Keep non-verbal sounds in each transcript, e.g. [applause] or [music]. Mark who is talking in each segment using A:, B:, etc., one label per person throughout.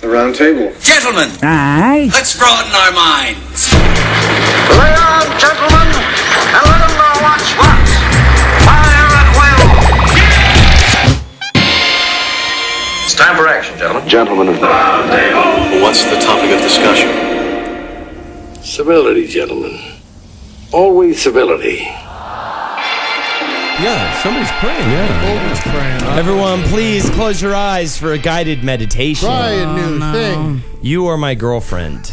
A: The round table.
B: Gentlemen,
C: Aye.
B: let's broaden our minds.
D: Lay on, gentlemen, and let 'em know what's what. Fire at will. It's time for action, gentlemen.
E: Gentlemen of
F: What's the topic of discussion?
E: civility, gentlemen. Always civility.
G: Yeah, somebody's praying. Yeah.
H: Everyone, please close your eyes for a guided meditation.
I: Try a new thing.
H: You are my girlfriend.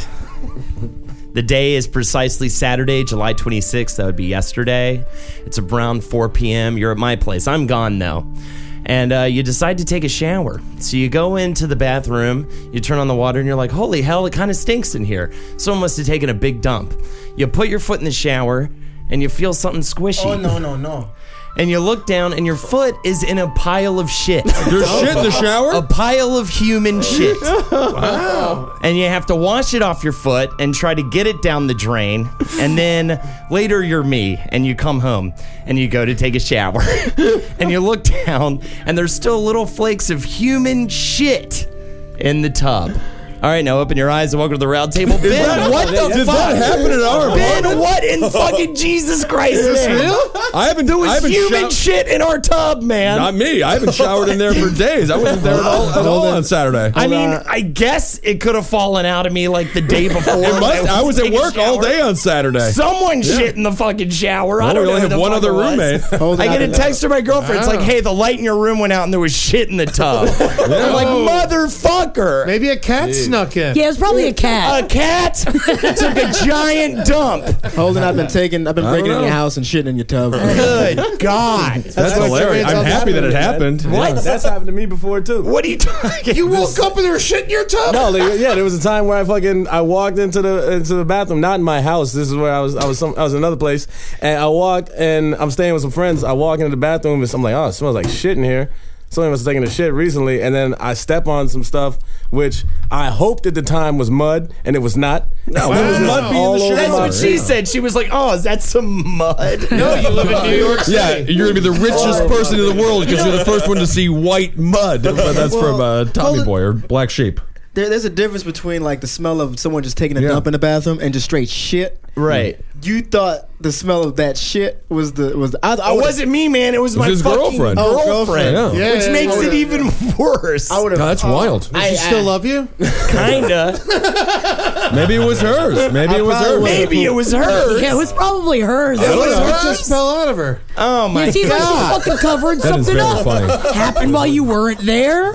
H: The day is precisely Saturday, July 26th. That would be yesterday. It's around 4 p.m. You're at my place. I'm gone now. And uh, you decide to take a shower. So you go into the bathroom, you turn on the water, and you're like, holy hell, it kind of stinks in here. Someone must have taken a big dump. You put your foot in the shower, and you feel something squishy.
I: Oh, no, no.
H: And you look down, and your foot is in a pile of shit.
G: There's shit in the
H: A
G: shower?
H: pile of human shit. And you have to wash it off your foot and try to get it down the drain. And then later you're me and you come home and you go to take a shower. [laughs] and you look down and there's still little flakes of human shit in the tub. All right, now open your eyes and welcome to the round table. Ben, what the
G: Did
H: fuck?
G: that happen in our
H: Ben, what
G: [laughs]
H: in fucking Jesus Christ? name?
G: I haven't.
H: There
G: I
H: was
G: haven't
H: human
G: shou-
H: shit in our tub, man.
G: Not me. I haven't showered in
H: [laughs]
G: there for days. I wasn't there at all, at all on Saturday.
H: I mean, I guess it could have fallen out of me like the day before.
G: [laughs] it must, I was at
H: taking a
G: work all
H: shower.
G: day on Saturday.
H: Someone shit
G: [laughs]
H: in the fucking shower. I
G: Well,
H: don't
G: we
H: know
G: only
H: who
G: have
H: the
G: one
H: fuck
G: other
H: it was. [laughs]
G: roommate.
I: Hold
H: I
I: on
H: get a
I: to
H: text from my girlfriend. It's like,
I: Wow.
H: hey, the light in your room went out and there was shit in the
G: [laughs]
H: tub. I'm like, motherfucker.
I: Maybe a cat snuck in.
J: Yeah, it was probably a cat.
H: A cat took a giant dump.
K: Holding, I've been taking, I've been breaking in
G: know.
K: your house and shitting in your
H: [laughs]
K: tub. [laughs]
H: Good God.
G: That's,
I: what
G: hilarious.
I: your
G: I'm
I: results
G: happy that it happened.
H: What?
L: That's happened to me before too.
H: What are you talking
I: You woke up and there was shit in your tub?
L: No, like,
I: [laughs]
L: yeah, there was a time where I fucking I walked into the into the bathroom, not in my house. This is where I was. I was some, I was in another place, and I walked and I'm staying with some friends. I walk into the bathroom and I'm like, oh, it smells like shit in here. Somebody must have taken a shit recently, and then I step on some stuff which I hoped at the time was mud, and it was not. No, it was [laughs] mud
G: All
L: all
G: over
L: over
H: That's
L: my
H: what she said. She was like, oh, is that some mud? No, you live in [laughs] New York
G: Yeah, you're gonna be the richest person in the world because you're the first one to see white mud. But that's from uh, Tommy
K: hold it-
G: Boy or Black Sheep.
K: There, there's a difference between like the smell of someone just taking a dump in the bathroom and just straight shit.
H: Right.
K: You thought the smell of that shit was the was the, I, I
H: It
K: would've-
H: wasn't me, man. It was my
G: his
H: fucking
G: girlfriend.
H: girlfriend.
G: Oh,
K: girlfriend.
G: Yeah.
I: Yeah,
H: which
I: yeah,
H: makes
I: yeah.
H: it even [laughs] worse.
K: I would
G: No,
K: have.
G: that's wild.
I: Does she still love
H: [laughs]
I: you?
H: kinda.
G: Maybe it was hers. Maybe it was Uh, hers.
K: probably
H: Maybe it was hers.
J: Yeah, it was probably hers.
I: What if
H: hers?
I: it just fell out of her?
H: oh my
J: It seems like
H: god,
J: you fucking covered
G: That is
J: something
G: very
J: up.
G: funny.
J: Happened while you weren't there.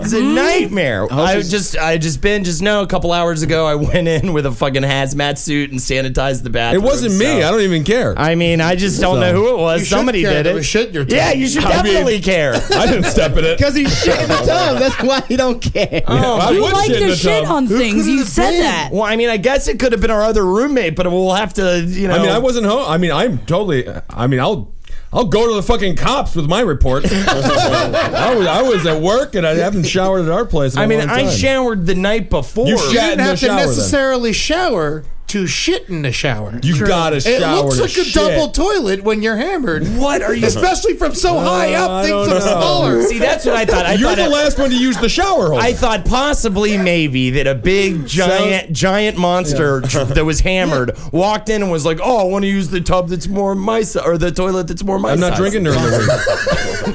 H: it's a nightmare. I just, I just been just now a couple hours ago. I went in with a fucking hazmat suit and sanitized the
G: It
H: bathroom.
G: wasn't me.
H: so-
G: I don't even care. I,
H: I mean, I just don't know who it was.
I: You should
H: Somebody
I: care.
H: did
I: There
H: it.
I: was shit in your tub.
H: yeah, you should definitely [laughs] care.
G: didn't step in it.
K: Because he's [laughs] shit
H: [laughs]
K: in the tub. That's why he don't care.
H: Oh,
G: I
J: you
G: would
J: like
G: shit in
J: to
G: the
J: shit
G: tub.
J: on things.
I: could've
J: You said
I: been?
J: that.
H: Well, I mean, I guess it could have been our other roommate, but we'll have to, you know.
G: I mean, I wasn't home. I mean, I'm totally. I mean, I'll. I'll go to the fucking cops with my report. [laughs] I, was, I was at work and I haven't showered at our place. In a
H: I mean,
G: long
H: I
G: time.
H: showered the night before.
G: You
I: You
G: shat
I: didn't
G: in the
I: have to
G: shower, then.
I: necessarily shower to shit in the shower.
G: You gotta
I: It
G: shower.
I: looks
G: to
I: like a
G: shit.
I: double toilet when you're hammered.
H: What are you?
I: Especially from so high
G: I
I: up, things
G: don't
I: look
G: know.
I: smaller.
H: See, that's what I thought. I
G: You're
H: thought
G: the
H: it-
G: last one to use the shower hole.
H: I thought possibly maybe that a big giant giant monster tr- that was
G: [laughs]
H: hammered walked in and was like, "Oh, I want to use the tub that's more my si- or the toilet that's more my
G: I'm not
H: size."
G: drinking during the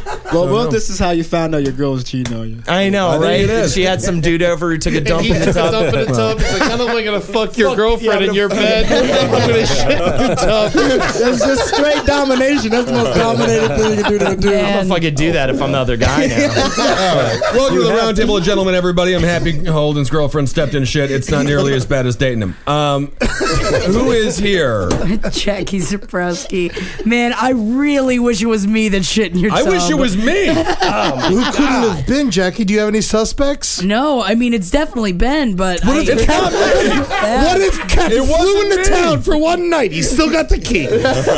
G: week.
K: well, well, this is how you found out your girl was cheating on you.
H: [laughs] I know,
G: think
H: right?
G: it is.
H: She had some dude over who
I: [laughs]
H: took a
I: And
H: dump
I: he
H: in the
I: took a
H: tub.
I: dump in the
H: [laughs]
I: tub. He's like, I'm not gonna fuck your
H: Fuck, yeah, I'm
I: girlfriend in
H: gonna
I: your
H: fuck-
I: bed. I'm gonna shit in the tub.
K: That's just straight domination. That's the most dominated thing you can do to a dude.
H: I'm gonna fucking do that if I'm the other
G: [laughs]
H: guy now.
G: Welcome to the round table of gentlemen, everybody. I'm happy Holden's girlfriend stepped in shit. It's not nearly as bad as dating him. Um, who is here?
J: [laughs] Jackie Zabrowski. Man, I really wish it was me that shit in your Oh,
G: I
J: tub.
G: wish it
J: [laughs]
G: was me.
I: Who couldn't have been, Jackie? Do you have any suspects?
J: No, I mean it's definitely Ben, but I, [laughs]
G: It's not me.
I: What if Cat
G: It
I: flew
G: wasn't
I: into
G: me.
I: town for one night? He's still got the
G: [laughs]
I: key.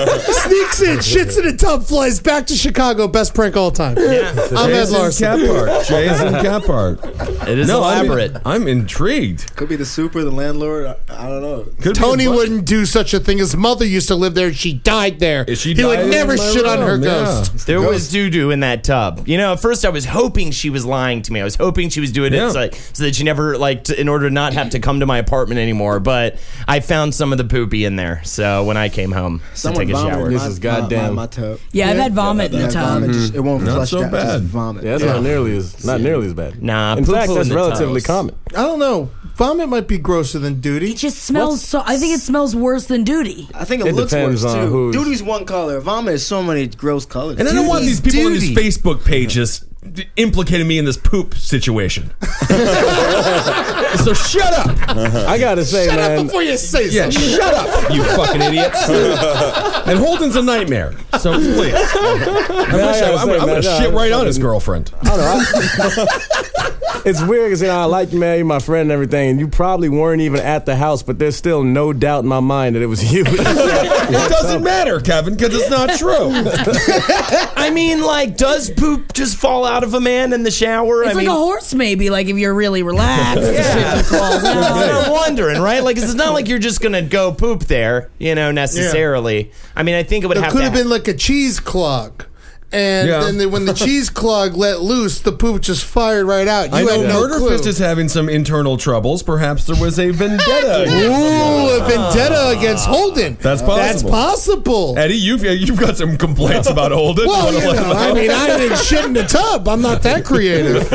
I: Sneaks in, shits in a tub, flies back to Chicago. Best prank all time. I'm Ed
G: Jason
I: Larson.
G: Caphart. Jason Caphart.
H: It is elaborate.
G: I'm, I'm intrigued.
K: Could be the super, the landlord. I, I don't know.
G: Could be
I: Tony
G: a bu-
I: wouldn't do such a thing. His mother used to live there. She died there.
G: Is she
I: he would
G: died
I: never
G: in my
I: shit on her
G: room? Yeah.
I: ghost.
H: there was doo doo in that that tub. You know, at first I was hoping she was lying to me. I was hoping she was doing
G: Yeah.
H: it so, so that she never like to, in order to not have to come to my apartment anymore. But I found some of the poopy in there. So when I came home to
K: Someone
H: take a
K: vomited
H: shower,
K: in
L: This
K: my-
L: is
K: my-
L: goddamn- Mm-hmm.
K: My, my tub.
J: Yeah, I've had vomit in the
K: That
J: tub.
K: vomit just- it won't
G: Mm-hmm. Not
K: flush
G: so
K: out, just
G: bad.
K: vomit.
L: Yeah, that's not nearly as not nearly as bad.
H: Nah,
L: in fact,
H: poo-poo
L: that's
H: in the
L: relatively
H: tubs.
I: [laughs]
L: common.
I: I don't know. Vomit might be grosser than duty.
J: It just smells so. I think it smells worse than duty.
K: I think it,
L: It
K: looks
L: depends
K: worse
L: on
K: too.
L: who's-
K: Duty's one color. Vomit is so many gross colors.
G: And I don't want these
J: Duty's
G: people on these
J: duty.
G: Facebook pages d- implicating me in this poop situation. so shut up.
I: Uh-huh.
L: I gotta say,
I: Shut
L: man,
I: up before you say
G: Yeah,
I: something.
G: shut up, you fucking [laughs]
I: [laughs]
G: idiots. and Holden's a nightmare. So please. I'm
L: I
G: gonna,
L: gotta
G: I'm gonna-
L: say,
G: I'm
L: man,
G: gonna
L: no,
G: shit right on his
L: fucking-
G: girlfriend.
L: I don't know, I- it's weird because you know I like you, man. You're my friend and everything, and you probably weren't even at the house, but there's still no doubt in my mind that it was you.
G: It doesn't matter, Kevin, because it's not true.
H: [laughs] I mean, like, does poop just fall out of a man in the shower?
J: It's
H: I
J: like
H: mean,
J: a horse, maybe. Like if you're really relaxed,
I: [laughs]
J: the shit just falls
H: That's what
J: out.
H: I'm wondering, right? Like, it's not like you're just gonna go poop there, you know, necessarily. I mean, I think it would
I: It
H: have
I: could
H: to.
I: have been like a cheese clog. And
G: Yeah.
I: then the, when
G: [laughs]
I: the cheese clog let loose, the poop just fired right out. You
G: I know
I: had no clue.
G: Murderfist is having some internal troubles. Perhaps there was a vendetta.
I: Ooh,
G: against
I: a vendetta against Holden.
G: That's possible.
I: That's possible.
G: Eddie, you've you've got some complaints about Holden.
I: well,
G: [laughs] Wanna
I: you
G: let
I: know,
G: them
I: I
G: out?
I: mean,
G: [laughs]
I: I didn't shit in the tub. I'm not that creative.
K: [laughs]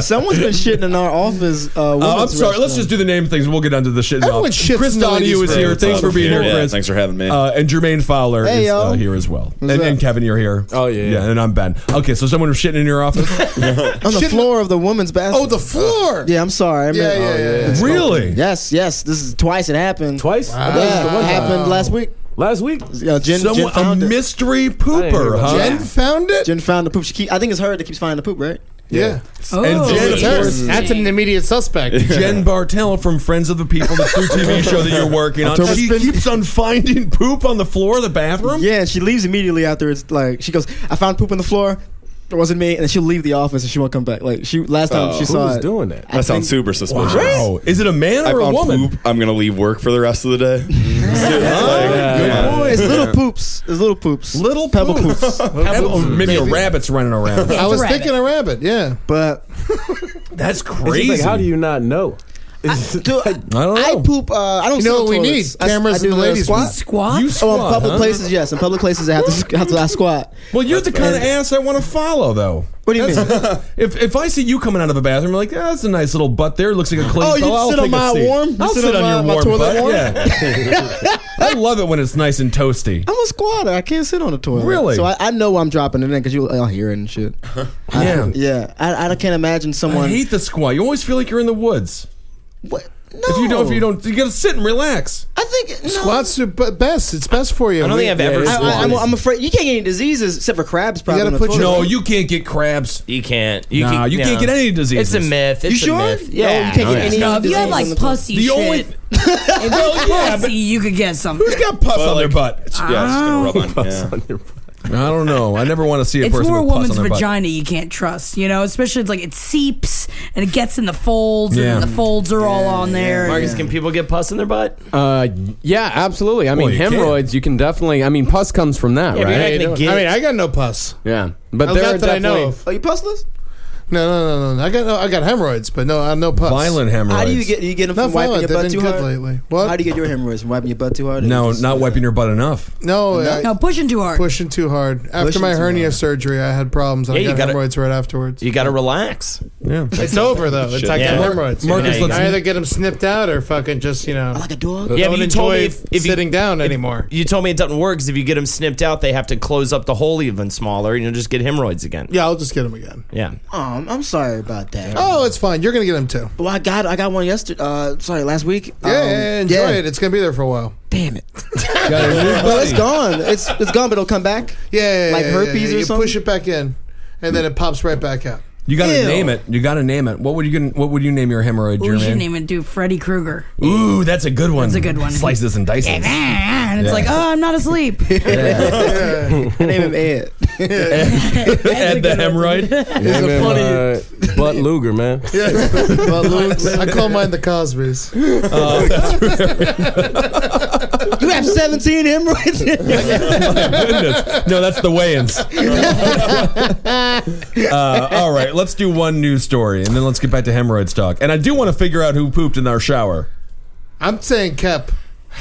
K: Someone's been shitting in our office. Uh,
G: Uh, I'm sorry. Let's just do the name things. We'll get onto the shit.
I: Everyone shits
G: Chris
I: in the
G: Donahue
I: ladies'
G: is here.
I: room.
G: Thanks for being here,
F: Yeah,
G: Chris.
F: thanks for having me.
G: Uh, and Jermaine Fowler
K: Hey,
G: is
K: yo.
G: uh, here as well. And,
K: up?
G: and Kevin, you're here.
L: Oh, yeah.
G: Yeah, and I'm Ben. Okay, so someone was shitting in your office.
K: on the
I: shitting-
K: floor of the woman's bathroom.
I: Oh, the floor.
K: yeah. I'm sorry. I meant, Oh,
I: yeah, yeah, yeah, yeah.
G: really?
K: Yes, yes. This is twice it happened.
L: Twice? I thought it was
K: Yeah,
L: the one
K: it
L: time.
K: happened last week.
L: Last week,
K: Yeah, Jen, Jen
G: Someone, a
K: found it.
G: mystery
L: didn't hear
G: pooper,
L: about
G: huh?
I: Jen found it.
K: Jen found the poop. She keep, I think it's her that keeps finding the poop, right?
I: yeah.
J: Oh,
G: And Jen,
I: That's
G: of
I: her.
G: course,
I: That's an immediate suspect.
G: [laughs] Jen Bartel from Friends of the People, the true TV show that you're working on. She keeps on finding poop on the floor of the bathroom.
K: Yeah, and she leaves immediately after. It's like she goes, "I found poop on the floor. It wasn't me." And then she'll leave the office and she won't come back. Like she last time
F: Oh.
K: she
L: who
K: saw
L: was
K: it.
L: doing that?
K: I
F: That sounds
K: think-
F: super suspicious.
G: Wow. Is it a man
F: I
G: or a
F: found
G: woman?
F: poop. I'm gonna leave work for the rest of the
G: [laughs]
F: day. [laughs]
L: Good
K: Oh, it's little poops. It's little poops.
G: Little
K: pebble
G: poops. [laughs]
K: poops.
G: Pebble- maybe, a rabbit's running around.
I: I was
J: rabbit.
I: thinking a rabbit. Yeah.
K: But
G: That's
L: It's just
G: crazy.
L: like, how do you not know?
G: I don't know.
K: I poop. Uh, I don't.
I: You know
K: sit on
I: what we need?
K: toilets. I-
I: Cameras
K: I, do
I: in the
K: a
I: ladies'
K: squat.
J: Squat.
G: You
K: Oh,
G: squat,
K: in [laughs] public
G: huh?
K: places, yes. In public places, I have to have to I squat.
G: Well, you're the kind of ass I want to follow, though.
K: What do you mean?
G: [laughs] If, if I see you coming out of a bathroom, I'm like, ah, that's a nice little butt there. Looks like a clean.
K: Oh, you
G: fella. I'll
K: sit on
G: take a
K: my
G: seat."
K: warm- you
G: I'll
K: sit
G: sit on,
K: on my-
G: your
K: my
G: warm
K: toilet
G: butt.
K: warm? [laughs]
G: Yeah. I love it when it's nice and toasty.
K: I'm a squatter. I can't sit on the toilet.
G: Really?
K: So I, I know I'm dropping it in because you I'll hear it and shit.
G: Yeah.
K: Yeah, I, I can't imagine
G: I
K: someone.
G: hate the squat. You always feel like you're in the woods.
K: what? No.
G: If you don't, if you don't, you gotta sit and relax.
K: I think no.
I: Squats are b- best. It's best for you.
H: I don't think I've ever
K: I,
H: squatted.
K: I, I'm, I'm afraid you can't get any diseases except for crabs. Probably.
I: gotta
K: on the
I: put
K: toilet.
I: your-
G: No, you can't get crabs.
H: you can't. You,
G: Nah,
H: can,
G: you can't get any diseases.
H: It's a myth. It's
K: You sure?
H: A myth.
K: No,
H: Yeah.
K: you can't get any-
J: No, if you had like pussy
G: The
J: shit,
G: only- [laughs]
J: if it's pussy, you could get something.
G: Who's got puff on their butt?
F: Yeah, it's just gonna rub on. Yeah.
G: I don't know. I never want to see a
J: It's
G: person
J: more a
G: with puss
J: woman's
G: on their butt.
J: vagina you can't trust, you know. Especially it's like it seeps and it gets in the folds,
G: Yeah.
J: and the folds are all on there.
H: Marcus, can people get pus in their butt?
A: Uh, yeah, absolutely. I mean,
G: you can.
A: hemorrhoids. You can definitely. I mean, pus comes from that,
H: Yeah, but you're not
A: right?
H: gonna
I: I
H: get
I: mean,
H: it.
I: I got no pus.
A: Yeah, but
I: Not
A: there are
I: that Oh, I know
A: definitely-
I: of.
K: Are you pussless?
I: No, no, no, no, no. I got no. I got hemorrhoids, but no, I no pus.
G: Violent hemorrhoids.
K: How do you get? You get them
I: Not
K: from wiping
I: violent.
K: your
I: They've
K: butt
I: been
K: too
I: good
K: hard.
I: lately. What?
K: How do you get your hemorrhoids? From wiping your butt too hard?
G: No, not wiping your butt enough.
I: No, I-
J: no, pushing too hard.
I: pushing too hard. After
K: Pushing
I: my
K: too
I: hernia
K: hard.
I: surgery, I had problems. and
H: Yeah, you
I: I got
H: gotta-
I: hemorrhoids right afterwards.
H: You got to relax.
G: Yeah.
I: It's over though. It's like
H: Yeah.
I: the hemorrhoids.
G: Marcus,
H: Yeah,
I: I
G: let's
I: either get them snipped out or fucking just you know.
K: Like a dog.
H: Yeah, but
I: don't
H: you
I: enjoy
H: told me if, if you
I: sitting down anymore.
H: You told me it doesn't work because if you get them snipped out, they have to close up the hole even smaller, and you'll just get hemorrhoids again.
I: yeah, I'll just get them again.
F: [laughs]
H: Yeah.
K: Oh, I'm I'm sorry about that.
I: Oh, it's fine. You're gonna get them too.
K: Well, I got I got one yesterday. Uh, sorry, last week.
I: Yeah,
K: Um,
I: yeah, Oh, yeah, enjoy it. It's gonna be there for a while. [laughs]
K: Damn it.
G: Got a new
K: Well,
G: buddy.
K: it's gone. It's it's gone, but it'll come back.
I: Yeah, yeah
K: Like
I: yeah,
K: herpes
I: yeah, yeah.
K: or
I: you
K: something?
I: Push it back in, and then it pops right back out.
G: You gotta
K: Ew.
G: name it. You gotta name it. What would you gonna- What would you name your hemorrhoid,
J: we should
G: Jermaine?
J: name it do Freddy Krueger. [laughs]
G: Ooh, that's a good one.
J: That's a good one.
G: [laughs] Slices and dices.
J: And it's
G: Yeah. [laughs]
J: like, oh, I'm not asleep.
K: I name him Ed.
G: [laughs] [laughs] Add the hemorrhoid. [laughs]
L: Name him, uh, Butt Luger, man.
I: Well, Luke's- I call mine the
H: [laughs]
I: Cosby's.
H: Oh,
I: [laughs]
K: You
H: [laughs]
K: have 17 hemorrhoids.
G: Oh, Goodness. No, that's the [laughs] weigh-ins. uh, all right, let's do one news story, and then let's get back to hemorrhoids talk. And I do want to figure out who pooped in our shower.
I: I'm saying Kep.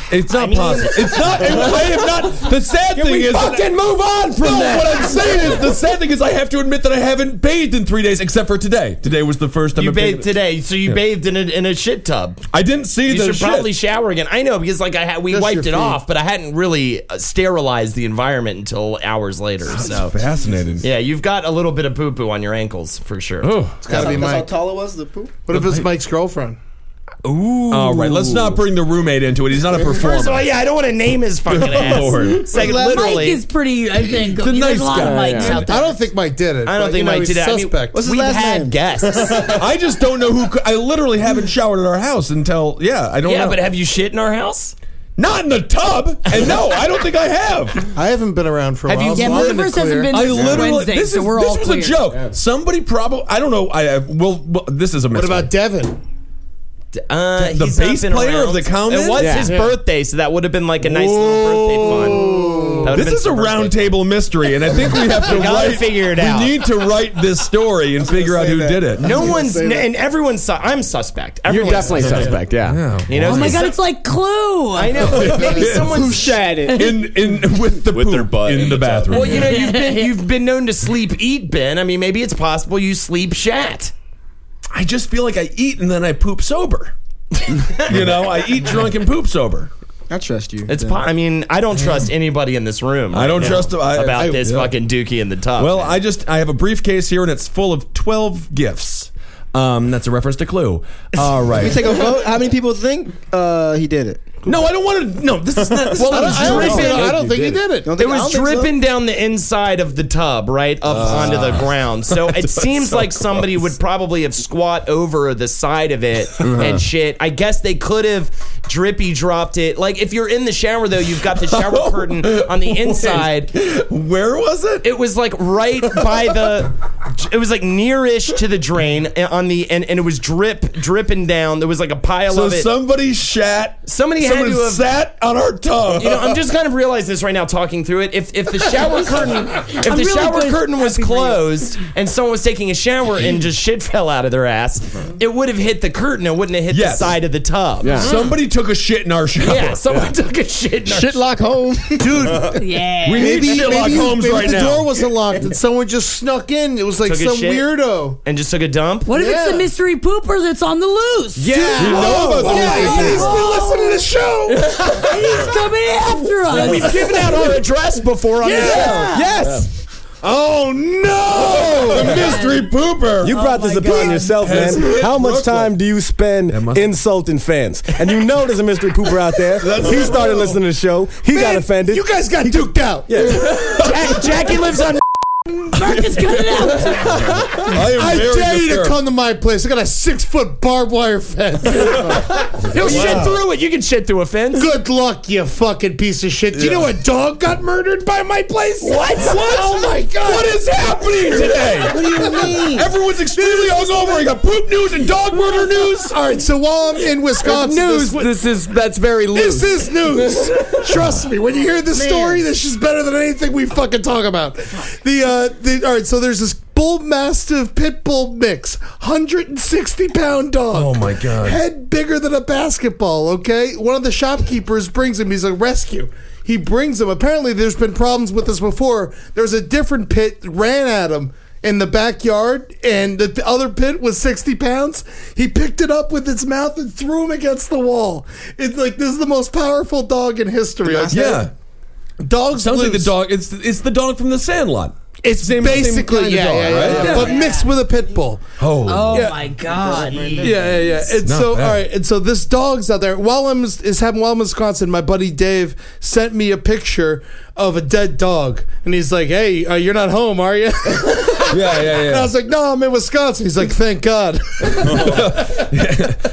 G: It's not possible. It's not. it- I am not. The sad thing is, fucking move on from no, What I'm saying is, the sad thing is, I have to admit that I haven't bathed in three days, except for today. Today was the first time
H: You
G: I
H: bathed today, so you bathed in a, in a shit tub.
G: I didn't see
H: You
G: the
H: should
G: shit.
H: probably shower again. I know because like I had we
I: Just
H: wiped
I: your
H: it
I: feet.
H: off, but I hadn't really uh, sterilized the environment until hours later. So
G: fascinating.
H: yeah, you've got a little bit of poo poo on your ankles for sure.
G: Oh.
I: It's gotta be
K: how
I: Mike.
K: tall it was, the poop?
I: What if it's Mike's girlfriend?
G: All right, let's not bring the roommate into it. He's not a performer.
H: First of all, Oh, yeah, I don't want to name
I: [laughs]
H: his fucking ass.
G: Lord.
H: Second,
J: Mike
H: literally,
J: is pretty. I think
G: a
J: there's
G: nice
J: a lot
G: guy,
J: of Mikes
A: yeah.
J: out there.
I: I don't think Mike did it.
H: I don't
I: but,
H: think
I: you know,
H: Mike
I: he's
H: did it. I mean,
I: Suspect.
K: What's his
H: we've
K: last
H: had [laughs]
K: name?
H: guests.
G: [laughs] I just don't know who. I literally haven't showered at our house until yeah. I don't.
H: yeah,
G: know.
H: but have you shit in our house?
G: not in the tub. And no, I don't think I have.
I: [laughs] I haven't been around for a
H: Have you-
I: while.
J: yeah,
I: so I'm in the
J: Movers hasn't
I: clear.
J: been
G: I
J: since
G: literally.
J: Wednesday,
G: this
J: so
G: is,
J: we're
G: this
J: all
G: was a
J: clear.
G: joke. Somebody probably. I don't know. I I- will. will- this is a.
I: What about Devin?
H: Uh,
G: The
H: he's not
G: bass
H: been
G: player of
H: around.
G: the Cowmen?
H: It was
A: Yeah.
H: his birthday, so that would have been like a nice little birthday fun. That would have
G: This
H: been
G: is a
H: some birthday
G: round table mystery, and I think we have to
H: We [laughs] gotta
G: write,
H: figure it
G: we
H: out.
G: need to write this story and figure out who did it.
H: No one's and everyone's. Su- I'm suspect.
A: You're
H: Everyone's
A: definitely
H: suspect.
A: suspect. Yeah.
H: You know,
J: Oh my
H: so-
J: god, it's like Clue.
H: I know.
G: [laughs]
H: Maybe
K: Who
H: someone's.
K: shat it?
G: in in with the
F: With
G: poop
F: their butt
G: in,
F: in
G: the,
F: the tub.
G: bathroom.
H: Well, you know, you've been you've been known to sleep eat, Ben. I mean, maybe it's possible you sleep shat.
G: I just feel like I eat and then I
H: [laughs]
G: poop sober. you know, I eat drunk and poop sober.
K: I trust you.
H: It's.
K: Yeah.
H: Po- I mean, I don't trust anybody in this room.
G: I
H: right
G: don't
H: now
G: trust- I-
H: about
G: I-
H: this
G: yeah.
H: fucking dookie in the tub.
G: Well, I just I have a briefcase here and it's full of twelve gifts. Um, that's a reference to Clue. All right.
K: Take a vote. How many people think uh, he did it?
G: no, I don't want to. No, this is not. [laughs] This
H: Well,
G: is
H: I
G: not
H: don't
G: a
H: think-
G: jury.
I: I don't think he did it.
K: Don't
H: It
K: think- I don't
H: was
K: think so.
H: dripping down the inside of the tub, right up
G: Ah.
H: onto the ground.
G: [laughs]
H: So it seems like somebody would probably have squat over the side of
G: [laughs]
H: it
G: Uh-huh.
H: and shit. I guess they could have drippy dropped it. Like if you're in the shower though, you've got the shower
G: [laughs]
H: curtain on the inside.
G: [laughs] Where was it?
H: It was like right by the. It was like nearish to the drain and on the and, and it was drip dripping down. There was like a pile
G: so
H: of it.
G: somebody shat.
H: Somebody had
G: someone
H: to have-
G: sat on our tongue.
H: You know, I'm just kind of realizing this right now, talking through it. If if
G: [laughs]
H: the shower curtain, if the
J: I'm really
H: shower
J: good.
H: curtain was
J: Happy for you.
H: closed and someone was taking a shower and just shit fell out of their ass, it would have hit the curtain. It wouldn't have hit
G: Yes.
H: the side of the tub.
A: Yeah.
G: somebody took a shit in our shower.
H: Yeah, someone took a shit. In our
K: Shit lock
H: Oh,
K: home.
J: Yeah.
G: We need Sherlock
I: you-
G: Holmes
I: maybe
G: right
I: the
G: now.
I: door wasn't locked and someone just snuck in. It was like
H: Took a
I: some
H: shit.
I: weirdo.
H: and just took a dump.
J: What if it's
I: Yeah.
J: the mystery pooper that's on the loose?
G: Yeah, you know about
I: Oh,
G: these
I: yeah,
G: things.
I: he's been listening to the show.
J: [laughs] He's coming after
H: We've
J: us.
H: given out our address before on the show.
G: Yes,
L: Oh
G: the
L: no!
G: mystery pooper.
L: You brought this upon yourself,
G: Has
L: man.
G: hit
L: How much
G: Brooklyn.
L: time do you spend
G: must-
L: insulting fans? And you know there's a mystery pooper out there. he started listening to the show. He got offended.
I: You guys got duked out.
H: Jack,
L: [laughs]
H: Jackie lives on.
J: Marcus coming out.
G: [laughs] I, am
I: I
G: very
I: dare you to
G: disturbed.
I: come to my place. I got a six foot barbed wire fence.
H: He'll shit through it. You can shit through a fence.
I: Good luck, you fucking piece of shit. Do you know a dog got murdered by my place?
H: What?
I: Oh my god.
G: What is happening today?
K: What do you mean?
G: Everyone's extremely hungover. I got poop news and dog murder news.
I: All right, so while I'm in Wisconsin,
A: News.
I: this, wi-
A: This is that's very loose.
I: this is news. Trust me, when you hear this story, this is better than anything we fucking talk about. The uh, the all right, so there's this bull mastiff pit bull mix, 160 pound dog.
G: Oh my God.
I: head bigger than a basketball. Okay, one of the shopkeepers brings him. He's a rescue. He brings him. Apparently, there's been problems with this before. There's a different pit that ran at him in the backyard, and the th- other pit was 60 pounds. He picked it up with its mouth and threw him against the wall. It's like this is the most powerful dog in history. okay?
G: Yeah,
I: dogs
G: sounds like the
I: loose.
G: dog. It's it's the dog from the Sandlot.
I: It's
G: same- same
I: basically
G: kind of
I: yeah,
G: dog,
I: yeah, yeah,
G: right?
I: yeah, but mixed with a pit bull.
G: Oh,
J: Oh my god.
I: Yeah, yeah, yeah. And
G: not
I: so,
G: bad.
I: all right, and so this dog's out there. While I'm is happening while I'm in Wisconsin, my buddy Dave sent me a picture of a dead dog, and he's like, "Hey, uh, you're not home, are you?" [laughs]
G: yeah, yeah.
I: And I was like, "No, I'm in Wisconsin." He's like, "Thank God."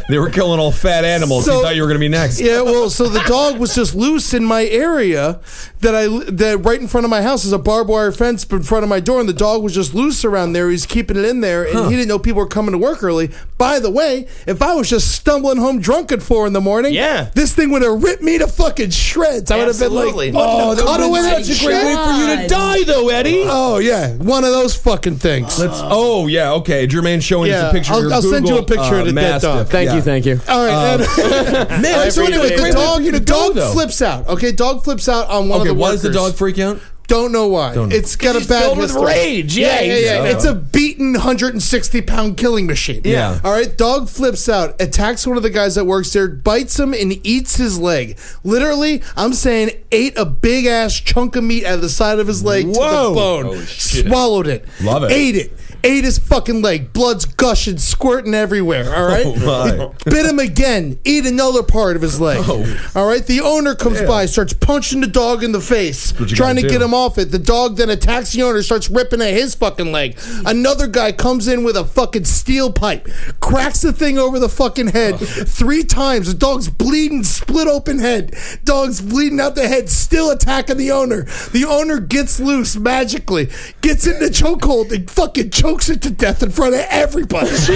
G: They were killing all fat animals.
I: So-
G: he thought you were going to be next.
I: Yeah, well, so the dog was just loose in my area that I that right in front of my house is a barbed wire fence in front of my door, and the dog was just loose around there. He's keeping it in there, and he didn't know people were coming to work early. By the way, if I was just stumbling home drunk at four in the morning,
H: Yeah.
I: this thing would have ripped me to fucking shreds. I would have been like,
H: Absolutely.
I: "Oh,
G: that
I: cut
G: would've
I: away
G: been
I: that
G: such a great
I: shit."
G: way for
J: God.
G: you
I: die, though, Eddie. Oh yeah, one of those fucking things.
G: Let's. Oh yeah. Okay. Jermaine's showing us
I: Yeah,
G: a picture.
I: I'll-
G: of your
I: I'll send you a
G: Google,
I: picture
G: uh,
I: of the dead
G: Mastiff.
I: dog.
A: Thank
G: Yeah.
A: you, thank you.
I: All
G: [laughs]
I: right, [laughs] and, All right, so
G: every
I: anyway,
G: day.
I: the
G: Wait,
I: dog,
G: wait,
I: the
G: wait,
I: dog
G: though.
I: flips out. Okay, dog flips out on one
G: Okay.
I: of the
G: Why
I: workers.
G: does the dog freak out?
I: Don't know why.
G: Don't know.
I: It's got a bad
H: filled with
I: history.
H: rage.
I: yeah,
H: Yeah, he's-
I: yeah.
G: Yeah.
I: It's a beaten 160 pound killing machine.
G: Yeah.
I: All right. Dog flips out, attacks one of the guys that works there, bites him, and eats his leg. Literally, I'm saying ate a big ass chunk of meat out of the side of his leg to
G: Whoa.
I: the bone.
G: Holy shit.
I: swallowed it.
G: Love it.
I: Ate it. Ate his fucking leg. Blood's gushing, squirting everywhere. All right.
G: Oh, my.
I: Bit him again. Eat another part of his leg.
G: Oh.
I: All right. The owner comes by, starts punching the dog in the face,
G: what you
I: trying to
G: gotta
I: get
G: do.
I: him off it. The dog then attacks the owner, starts ripping at his fucking leg. Another guy comes in with a fucking steel pipe, cracks the thing over the fucking head
G: Oh.
I: three times. The dog's bleeding, split open head. Dog's bleeding out the head, still attacking the owner. The owner gets loose magically, gets in the chokehold, and fucking chokes it to death in front of
G: [laughs]
I: everybody. [laughs]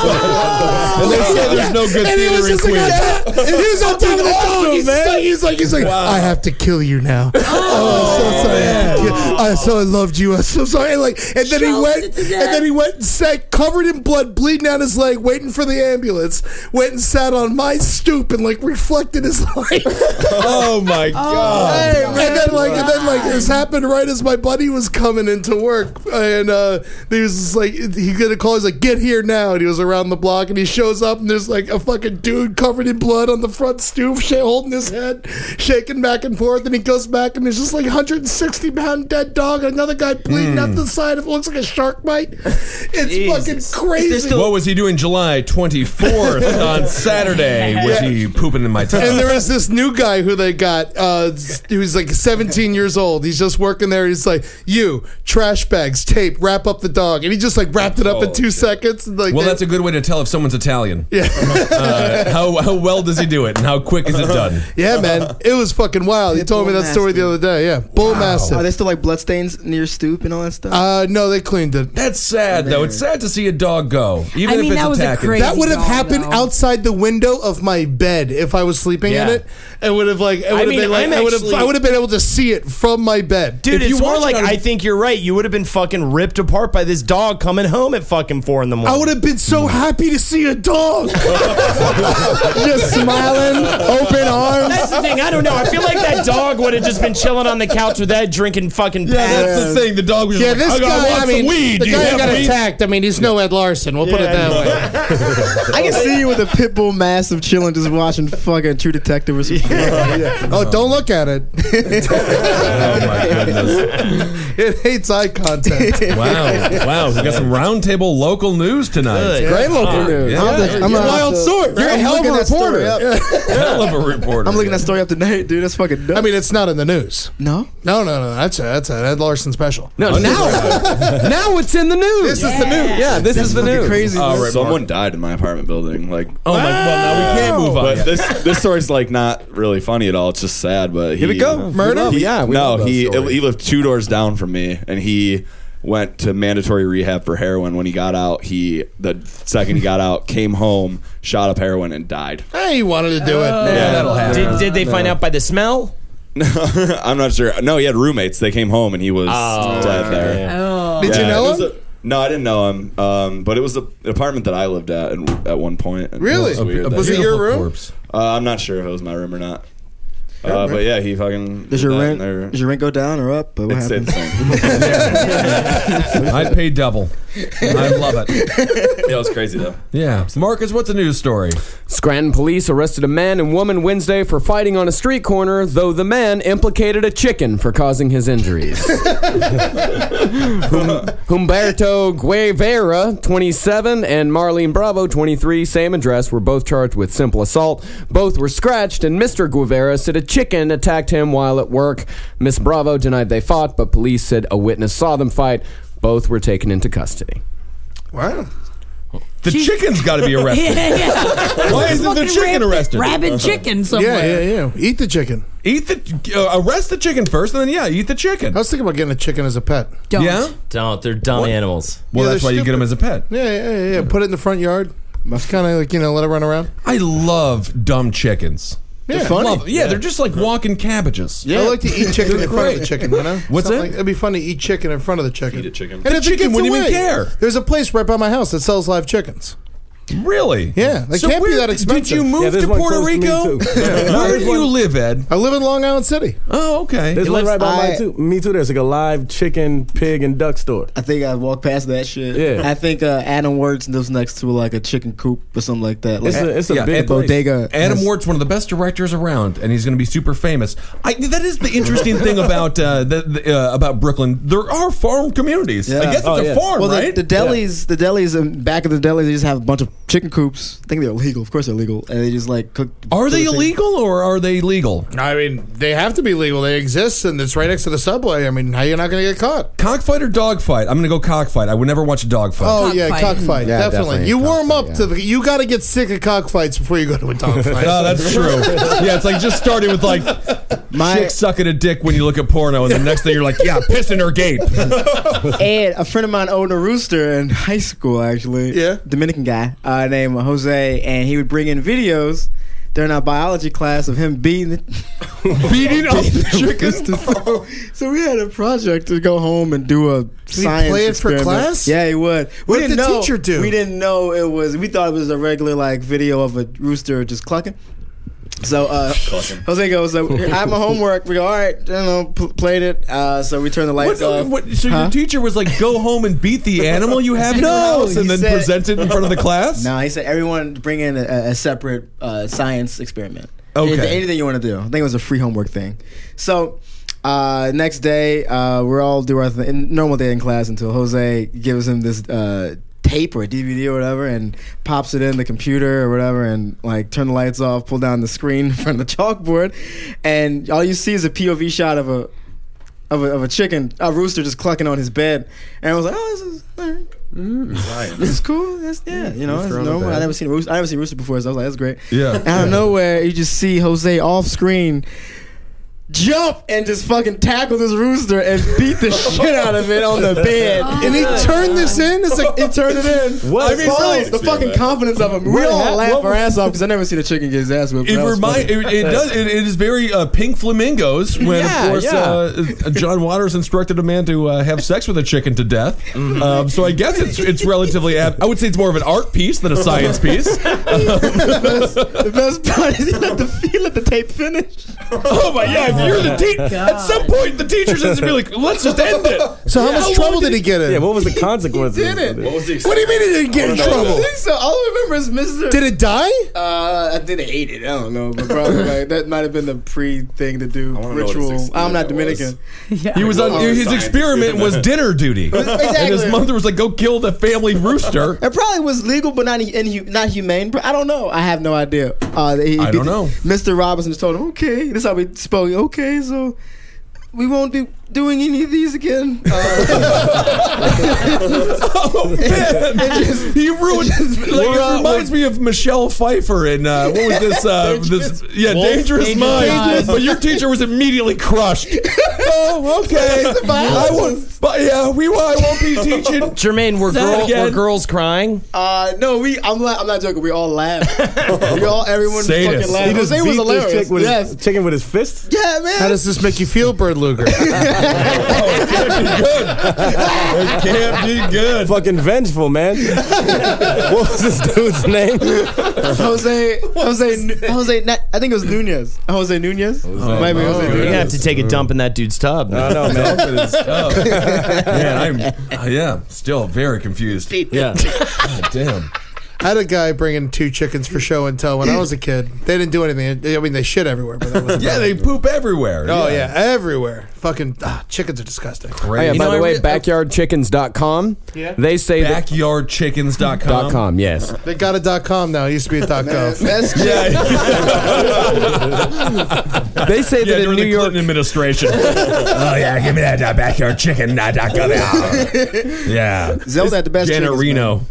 G: And they say there's no good
I: And he was
G: theater in
I: just like,
G: Queens.
I: "Ah!" And he was on top of the dog. He's
G: man.
I: like, he's like, he's like, I have to kill you now. [laughs] Oh, I'm so sorry. I have to kill- I so I loved you. [laughs] I'm so sorry. And like, and then he
J: Choked
I: went,
J: it to
I: and
J: death.
I: then he went and sat covered in blood, bleeding out his leg, waiting for the ambulance. Went and sat on my stoop and like reflected his [laughs] life.
G: Oh my god.
I: and then like, and then like, this happened right as my buddy was coming into work, and uh, he was just like, he got a call. He's like, "Get here now!" And he was around the block, and he shows up, and there's like a fucking dude covered in blood on the front stoop, sh- holding his head, shaking back and forth, and he goes back, and there's just like 160 pound dead dog, and another guy bleeding out the side of looks like a shark bite. It's
H: Jesus.
I: fucking crazy.
G: What was he doing
I: [laughs]
G: July 24th on Saturday? Was he pooping in my tub?
I: and there is this new guy who they got uh, who's like 17 years old. He's just working there. He's like, you, trash bags, tape, wrap up the dog. And he just like wrapped it up
H: Oh,
I: in two seconds. And, like,
G: well,
I: they-
G: that's a good way to tell if someone's Italian. Yeah. uh, how, how well does he do it, and how quick
I: Uh-huh.
G: is it done?
I: yeah,
H: [laughs]
I: man. It was fucking wild. He
K: Yeah,
I: told me
K: bull
I: that story the other
K: mastiff.
I: day. Yeah. Bull
K: Are there
I: Mastiff.
K: still like bloodstains near stoop and all that stuff?
I: Uh, no, they cleaned it.
G: That's sad, though. It's sad to see a dog go, even
J: I
G: if
J: mean,
G: it's
J: that was a
G: attacking.
J: crazy-
I: That would have
J: dog,
I: happened
J: though.
I: outside the window of my bed if I was sleeping in
G: Yeah.
I: it. It would have like, it would have
H: mean,
I: been like,
H: I'm
I: I would have,
H: actually-
I: I would have been able to see it from my bed.
H: Dude,
G: If
H: it's
G: you
H: more
G: watch
H: like
G: it on-
H: I think you're right. You would have been fucking ripped apart by this dog coming home at fucking four in the morning.
I: I would have been so happy to see a dog. [laughs] Just smiling, open arms.
H: That's the thing. I don't know. I feel like that dog would have just been chilling on the couch with that, drinking fucking
G: yeah,
H: Pabst.
G: that's the thing. The dog was
I: Yeah,
G: just
I: this
G: like, I gotta
I: guy,
G: want
I: I mean,
G: some weed.
I: the
G: Do you
I: guy
G: have
I: got
G: weed?
I: attacked. I mean, he's no Ed Larson. We'll put it that way. [laughs]
K: I can see you with a pit bull massive chilling, just watching fucking True Detective
I: [laughs]
K: or something.
I: Oh, don't look at
K: [laughs]
I: it.
G: Oh, my goodness.
I: It hates eye contact.
G: Wow. Wow. We
I: [laughs]
G: got some roundtable local news tonight.
I: Great local news.
G: Yeah.
K: I'm, like, I'm
I: You're
K: not-
I: wild sword. You're a
K: I'm
I: hell of
K: looking
I: a
K: that story
I: reporter.
K: up.
I: [laughs]
G: Hell of a reporter.
K: I'm looking that story up tonight, dude. That's fucking dope.
I: I mean, it's not in the news.
K: no.
I: No, no, no. That's a, that's an Ed Larson special.
A: No, now, [laughs] now it's in the news.
I: This is the news.
A: Yeah, this is the
K: fucking
A: news.
K: crazy.
G: All
K: dude.
G: right,
F: Someone died in my apartment building. Like,
G: Oh my! Well, now we can't move on.
F: but
G: yet.
A: [laughs]
F: this this story's like not really funny at all. It's just sad. But he,
G: we go.
F: He-
G: Murder?
A: Yeah, we
F: no,
A: love those
F: he
A: stories.
F: he lived two doors down from me, and he went to mandatory rehab for heroin. When he got out, he the second he got out, came home, shot up heroin, and died.
I: [laughs] Hey, he wanted to do it.
G: yeah, Oh. that'll
H: Did,
G: happen.
H: did they find out by the smell?
F: [laughs] I'm not sure. No, he had roommates. They came home, and he was dead there.
J: Oh.
I: Did you
F: Yeah,
I: know
F: it was
I: him?
F: a- no, I didn't know him. Um, but it was the apartment that I lived at and, at one point. And
I: Really?
F: It was, weird
G: A
F: that-
I: Was it your
G: beautiful
I: room?
G: corpse.
F: Uh, I'm not sure if it was my room or not. Uh, but yeah, he fucking.
K: Does your
F: died in
K: rent?
F: there.
K: Does your rent go down or up? But what
F: It's
K: happened?
F: insane.
K: [laughs]
G: I'd pay double. I love it.
F: [laughs] yeah, it was crazy though.
G: Yeah, Marcus, what's a news story?
A: Scranton police arrested a man and woman Wednesday for fighting on a street corner, though the man implicated a chicken for causing
G: [laughs]
A: his injuries. Hum- Humberto Guevara, 27, and Marlene Bravo, 23, same address, were both charged with simple assault. Both were scratched, and Mr. Guevara said a chicken attacked him while at work. Miss Bravo denied they fought, but police said a witness saw them fight. Both were taken into custody.
I: Wow.
G: The chicken's got to [laughs]
I: [laughs]
G: be arrested.
J: Yeah, yeah. [laughs]
G: Why isn't the
J: Fucking
G: chicken
J: rabid-
G: arrested? Uh-huh.
J: rabid chicken
I: Yeah,
J: somewhere.
I: yeah, yeah. Eat the chicken.
G: Eat the uh, arrest the chicken first, and then yeah, eat the chicken.
I: I was thinking about getting a chicken as a pet.
J: Don't.
G: Yeah.
H: Don't. They're dumb animals.
G: Well,
I: Yeah,
G: that's
I: they're
G: why you get
I: stupid.
G: them as a [laughs] pet.
I: Yeah, yeah, yeah. yeah. Put it in the front yard. Kind of like you know, let it run around.
G: I love dumb chickens.
I: Yeah,
G: Love- yeah, they're just like walking cabbages.
I: I like to eat chicken
G: They're [laughs]
I: in front of the
G: great.
I: chicken. You know,
G: What's
I: Something
G: that?
I: like- it'd be fun to eat chicken in front of the chicken.
F: Eat a chicken.
I: And
G: The
I: if the
G: chickens
I: chickens
G: wouldn't
I: away,
G: even care.
I: There's a place right by my house that sells live chickens.
G: Really?
I: Yeah, they
G: So
I: can't be
G: where-
I: that expensive.
G: Did you move
L: there's
G: to
L: one
G: Puerto
L: close to me,
G: Rico?
L: too.
G: Where do you live, Ed?
I: I live in Long Island City.
G: Oh, okay.
L: There's one
K: lives-
L: right by
K: I-
L: mine too. Me too. There's like a live chicken, pig, and duck store.
K: I think I walked past that shit.
L: Yeah.
K: I think uh, Adam Words lives next to like a chicken coop or something like that. Like,
L: It's a, it's a
G: Yeah,
L: big
G: and-
L: place.
K: bodega.
G: Adam
K: has-
G: Wart's one of the best directors around, and he's going to be super famous. I, that is the interesting thing about uh, the, the, uh, about Brooklyn. There are farm communities. I
K: Yeah.
G: guess it's
L: Oh,
G: a
L: yeah.
G: farm,
K: Well,
G: right?
K: the, the delis, the delis, um, back of the delis, they just have a bunch of chicken coops. I think they're illegal. Of course, they're illegal, and they just like cook.
G: are
K: cook
G: they
K: the chicken.
G: illegal or are they legal?
I: I mean, they have to be legal. They exist, and it's right next to the subway. I mean, how you not going to get caught?
G: Cockfight or dogfight? I'm going to go cockfight. I would never watch a dogfight.
I: Oh yeah,
J: Cockfight.
I: cockfight.
A: Yeah,
I: definitely.
G: [laughs]
A: definitely
I: You
A: a
I: warm up
A: cockfight,
I: to the. You got to get sick of cockfights before you go to a
G: [laughs]
I: dogfight.
G: No, Oh,
I: [laughs]
G: that's true. Yeah, it's like just starting with like
K: My-
G: chick sucking a dick when you look at porno, and the next thing you're like, yeah, piss in her gate.
K: [laughs] And a friend of mine owned a rooster in high school, actually.
I: Yeah.
K: Dominican guy uh, named Jose, and he would bring in videos during our biology class of him beating the [laughs]
G: Beating up
K: chickens. [laughs] to- so, we had a project to go home and do a science
I: play it for
K: experiment.
I: class?
K: Yeah, he would. We
I: What did the
K: know,
I: teacher do?
K: We didn't know it was. We thought it was a regular like video of a rooster just clucking. So uh, Jose goes, uh, I have my homework. We go, all right, you know, pl- played it. Uh, so we turned the
G: What,
K: lights off.
G: what, so
K: Huh?
G: your teacher was like, "Go home and beat the animal you have in your
K: [laughs] No,
G: house," and
K: he
G: then
K: said-
G: present it in front of the class.
K: No, he said everyone bring in a, a separate uh, science experiment.
G: Okay.
K: Anything, anything you want to do. I think it was a free homework thing. So uh, next day, uh, we're all do our thing, normal day in class until Jose gives him this uh, tape or DVD or whatever and pops it in the computer or whatever and like turn the lights off, pull down the screen [laughs] from the chalkboard, and all you see is a POV shot of a of a, of a chicken, a rooster just clucking on his bed, and I was like, oh, this is. All right. This is cool. That's yeah, you know, it's normal. I never seen a rooster. I never seen a rooster before, so I was like, that's great.
G: Yeah.
K: Out of nowhere, you just see Jose off screen jump and just fucking tackle this rooster and beat the shit out of it on the bed.
I: And he turned this in. It's like
K: He turned it in.
L: What
K: I mean,
L: balls?
K: really, the fucking confidence of him. We
L: What
K: all
L: hap-
K: laugh
L: what
K: our
L: was-
K: ass off because I never seen a chicken get his ass whipped.
G: It
K: That was
G: remind
K: funny.
G: it, it does it, it is very uh, pink flamingos when
H: Yeah,
G: of course
H: yeah.
G: uh, John Waters instructed a man to uh, have sex with a chicken to death. Um, so I guess it's it's relatively ab- I would say it's more of an art piece than a science piece.
K: [laughs] the best part is he let the he let the tape finish.
G: oh my yeah, if you're the teacher at
J: God.
G: some point the teacher says to be like, let's just end it.
I: So how much trouble did he get in?
L: Yeah, what was the consequences?
K: did it.
L: of
F: What was the
I: what do you mean he didn't get in
F: I don't know.
I: trouble?
K: I think so. All I remember is Mr.
I: Did it die?
K: Uh, I think they ate it. I don't know,
G: [laughs]
K: but probably like that might have been the pre thing to do
F: wanna know what his
K: ritual. I'm not
F: experiment was.
K: Dominican.
J: Yeah.
G: He was on
F: Oh,
G: his
F: science. [laughs]
G: experiment was dinner duty.
K: [laughs]
G: And his
K: Exactly.
G: mother was like, go kill the family rooster.
K: It probably was legal, but not inhu- not humane. But I don't know. I have no idea. Uh, he-
G: I don't know.
K: Mr. Robinson just told him, "Okay, this is how we spoke. Okay, so we won't be doing any of these again."
G: [laughs] Oh man, he ruined. Like, it reminds me of Michelle Pfeiffer in uh, what was this? [laughs] Uh, this yeah, Dangerous, Minds.
J: Minds.
G: But your teacher was immediately crushed. [laughs] oh, [laughs] okay. I won't. But yeah, we. I won't be teaching.
H: Jermaine, were,
G: Say it
H: girl,
G: again.
H: were girls crying?
K: Uh, no, we. I'm not. I'm not joking. We all
L: [laughs]
K: laughed. we all. Everyone
G: Sadist.
K: fucking laughed.
L: He just
K: Jose
L: beat this
K: was hilarious.
L: chick with
K: yes.
L: his, chicken with his fist.
K: yeah, man.
I: How does this make you feel, Bird
A: [laughs]
I: Luger?
G: It can't be good.
L: Fucking vengeful,
K: [laughs]
L: man. what was this dude's name?
K: Jose, Jose, Jose. Na- I think it was Nunez. Jose Nunez. Might be Jose
H: You're
K: Nunez.
H: gonna have to take a dump in that dude's tub.
L: I don't know, man.
G: Oh, [laughs] man, I'm. uh, yeah, still very confused.
L: Yeah.
G: God damn.
I: I had a guy bringing two chickens for show and tell when I was a kid. They didn't do anything. I mean, they shit everywhere, but that was
G: yeah, they poop everywhere.
I: Oh yeah, everywhere. Fucking ah, chickens are disgusting.
A: Oh, yeah, by the way, backyardchickens.com.
I: Yeah.
A: They say that.
G: Backyardchickens.com.
A: Dot com, yes.
I: They got a dot com now. It used to be a dot
A: [laughs]
I: gov.
G: [laughs] [laughs]
A: They say that in
G: during
A: New
G: the
A: York.
G: Clinton
A: [laughs]
G: administration. oh yeah, give me that uh, backyard chicken. Uh, dot gov. yeah,
K: [laughs] Zelda had the best chickens,
G: Janarino.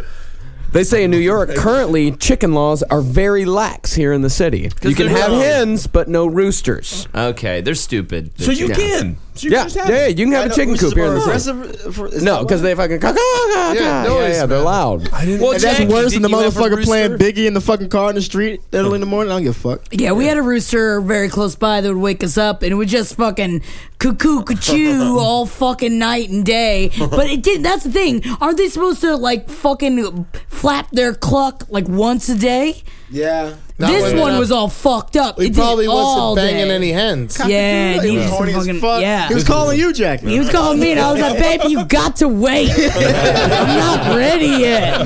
A: They say in New York, currently chicken laws are very lax here in the city. You can
H: they're
A: have
H: wrong.
A: hens, but no roosters.
H: Okay, they're stupid.
G: So you
H: Yeah.
G: can. So you can
A: Yeah,
G: just
A: yeah,
G: have
A: yeah,
G: it.
A: you can have a chicken coop here in the city. No, because they fucking caw, caw,
K: Ah,
A: caw,
I: Yeah,
A: yeah,
I: noise,
A: yeah, they're
I: man.
A: loud.
H: Well,
K: And that's
H: Jack,
K: worse than the
H: didn't you have a
K: motherfucker playing
H: rooster?
K: Biggie in the fucking car in the street early in the morning. I don't give a fuck.
J: [laughs] Yeah, we had a rooster very close by that would wake us up, and it would just fucking cuckoo, [laughs] cuckoo all fucking night and day. But it did. That's the thing. Aren't they supposed to like fucking flap their cluck like once a day?
K: Yeah.
J: this
I: when-
J: one was all fucked up.
I: He
J: it
I: probably
J: did it all
I: wasn't banging
J: day.
I: any hens.
J: Yeah,
K: He
J: he
K: was
J: was
K: horny as
J: fucking-
K: fuck.
J: yeah.
K: He was calling you, Jack.
J: He was calling me, and I was like, "Baby, you got to wait. I'm not ready yet."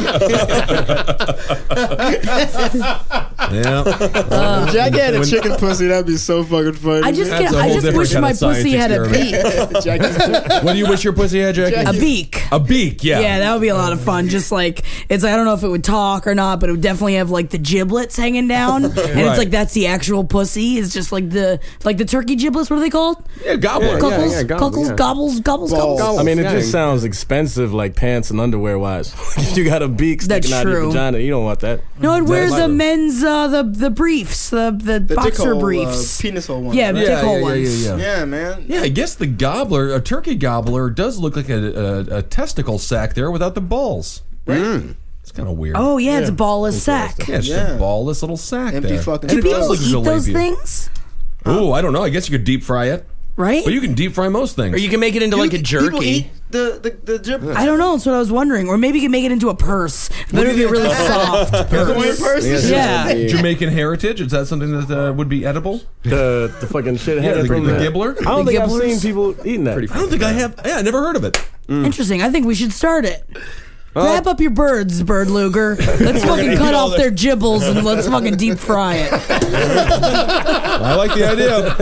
J: [laughs] Uh,
G: Yeah.
K: If Jack had a chicken pussy. That'd be so fucking funny.
J: I just,
G: That's
J: can,
G: a
J: I
G: whole
J: just
G: different
J: wish
G: kind
J: my
G: of science
J: pussy had a beak,
G: experiment.
K: man. Jack is-
G: what do you wish your pussy had, Jackie?
J: a beak.
G: A beak. Yeah.
J: Yeah. that would be a lot of fun. Just like it's, I don't know if it would talk or not, but it would definitely have like the giblets hanging down, and
G: Right.
J: it's like that's the actual pussy. It's just like the like the turkey giblets. What are they called?
G: yeah gobbler.
A: Yeah,
J: Cuckles,
A: yeah, gobbles,
J: cuckles,
A: yeah.
J: gobbles, gobbles,
K: Balls.
J: gobbles.
L: I mean, it
A: Yeah.
L: just sounds expensive, like pants and underwear wise. [laughs] if you got a beak
J: That's
L: sticking out of your
J: true.
L: vagina, you don't want that.
J: No, I'd wear
L: That's-
J: the men's uh, the the briefs, the the,
K: [laughs] The dick
J: boxer
K: hole, uh,
J: briefs.
K: penis hole one.
J: yeah,
K: right?
J: dick hole ones.
G: yeah.
K: Yeah, man.
G: Yeah, I guess the gobbler, a turkey gobbler, does look like a, a, a testicle sack there without the balls. Right?
H: Mm.
G: It's kind of weird.
J: Oh yeah, it's a ballless sack.
G: yeah, it's just
K: yeah.
G: a ballless little sack
K: Empty
G: there.
K: fucking
G: And it
K: sack.
G: does
J: People
G: look
J: eat those
G: jalapeno.
J: things,
G: Ooh, I don't know. I guess you could deep fry it,
J: right?
G: but you can deep fry most things.
H: Or you can make it into like a
K: People eat
H: jerky.
K: the the the jib-
J: I don't know. That's what I was wondering. Or maybe you can make it into a purse. Better be
G: [laughs]
J: really soft. [laughs]
K: the weird person.
J: Yeah.
G: Jamaican heritage is that something that uh, would be edible?
L: the the fucking shit
G: Yeah,
L: head
G: the,
L: from
G: the
L: that.
G: gibbler.
L: I don't
J: The
L: think I've
J: gibblers?
L: seen
J: Mm.
L: people eating that.
G: I don't think I have. Yeah, I never heard of it.
J: [laughs] Interesting. I think we should start it. Grab up your birds, Bird Luger. Let's fucking cut off their gibbles and let's fucking deep fry it.
G: I like the idea.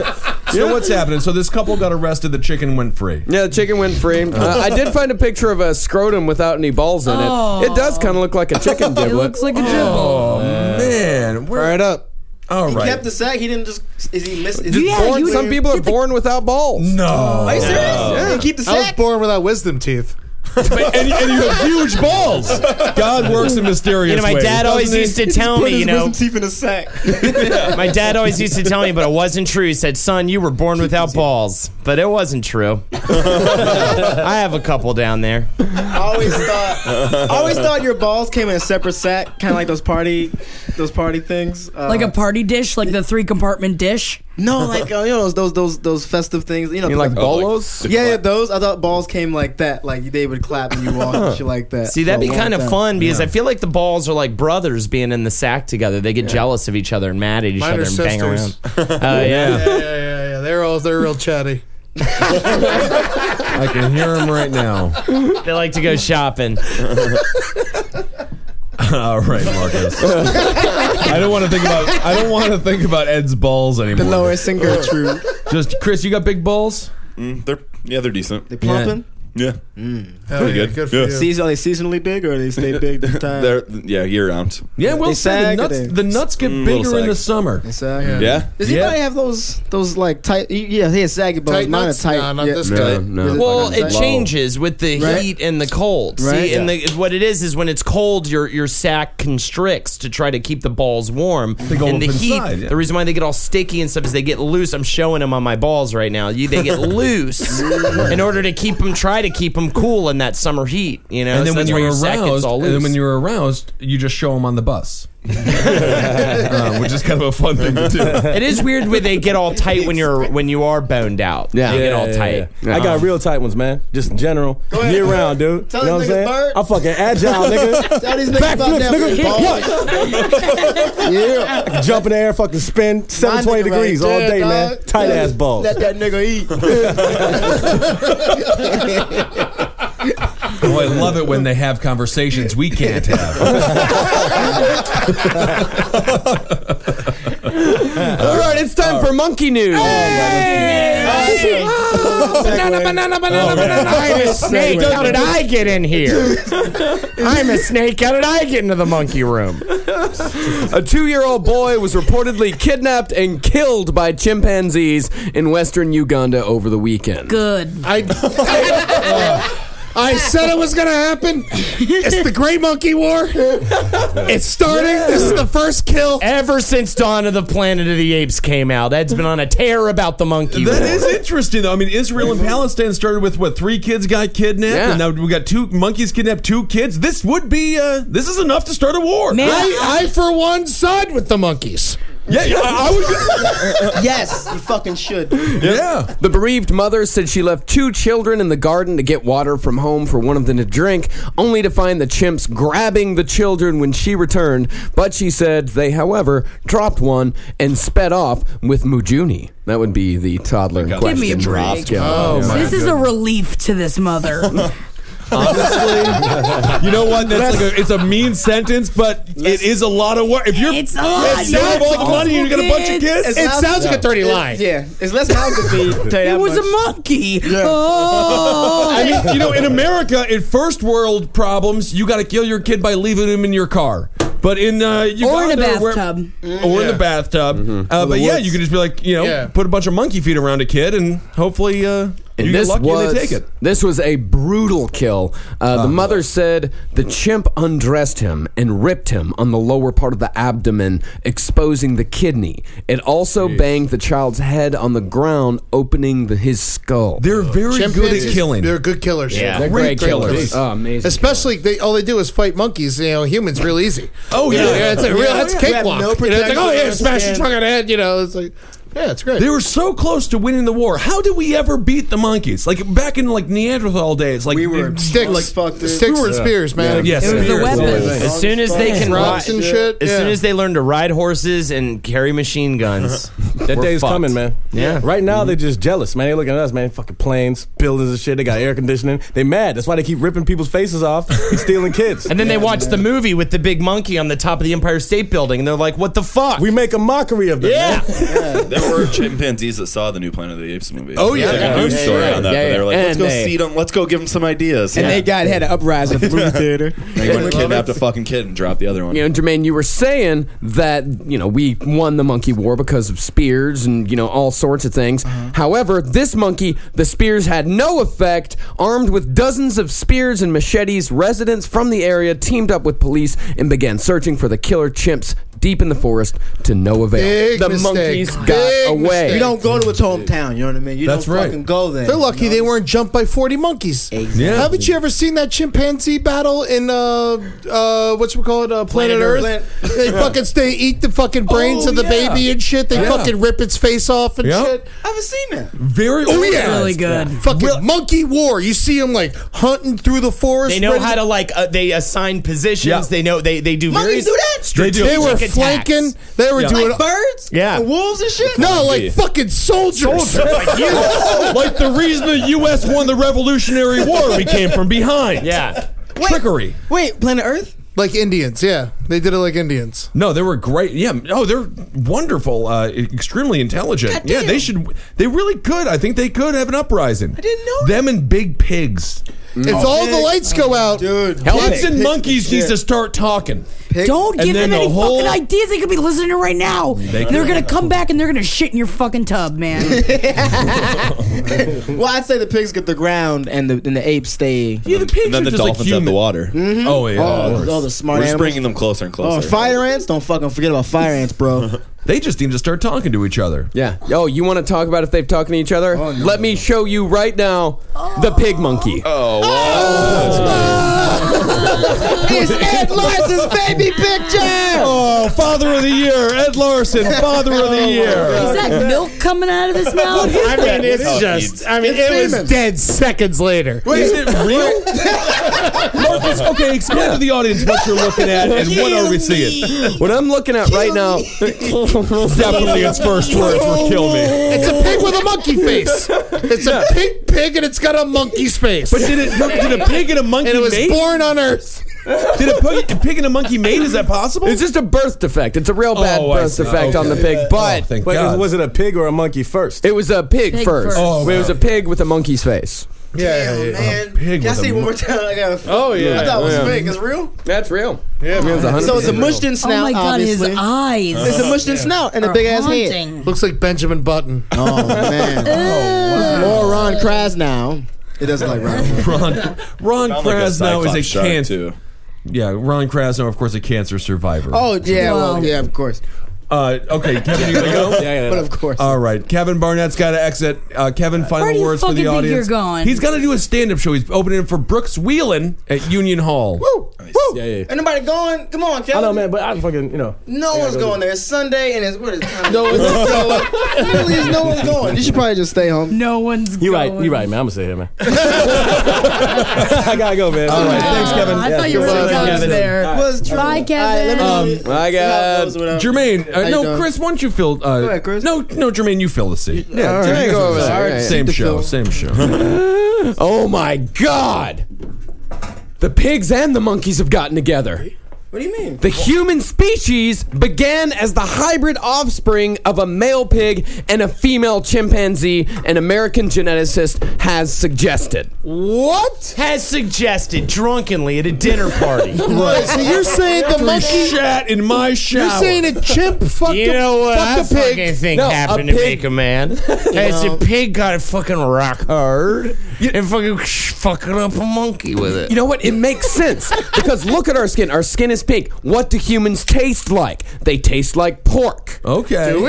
G: So what's happening? So this couple got arrested. The chicken went free.
A: Yeah, the chicken went free. Uh, I did find a picture of a scrotum without any balls in it.
J: Oh.
A: It does kind of look like a chicken
J: It
A: giblet.
J: looks like a gibble.
G: Oh man, where?
A: Right up.
G: All right.
K: Kept the sack. He didn't just. Is he missed? Is
J: Yeah,
A: Born-
J: you-
A: some
K: [laughs]
A: people are
J: get the-
A: born without balls.
G: no.
K: Are you serious? Yeah. Keep the
I: I was
K: sack.
I: born without wisdom teeth.
J: [laughs]
G: and, and you have huge balls.
A: [laughs]
G: God works in mysterious
H: You know, my
G: ways.
H: dad always used to tell
K: Put
H: me,
K: his
H: you know,
K: wisdom teeth in a
H: [laughs]
K: sack. [laughs]
H: my dad always used to tell me, but it wasn't true. He said, "Son, you were born without balls," but it wasn't true. I have a couple down there.
K: I
H: [laughs]
K: always thought. I always thought your balls came in a separate sack, kind of like those party, those party things. Uh,
J: Like a party dish, like the three compartment dish.
K: no, [laughs] like uh, you know those those those those festive things. You know,
A: You like
K: balls.
A: bolos?
K: Yeah, yeah, those. I thought balls came like that. Like they would clap and
F: [laughs]
K: you walk and shit like that.
H: See,
K: for
H: that'd
K: a
H: be
K: long
H: kind of
K: time.
H: fun because I feel like the balls are like brothers being in the sack together. They get jealous of each other and mad at each
I: Mine
H: other
I: are
H: and bang around.
I: sisters. [laughs]
H: Oh
K: [laughs]
H: yeah.
I: Yeah, yeah, yeah, yeah. They're all they're real chatty.
G: I can hear him right now.
H: they like to go shopping.
G: [laughs] All right,
K: [laughs]
G: Marcus. I don't want to think about. I don't want to think about Ed's balls anymore.
K: The Lois and Gertrude.
G: Just Chris, you got big balls.
F: Mm, they're yeah, they're decent.
K: They plumping.
F: Yeah,
I: Hell
F: Pretty
I: yeah,
F: good.
I: good for
F: Yeah.
I: you.
K: Seas- Mm. are they seasonally big or they stay big the time?
F: [laughs] they're yeah year round.
G: Yeah, well,
K: uh, They
G: say the
K: sag,
G: nuts.
K: they-
G: The nuts get
F: Mm, little
G: bigger in the
F: sag.
G: summer.
K: They sag. Yeah.
F: Yeah,
K: Does
G: Yeah.
K: anybody have those those like tight? Yeah, he has saggy bones.
I: Tight
K: Mine are
I: nuts?
K: tight.
I: Nah, not
K: yeah.
I: this
A: No,
I: guy.
A: no.
H: Well,
K: Fucking
H: it
K: low.
H: changes with the
K: Right?
H: heat and the cold.
K: Right.
H: See, and the, what it is is when it's cold, your your sack constricts to try to keep the balls warm. They
G: go
H: and the
G: up
H: heat,
G: inside, yeah.
H: the reason why they get all sticky and stuff is they get loose. I'm showing them on my balls right now. You, they get
G: [laughs]
H: loose in order to keep them, try to keep them cool in that summer heat. You know,
G: And then
H: So
G: when
H: that's why
G: you're
H: your sack gets
G: aroused,
H: all
G: and
H: loose.
G: then when you're aroused, you just show them on the bus, [laughs] Uh, which is kind of a fun thing to do.
H: it is weird when they get all tight when you're when you are boned out.
A: Yeah.
H: they get
A: Yeah,
H: all tight.
L: yeah. I
K: Uh-huh.
L: got real tight ones, man. Just in general, year round, dude.
K: Tell
L: you know what I'm
K: these niggas,
L: saying?
K: Bird.
L: I'm fucking agile, nigga.
K: Tell these niggas about
L: Backflips,
K: that
L: nigga.
K: balls.
L: [laughs]
K: yeah.
L: Jump in the air, fucking spin,
K: My
L: 720
K: nigga
L: degrees
K: right
L: all
K: there,
L: day, man.
K: dog.
L: Tight
K: Let-
L: ass
K: [laughs]
L: balls.
K: Let that nigga eat.
G: Oh, I love it when they have conversations we can't [laughs] have.
A: All right, it's time for monkey news.
C: banana,
I: Oh.
H: [laughs]
C: banana, banana,
I: [laughs]
C: banana. I'm a snake. How did I get in here? I'm a snake. How did I get into the monkey room?
A: A two-year-old boy was reportedly kidnapped and killed by chimpanzees in western Uganda over the weekend.
J: Good.
I: I, [laughs] I said it was going to happen. It's the Great Monkey War.
C: It's starting. This is the first kill. Ever since Dawn of the Planet of the Apes came out, Ed's been on a tear about the monkey.
G: That
C: war.
G: is interesting, though. I mean, Israel and Palestine started with what three kids got kidnapped,
C: Yeah.
G: and now we got two monkeys kidnapped two kids. This would be uh, this is enough to start a war.
C: I, I, for one, side with the monkeys.
G: Yeah, yeah, I, I would.
K: [laughs] yes, you fucking should.
G: Yeah.
A: The bereaved mother said she left two children in the garden to get water from home for one of them to drink, only to find the chimps grabbing the children when she returned. But she said they, however, dropped one and sped off with Mujuni. That would be the toddler in
J: Give
A: question.
J: me a Oh, break.
A: Oh
J: this is a relief to this mother.
G: [laughs] Honestly, you know what? That's like a, it's a mean sentence, but it is a lot of work. If you're
J: It's a lot.
G: It sounds all the money, you got a bunch of kids.
K: It- Yeah, it's
G: [laughs]
K: less mouth to be.
J: It was a monkey. Oh.
G: [laughs] I mean, you know, in America, in first world problems, you got to kill your kid by leaving him in your car. But in uh,
J: Or in a
G: Uganda, where-
J: bathtub.
G: or Mm-hmm. in
J: Yeah.
G: the bathtub. Uh, but yeah, you can just be like, you know,
A: Yeah.
G: put a bunch of monkey feet around a kid, and hopefully, uh, you
A: And
G: get
A: this
G: lucky
A: was
G: and they take it. Uh-huh.
A: this was a brutal kill. Uh, the mother said the chimp undressed him and ripped him on the lower part of the abdomen, exposing the kidney. It also banged the child's head on the ground, opening the, his skull.
G: They're very
I: Chimpanzees, They're good killers.
A: Yeah. They're great killers. Oh, amazing.
I: Especially they all they do is fight monkeys. You know, humans real easy.
G: Oh, yeah.
I: it's like real.
G: Yeah,
I: that's
G: yeah.
I: cakewalk.
G: We have
I: you know,
G: no
I: it's like oh yeah,
G: protection.
I: smash your trunk on the head. You know, it's like yeah, it's great.
G: They were so close to winning the war. How did we ever beat the monkeys? Like back in like Neanderthal days, like we were
I: sticks, fuck, dude. Sticks and spears, man.
G: Yes,
I: It was the
G: spears.
I: weapons.
H: As soon as
G: [laughs]
H: they can
I: Rocks
H: ride,
I: and shit,
H: as soon
I: yeah.
H: as they learn to ride horses and carry machine guns,
L: That
H: we're
L: day's
H: fucked.
L: coming, man. Mm-hmm.
H: Yeah.
L: Right now they're just jealous, man. They looking at us, man. Fucking planes, buildings and shit. They got air conditioning. They mad. That's why they keep ripping people's faces off and stealing kids.
K: [laughs]
H: And then they watch the movie with the big monkey on the top of the Empire State Building, and they're like, "What the fuck?"
L: We make a mockery of them.
H: Yeah.
F: there were chimpanzees that saw the new Planet of the Apes movie.
G: Oh, yeah.
F: There's like
G: Yeah,
F: a news
G: yeah,
F: story
G: yeah.
F: on that.
G: Yeah,
F: but they were like,
G: yeah.
F: let's go
G: And
F: see
G: they-
F: them. Let's go give them some ideas.
K: And
F: Yeah.
K: they got had an uprising at
F: [laughs]
G: [laughs]
K: the movie theater.
F: They went and kidnapped a fucking kid and dropped the other one.
A: You know, Jermaine, you were saying that you know we won the monkey war because of spears and you know all sorts of things.
K: Mm-hmm.
A: However, this monkey, the spears had no effect. Armed with dozens of spears and machetes, residents from the area teamed up with police and began searching for the killer chimps deep in the forest to no avail.
I: Big
A: the
I: mistake.
A: monkeys got
I: Big
A: away.
I: mistake.
K: You don't go to its hometown. You know what I mean? You
I: That's
K: don't
I: right.
K: fucking go there.
I: They're lucky they weren't jumped by 40 monkeys.
K: Exactly.
I: Haven't you ever seen that chimpanzee battle in uh uh what you call it uh, Planet,
K: Planet
I: Earth?
K: Earth.
I: They fucking they eat the fucking brains
K: Oh,
I: of the
K: yeah.
I: baby and shit. They
K: Yeah.
I: fucking rip its face off and
G: Yeah.
I: shit.
K: I haven't seen that.
G: Very
I: Oh
G: organized.
I: yeah,
J: really good.
I: Fucking monkey war. You see them like hunting through the forest.
H: They know
I: ready
H: how to like uh, they assign positions.
G: Yeah.
H: They know they they do
K: Monkeys
H: various
K: do that?
G: They do.
H: strategic
I: They were
H: attacks.
I: flanking. They were
G: Yeah.
I: doing
K: Birds?
H: Yeah.
K: And wolves and shit?
I: no, like fucking soldiers. [laughs]
G: [laughs] like the reason the U.S. won the Revolutionary War, we came from behind.
H: Yeah.
G: Trickery.
K: Wait, Planet Earth?
I: like Indians. Yeah, they did it like Indians.
G: No, they were great. Yeah. Oh, they're wonderful. Uh, extremely intelligent. yeah, they should. They really could. I think they could have an uprising. I
K: didn't know
G: them and big pigs.
I: If all the lights go out,
K: Oh. Dude.
G: Pigs and monkeys need to start talking.
J: Don't
G: And
J: give
G: then
J: them any
G: the whole-
J: fucking ideas. They could be listening to right now. They are gonna come back and they're gonna shit in your fucking tub, man.
K: Well, I'd say the pigs get the ground and the and the apes stay.
G: Yeah, the pigs
F: and then the
G: are just like
F: dolphins have the
G: human.
F: water.
G: Oh yeah.
K: Oh, all the smart
F: We're just
K: animals.
F: bringing them closer and
K: Oh,
F: closer.
K: fire ants? Don't fucking forget about fire ants, bro.
G: [laughs] They just need to start talking to each other.
A: Yeah. Oh, you want to talk about if they've talking to each other?
K: Oh,
A: Let me show you right now the pig monkey.
F: Oh, wow.
K: it's Ed Larson's baby picture!
I: Oh, fuck
G: Father of the Year, Ed
K: [laughs]
G: Larson, Father of
K: Oh
G: the Year.
J: Is that milk coming out of his mouth?
C: I mean, it's just. I mean,
J: It's
C: it
J: semen.
C: was dead seconds later.
G: Wait, is it
K: [laughs]
G: real? Marcus, okay, explain to the audience what you're looking at and what are we seeing. [laughs]
A: What I'm looking at right now,
G: definitely its first words
K: Oh,
G: were kill me.
C: It's a pig with a monkey face. It's a pink pig and it's got a monkey's face.
G: But did it? Did a pig and a monkey?
C: And it was
G: mate?
C: born on Earth.
G: Did a pig, a pig and a monkey mate? Is that possible?
A: It's just a birth defect. It's a real bad
G: Oh, I
A: birth
G: see.
A: defect on the
G: Okay. Oh,
A: pig. But
G: thank
L: Wait,
G: God.
L: was it a pig or a monkey first?
A: it was a pig,
J: Pig
A: first.
J: first. Oh,
A: It was a pig with a monkey's face.
I: Yeah, yeah, yeah.
K: Man,
G: pig
K: can I
G: with a
K: see one more time? I
I: [laughs]
K: got a-
A: Oh, yeah.
K: I thought it was
A: Yeah.
K: fake. It's real.
A: That's real. Yeah,
K: So it's a mushed in
J: Oh
K: snout.
J: my god,
K: obviously.
J: his eyes.
K: It's a mushed in snout and a
J: are
K: big ass head.
J: haunting.
C: Looks like Benjamin Button.
K: [laughs] Oh man,
J: [laughs]
K: more Ron cries now. It doesn't like Ron.
G: Ron, Ron
F: Sound like a
G: Krasnow
F: Cyclops
G: is a
F: shark,
G: cancer.
F: too.
G: Yeah, Ron Krasnow, of course, a cancer survivor.
K: Oh yeah,
J: Wow.
K: well, yeah, of course.
G: Uh, okay, Kevin, you gonna
K: [laughs]
G: go?
K: But of course,
G: All right, Kevin Barnett's got to exit. Uh, Kevin, final
J: Where do you
G: words for the
J: fucking think
G: audience.
J: you're going?
G: He's got to do a stand-up show. He's opening for Brooks Wheelan at Union Hall.
K: woo, woo.
L: Yeah, yeah.
K: Ain't nobody going. Come on, Kevin.
L: I know, man, but I fucking, you know.
K: No one's going there. It's Sunday and it's what is time? no [laughs] one's going. Literally, there's no one's going. You should probably just stay home.
J: No one's.
L: You
J: going.
L: right, you right, man. I'm gonna stay here,
K: [laughs]
L: man. [laughs] I gotta go, man. All
J: Uh, I thought you were really
K: Kevin.
J: going there.
K: Was true.
J: Bye, Kevin.
G: Um,
K: All right, let me know.
A: I
K: how
A: got
K: it goes without-
G: Jermaine,
K: How
G: uh,
K: you
G: no,
K: doing?
G: Chris, why don't you fill? Uh,
K: ahead, Chris.
G: No, no, Jermaine, you fill the seat. Yeah,
K: all
G: Jermaine,
K: right,
G: you
K: go
G: fill
K: over
G: the
K: there.
G: seat.
K: All right,
G: Same
K: the
G: show,
K: fill.
G: same
K: [laughs]
G: show.
A: Oh my god! The pigs and the monkeys have gotten together.
K: What do you mean?
A: The human species began as the hybrid offspring of a male pig and a female chimpanzee, an American geneticist has suggested.
C: What?
H: Has suggested drunkenly at a dinner party.
I: Right, so you're saying the monkey?
G: Shat in my shower.
I: You're saying a chimp fucked
C: You know
I: a,
C: what I
I: fucked a pig?
C: fucking think
A: No, a
C: happened to
A: pig-
C: make a man? It's a pig got a fucking rock hard and fucking fucking up a monkey with it.
A: You know what? It makes sense because look at our skin. Our skin is pink. What do humans taste like? They taste like pork.
G: okay. Do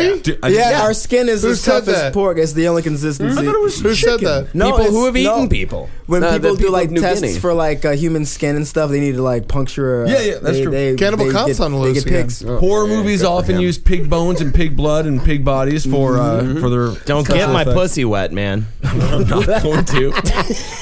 G: we?
K: Yeah, our skin is
I: Who
K: as
I: said
K: tough
I: that?
K: as pork. It's the only consistency.
I: Who said that?
K: No,
A: people who
K: it's-
A: have eaten
K: no.
A: people.
K: When
A: Uh, the
K: people do
A: of
K: like
A: New
K: tests
A: Guinea.
K: for like uh, human skin and stuff, they need to like puncture. Uh,
G: Yeah, yeah, that's
K: they,
G: true.
K: They,
I: Cannibal
K: they
I: Cops
K: get,
I: on the
K: they
I: loose
K: get
I: again.
K: pigs.
A: Oh,
G: Horror movies often use pig bones and pig blood and pig bodies for uh, for their.
H: Don't get my pussy wet, man.
G: I'm
A: [laughs]
G: not going to.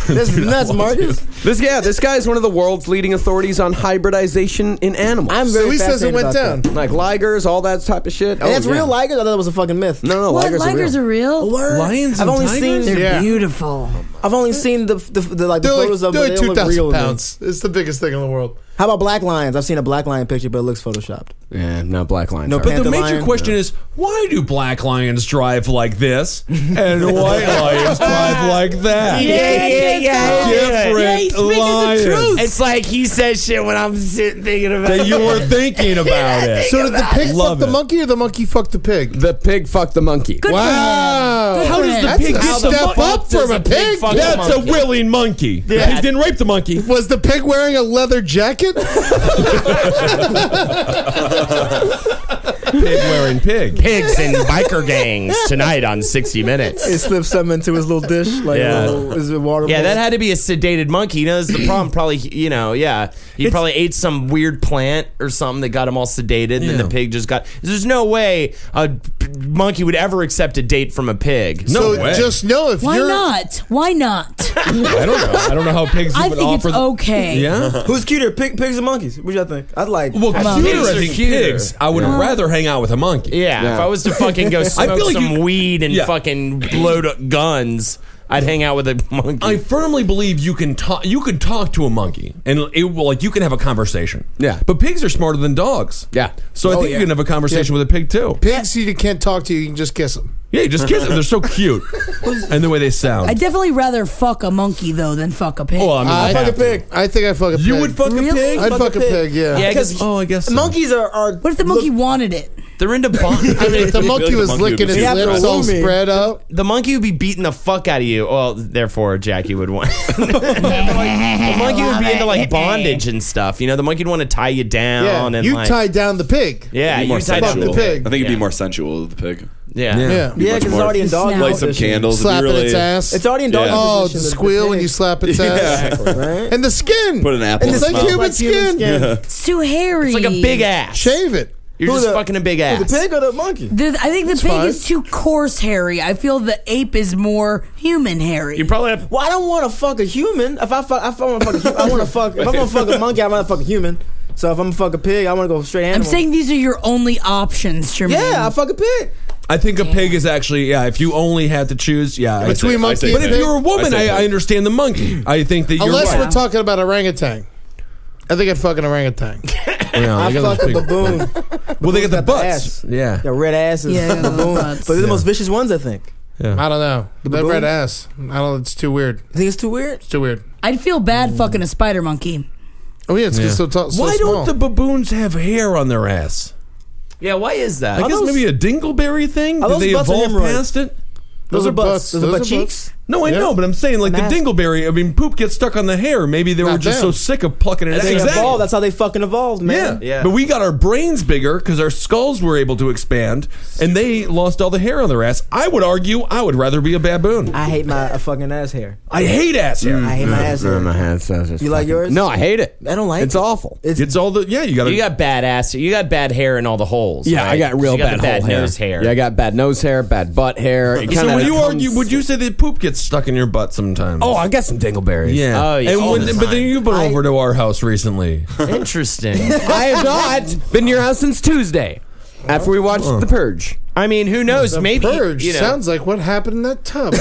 K: That's nuts, Marcus.
A: This yeah, this guy is one of the world's leading authorities on hybridization in animals.
K: I'm
I: So
K: very.
I: he says it
K: fascinated
I: went down.
K: about That.
A: like ligers, all that type of shit.
K: And that's
A: Oh, yeah.
K: real ligers. I thought that was a fucking myth.
A: No, no,
J: What?
A: ligers,
J: Ligers
A: are real.
J: are real?
G: Lions
K: I've
G: and
K: only
G: tigers?
K: seen.
J: They're
I: Yeah.
J: beautiful.
K: I've only seen the the, the like the
I: They're like,
K: photos of
I: they're
K: them.
I: like
K: but they don't look
I: 2,000
K: real to me.
I: pounds. It's the biggest thing in the world.
K: How about black lions? I've seen a black lion picture, but it looks photoshopped.
A: Yeah, no black lions.
K: No,
A: are
K: but
A: real.
G: The
K: The
G: major
K: lion-
G: question is why do black lions drive like this and white lions drive like that?
C: Yeah, yeah, yeah, yeah.
G: Different
J: Yeah, he's speaking the
G: lions.
J: truth.
C: It's like he says shit when I'm sitting thinking about
G: That
C: it.
G: you
K: [laughs]
G: were thinking about it.
I: So did the pig fuck
G: Love
I: the
G: it.
I: monkey or the monkey fucked the pig?
A: the pig fucked the monkey.
J: Good
I: Wow.
J: How does the
I: That's
J: pig
I: a
J: how
H: the
I: step
H: mon-
I: up
H: does
I: from a
H: the pig
I: pig.
H: fuck the
I: Yeah.
G: That's a willing monkey.
H: Yeah.
G: He didn't rape the monkey.
I: Was the pig wearing a leather
G: [laughs]
I: jacket? [laughs]
G: Pig wearing pig.
H: Pigs and biker gangs tonight on 60 Minutes.
K: It slipped something into his little dish, like
H: Yeah.
K: a little, is it water?
H: Yeah,
K: bowl?
H: that had to be a sedated monkey. You know, this is the problem. [clears throat] Probably, you know, yeah, he probably ate some weird plant or something that got him all sedated, and then
G: Yeah.
H: the pig just got. There's no way a p- monkey would ever accept a date from a pig.
G: No
I: so
G: way.
I: just know if
J: Why
I: you're
J: not? Why
I: [laughs]
J: not?
G: I don't know. I don't know how pigs
J: I
G: would
J: think it's
G: offer. the-
J: okay.
G: Yeah.
K: Who's cuter, pig, pigs or monkeys? What y'all think? I'd like.
G: Well,
J: Well,
G: cuter,
J: pigs
G: I
J: are
G: think
H: cuter.
G: pigs. I would rather hang out with a monkey.
H: Yeah, if I was to fucking go smoke
G: feel like
H: some
G: you-
H: weed and
G: Yeah.
H: fucking load up guns, I'd hang out with a monkey.
G: I firmly believe you can talk. You can talk to a monkey, and it will like you can have a conversation.
A: Yeah.
G: but pigs are smarter than dogs.
A: Yeah.
G: so I think you can have a conversation with a pig too.
I: Oh, pigs, you can't talk to. You can just kiss them.
G: Yeah, you just kiss them. They're
I: [laughs]
G: so cute, and the way they sound.
J: I'd definitely rather fuck a monkey though than fuck a pig.
G: well, I mean,
I: I
G: I'd
I: fuck a
G: have to.
I: pig. I think I fuck a pig.
G: You would fuck a
J: Really?
G: pig.
I: I'd fuck, a pig. Yeah.
H: yeah,
K: because
H: because
G: Oh, I guess so.
K: monkeys are, are.
J: what if the monkey wanted it?
H: they're into
I: [laughs]
H: bonding.
I: I mean,
J: [laughs]
I: if
G: [laughs]
I: the monkey
F: the
I: was
F: monkey would
I: licking
F: be
I: his
K: Yeah, but
I: lips all
K: woo me.
I: spread out,
H: the monkey would be beating the fuck out of you. Well, therefore, Jackie would want. [laughs] the monkey would be into like bondage and stuff. You know, the monkey would want to tie you down
I: yeah,
H: and
I: you
H: like,
I: tie down the pig.
H: yeah,
F: Be
H: you
F: more
I: fuck
H: tie down
F: sensual.
I: the pig.
F: I think it'd be
H: Yeah.
F: more sensual with the pig.
I: Yeah,
H: Yeah.
F: Be
K: Yeah,
F: much
K: because it's
F: more-
K: already in dog.
J: Snout.
F: Light
K: position.
F: some candles.
I: Slap
F: be really,
I: its ass.
K: It's already in dog.
F: Yeah.
I: oh,
K: position,
I: the
K: the
I: squeal when
K: pig.
I: you slap its
F: Yeah.
I: ass,
K: Right?
I: and the skin.
F: Put an apple.
I: It's
F: in
I: like
F: its mouth.
I: human
K: Like human
I: skin.
K: skin.
J: It's too hairy.
H: It's like a big ass.
I: Shave it.
H: You're
J: Who
H: just
J: the-
H: fucking a big
J: who the
H: ass.
J: pig
L: or the monkey?
J: The, I think the pig is too coarse hairy. I feel the ape is more human hairy.
H: You probably have.
M: Well, I don't want to fuck a human. If I fuck, if I want to fuck, a hu- I want to fuck. If I'm gonna fuck a monkey, I want to fuck a human. So if I'm gonna fuck a pig, I want to go straight
J: I'm
M: animal.
J: saying these are your only options, Jermaine.
M: yeah, I fuck a pig.
G: I think a pig is actually yeah. If you only had to choose, yeah, I
I: Between
G: say-
I: monkey
G: I say
I: and
G: But if
I: pig.
G: you're a woman,
I: I
G: I,
I: say
G: I,
I: pig.
G: understand the monkey. I think that you're
I: Unless
G: right.
I: we're talking about orangutan. I think I'd fuck an orangutan.
G: Yeah,
M: I
G: they got
M: fuck a
G: those big-
M: baboon.
G: Well, they got the
M: butts.
G: yeah,
M: the red asses. [laughs]
I: Yeah, they got the
M: baboon.
I: butts.
M: But they're the
I: Yeah.
M: most vicious ones, I think.
I: I don't know.
M: The
I: that
M: baboon?
I: red ass. I don't. It's too weird.
M: You think it's too weird?
I: It's too weird.
J: I'd feel bad fucking a spider monkey.
I: Oh yeah, it's
G: Yeah.
I: so tall. So
G: Why
I: small.
G: don't the baboons have hair on their ass?
J: [laughs]
H: Yeah, why is that?
G: I guess maybe a dingleberry thing.
H: Are
G: Did
H: those
G: they
H: butts or
G: evolve
H: hemorrhoids?
G: past it?
M: Those are butts. Those are butt cheeks?
G: No, I
M: Yeah.
G: know, but I'm saying like
M: Mass-
G: the dingleberry. I mean, poop gets stuck on the hair. Maybe they were
M: Not
G: just
M: them.
G: so sick of plucking it
M: That's
G: out.
M: how they evolved. That's how they fucking evolved,
G: Yeah.
M: man.
G: But we got our brains bigger because our skulls were able to expand, and they lost all the hair on their ass. I would argue I would rather be a baboon.
M: I hate my uh, fucking ass hair. Mm.
G: I hate ass hair.
M: I hate
A: Mm-hmm.
M: my ass hair. You like yours?
A: No, I hate it.
M: I don't like
A: It's awful.
M: It's,
G: all the yeah. You got
H: you got bad ass. You got bad hair in all the holes.
A: Yeah,
H: right?
A: I got real
H: You
A: bad,
H: the
A: hole hair.
H: nose hair.
A: Yeah, I got bad nose hair, bad butt hair. It
G: so
A: kinda
G: would you
A: comes-
G: argue? Would you say that poop gets stuck in your butt sometimes?
A: Oh, I got some dingleberries.
G: yeah.
A: Oh, yeah.
G: And
A: all
G: when-
A: the
G: but then
A: time.
G: you've been over to our house recently.
H: Interesting.
A: I have not been to your house since Tuesday, after we watched The Purge.
H: I mean, [laughs] who knows?
I: The purge sounds like what happened in that
G: [laughs]
I: tub.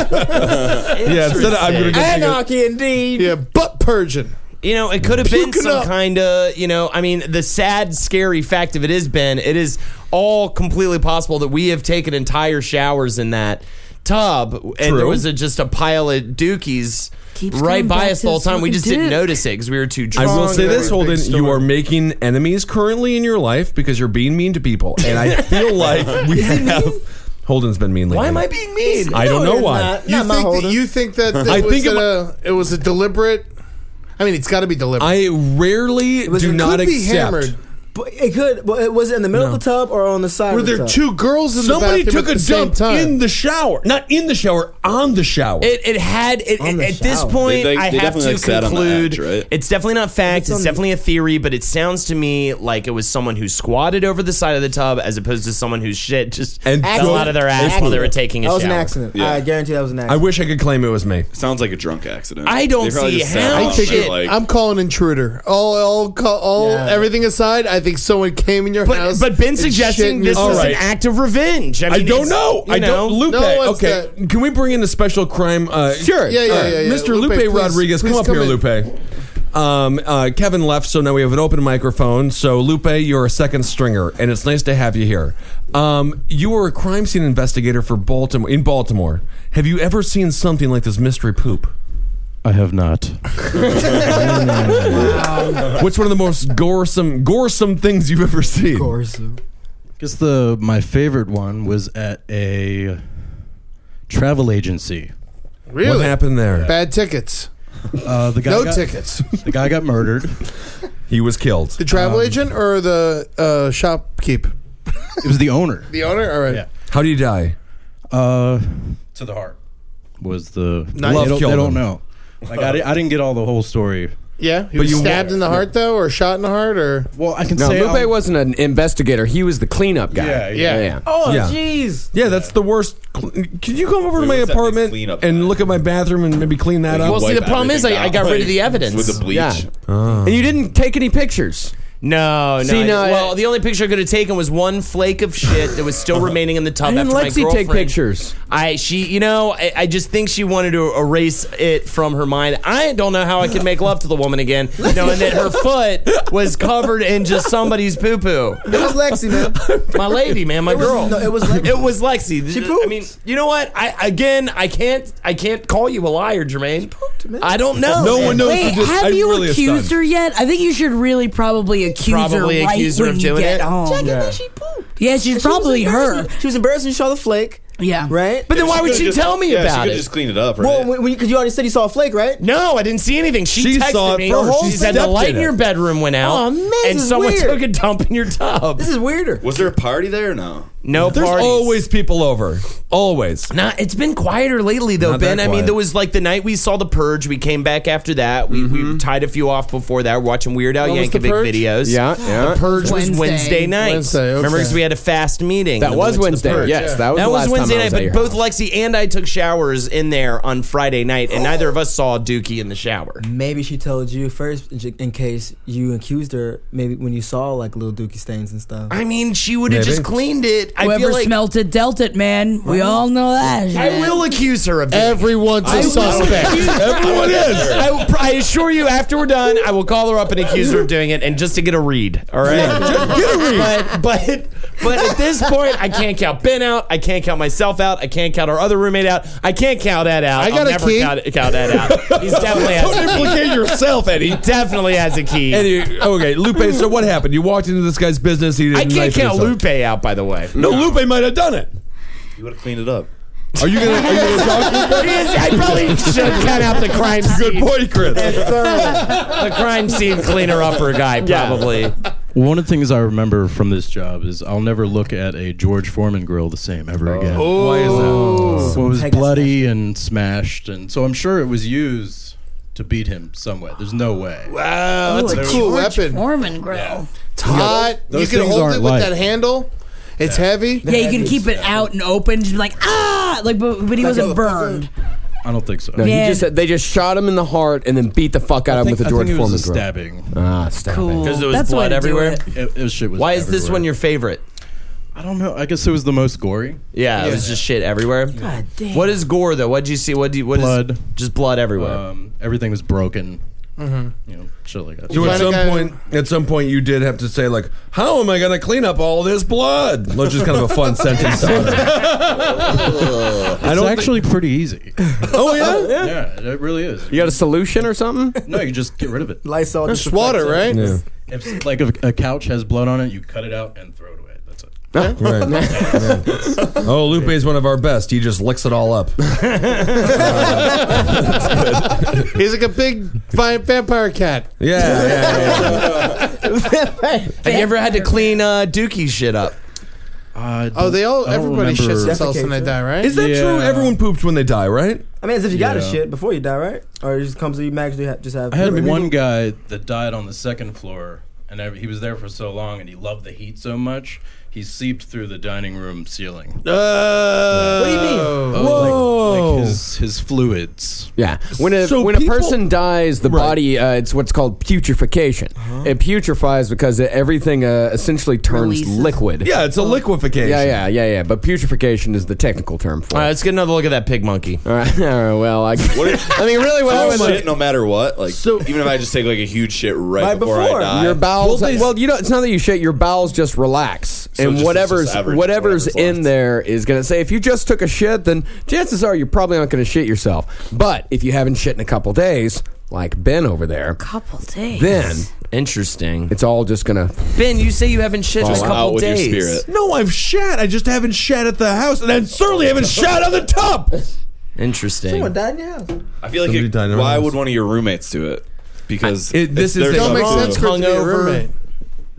G: yeah, instead of I'm gonna go take a-
M: Anarchy indeed.
I: Yeah, butt purging.
H: You know, it could have been
I: Puking
H: some
I: up.
H: kind of, you know, I mean, the sad, scary fact of it is, Ben, it is all completely possible that we have taken entire showers in that tub and there
G: True.
H: was a, just a pile of dookies
J: Keeps
H: right
J: coming
H: by
J: back
H: us
J: to
H: the whole
J: this
H: time. We
J: fucking
H: just didn't
J: dick.
H: notice it because we were too
G: I
H: drunk.
G: will say this,
H: whole
G: Holden, you are making enemies currently in your life because you're being mean to people, and [laughs] I feel like we have. Holden's been mean lately.
H: Why am I being mean?
G: I don't know why.
I: You think that, you think
G: [laughs]
I: that that
G: I
I: was
G: think it
I: it, a, it was a deliberate? I mean, it's got to be deliberate.
G: I rarely do not accept.
M: But it could. But it was it in the middle of the tub or on the side.
I: Were
M: of the
I: there
M: tub?
I: two girls in
G: Somebody
I: the bathroom at
G: took a
I: the same
G: dump
I: time?
G: in the shower, not in the shower, on the shower.
H: It, it had it,
G: On
H: it-
G: the
H: at this
G: shower.
H: point.
G: They- they-
H: I
G: they
H: have
G: definitely
H: to
G: sat on the
H: conclude
G: edge, right?
H: it's definitely not fact. It's, definitely a theory, but it sounds to me like it was someone who squatted over the side of the tub as opposed to someone whose shit just
G: And
H: fell
G: drove-
H: out of their ass
G: Accident.
H: while they were taking a
M: That was
H: shower.
M: an accident. I guarantee that was an accident.
G: I wish I could claim it was me.
F: Sounds like a drunk accident.
H: I don't They probably see just sat how down
I: think
H: shit-
I: it- I'm calling intruder. All, all, ca- all, everything aside, I think someone came in your house.
H: But Ben
I: and shit in
H: suggesting
I: your-
H: this
G: All
H: was
G: right.
H: an act of revenge. I,
G: I,
H: mean,
G: don't
H: it's-
G: know.
H: you
G: I don't. Lupe.
I: No, it's
G: okay, can we bring in the special crime? Uh,
I: Sure. Yeah, yeah,
G: all right.
I: yeah, yeah.
G: Mr.
I: Lupe,
G: Lupe,
I: please-
G: Rodriguez,
I: please
G: come up
I: come
G: here,
I: in.
G: Lupe. Um, uh, Kevin left, so now we have an open microphone. So Lupe, you're a second stringer, and it's nice to have you here. Um, you were a crime scene investigator for Baltimore in Baltimore. Have you ever seen something like this mystery poop?
N: I have not.
G: What's one of the most goresome, goresome things you've ever seen?
M: Goresome.
N: guess the my favorite one was at a travel agency.
I: Really?
G: What happened there?
I: Bad tickets.
N: Uh, the guy
I: no
N: got,
I: tickets.
N: The guy got murdered.
G: He was killed.
I: The
N: Um,
I: travel agent or the uh, shopkeep?
N: It was the owner.
I: The owner? All right.
N: Yeah.
G: How do you die?
N: Uh, to the heart was the
I: Nice.
N: They
I: Love
N: don't,
I: killed
N: they don't
I: him.
N: know. Like I, di- I didn't get all the whole story.
I: Yeah, he
N: But
I: was
N: you-
I: stabbed in the heart though, or shot in the heart, or
N: well, I can
A: No, Lupe wasn't an investigator. He was the cleanup guy.
I: Yeah, yeah.
M: Oh,
G: Yeah.
M: jeez.
G: Yeah, that's the worst. Cl- Can you come over to
F: Wait,
G: my
F: what's that mean,
G: apartment
F: clean up
G: and look at my bathroom and maybe clean that up?
H: Well, see, the problem is I, I got rid of the evidence
F: With the bleach?
H: Yeah.
A: And you didn't take any pictures.
H: Oh, No, no.
A: See,
H: I-
A: now I-
H: well, the only picture I could have taken was one flake of shit that was
G: Uh-huh.
H: still remaining in the tub.
A: I didn't
H: after
A: let
H: my
A: you take
H: girlfriend-
A: pictures.
H: I she you know I, I just think she wanted to erase it from her mind. I don't know how I could make love to the woman
M: [laughs]
H: again, knowing that her foot was covered in just somebody's poo poo.
M: It was Lexi, man.
H: My lady, man, my
M: It was-
H: girl.
M: no, it was Lexi.
H: It was Lexi.
M: She
H: I mean, you know what? I again, I can't, I can't call you a liar, Jermaine. I don't know. man.
J: Wait, have you accused her yet? I think you should really probably accuse
H: Probably
J: her right
H: accuse her
J: when
H: of
J: you
H: doing
J: get
H: it.
J: home.
H: Check it,
J: yeah.
H: man,
J: she
M: pooped.
J: Yeah, she's probably her.
M: She was embarrassed and she saw the flake.
J: Yeah.
M: Right?
H: But then why would she tell me
F: yeah,
H: about
F: she could
H: it?
F: just clean it up, right?
M: Well, because you already said you saw a flake, right?
H: No, I didn't see anything. She,
M: She
H: texted
M: saw it
H: me.
M: first.
H: She
M: She
H: said the
M: stepped
H: light
M: in
H: in your
M: it.
H: bedroom went out,
M: Oh, man,
H: and
M: this is
H: someone
M: weird.
H: took a dump in your tub.
M: This is weirder.
F: was there a party there or no?
H: No
G: There's
H: parties.
G: always people over. Always.
H: Nah, it's been quieter lately though,
G: Not that
H: Ben. I mean,
G: quiet.
H: there was like the night we saw The Purge. We came back after that. We, we tied a few off before that. We're watching Weird Al
C: When was The
H: Yankovic
C: Purge?
H: videos.
C: Yeah, yeah.
H: The Purge was
C: Wednesday.
H: Wednesday night.
C: Wednesday, okay.
H: Remember, because we had a fast meeting.
A: That
H: and
A: was
H: we went to The
A: Wednesday,
H: Purge.
A: yes, that was the last time I
H: Wednesday
A: was at
H: night.
A: your
H: But both Lexi and I took showers in there on Friday night, and neither of us saw Dookie in the shower.
O: Maybe she told you first j- in case you accused her. Maybe when you saw like little dookie stains and stuff.
H: I mean, she would have just cleaned it. I
J: Whoever
H: feel like
J: smelt it dealt it, man. We all know that.
H: I will accuse her of doing it.
I: Everyone's
J: a
H: I will
J: suspect.
H: accuse-
J: Everyone is.
H: I, will- I assure you, after we're done, I will call her up and accuse her of doing it, and just to get a read. All right,
D: Get a read.
H: But, but but at this point, I can't count Ben out. I can't count myself out. I can't count our other roommate out. I can't count that out.
D: I got
H: I'll
D: a
H: never
D: key.
H: Count, count that out.
D: [laughs]
H: He's definitely has
D: Don't
H: a key.
D: implicate yourself,
G: Eddie.
H: He definitely has a key.
G: Eddie, okay, Lupe. So what happened? You walked into this guy's business. He didn't
H: I can't
G: knife it
H: count
G: himself.
H: Lupe out, by the way.
G: No, Lupe might have done it.
F: You would have cleaned it up.
G: Are you gonna? Are you gonna talk?
H: I probably should count out the crime scene. Good
G: point, Chris.
H: the crime scene cleaner upper guy, probably.
N: One of the things I remember from this job is I'll never look at a George Foreman grill the same ever again.
D: Oh. Why is that?
N: So it was
D: Take a
N: bloody and smashed, and so I'm sure it was used to beat him somewhere. There's no way.
I: Wow, that's
N: There
I: a
N: was-
I: cool weapon.
J: Foreman grill.
I: It's hot.
N: Those
I: you can
N: things
I: hold
N: aren't
I: it with
N: light.
I: that handle. It's heavy.
J: Yeah, you can keep it out and open, just be like ah, like but, but he wasn't burned.
N: I don't think so.
A: No, he
J: Man.
A: just they just shot him in the heart and then beat the fuck out of him with a
N: I
A: George
N: think it
A: Foreman
N: was a
A: grill.
N: stabbing.
A: Ah, stabbing.
N: Cool.
H: 'Cause there was That's the way blood to do everywhere? it.
N: It, it was shit was
H: Why is this
N: everywhere.
H: one your favorite?
N: I don't know. I guess it was the most gory.
H: Yeah, it was just shit everywhere.
N: God
J: damn.
H: What is gore though? What do you see? What do you? What is-
N: Blood.
H: just blood everywhere.
N: Um, everything was broken.
H: Mm-hmm.
N: You know, shit like that.
G: So at some point, at some point, you did have to say like, "How am I going to clean up all this blood?" Which is kind of a [laughs] fun sentence.
N: it's actually pretty easy.
G: Oh yeah,
N: yeah, it really is.
A: You got a solution or something?
N: No, you just get rid of it.
M: Lysol.
N: Just
M: disinfectant.
N: water,
A: right? Yeah.
N: If like if a couch has blood on it, you cut it out and throw it away. That's it.
G: Right. [laughs] Yeah. Oh, Lupe is one of our best. He just licks it all
I: [laughs]
F: [laughs]
H: [laughs]
G: up.
I: He's like a big vi- vampire cat.
G: Yeah.
H: Have you ever had to clean uh, Dookie's shit up?
N: Uh,
I: Oh, they all. Everybody shits themselves when they die, right?
G: Is that true? Everyone poops when they die, right?
M: I mean, as if you got a
N: Yeah.
M: shit before you die, right? Or it just comes to you, magically ha- just have.
N: I had one guy that died on the second floor, and every, he was there for so long, and he loved the heat so much, he seeped through the dining room ceiling.
A: Uh,
N: what do you mean?
G: Oh,
N: Whoa! Like, his his fluids.
A: Yeah, when a
N: So
A: when
N: people-
A: a person dies, the body uh, it's what's called putrefaction.
G: Uh-huh.
A: It putrefies because everything uh, essentially turns liquid.
G: Yeah, it's a liquefaction.
A: Yeah, yeah, yeah, yeah. But putrefaction is the technical term for.
H: All right, let's get another look at that pig monkey.
A: [laughs] All right, all right well, I, [laughs] I mean, really, what I
F: Oh,
A: was
F: shit, no matter what, like even if I just take like a huge shit right, before, I die,
A: Your bowels.
F: Well,
A: Well,
F: they-
A: you know, it's not that you shit. Your bowels just relax,
F: So
A: and
F: just-
A: whatever's
F: it's just average,
A: whatever's,
F: whatever's
A: in there is gonna say. If you just took a shit, then chances are you're probably not gonna shit yourself. But if you haven't shit in a couple days, like Ben over there,
J: couple days,
A: then
H: interesting.
A: It's all just gonna.
H: Ben, you say you haven't shit in a
A: Fall
H: couple
A: out with your
H: days.
A: spirit.
G: No, I've shat. I just haven't shat at the house, and I certainly haven't shat on the tub.
H: Interesting.
M: Someone died in your
H: [laughs]
M: house.
F: I feel like
G: Somebody
F: it-
G: died in our
F: why
G: house.
F: would one of your roommates do it? Because
G: It- this
F: it's their
G: is a-
F: fault.
G: Don't make sense for it to be a Hungover.
K: [laughs]
G: roommate.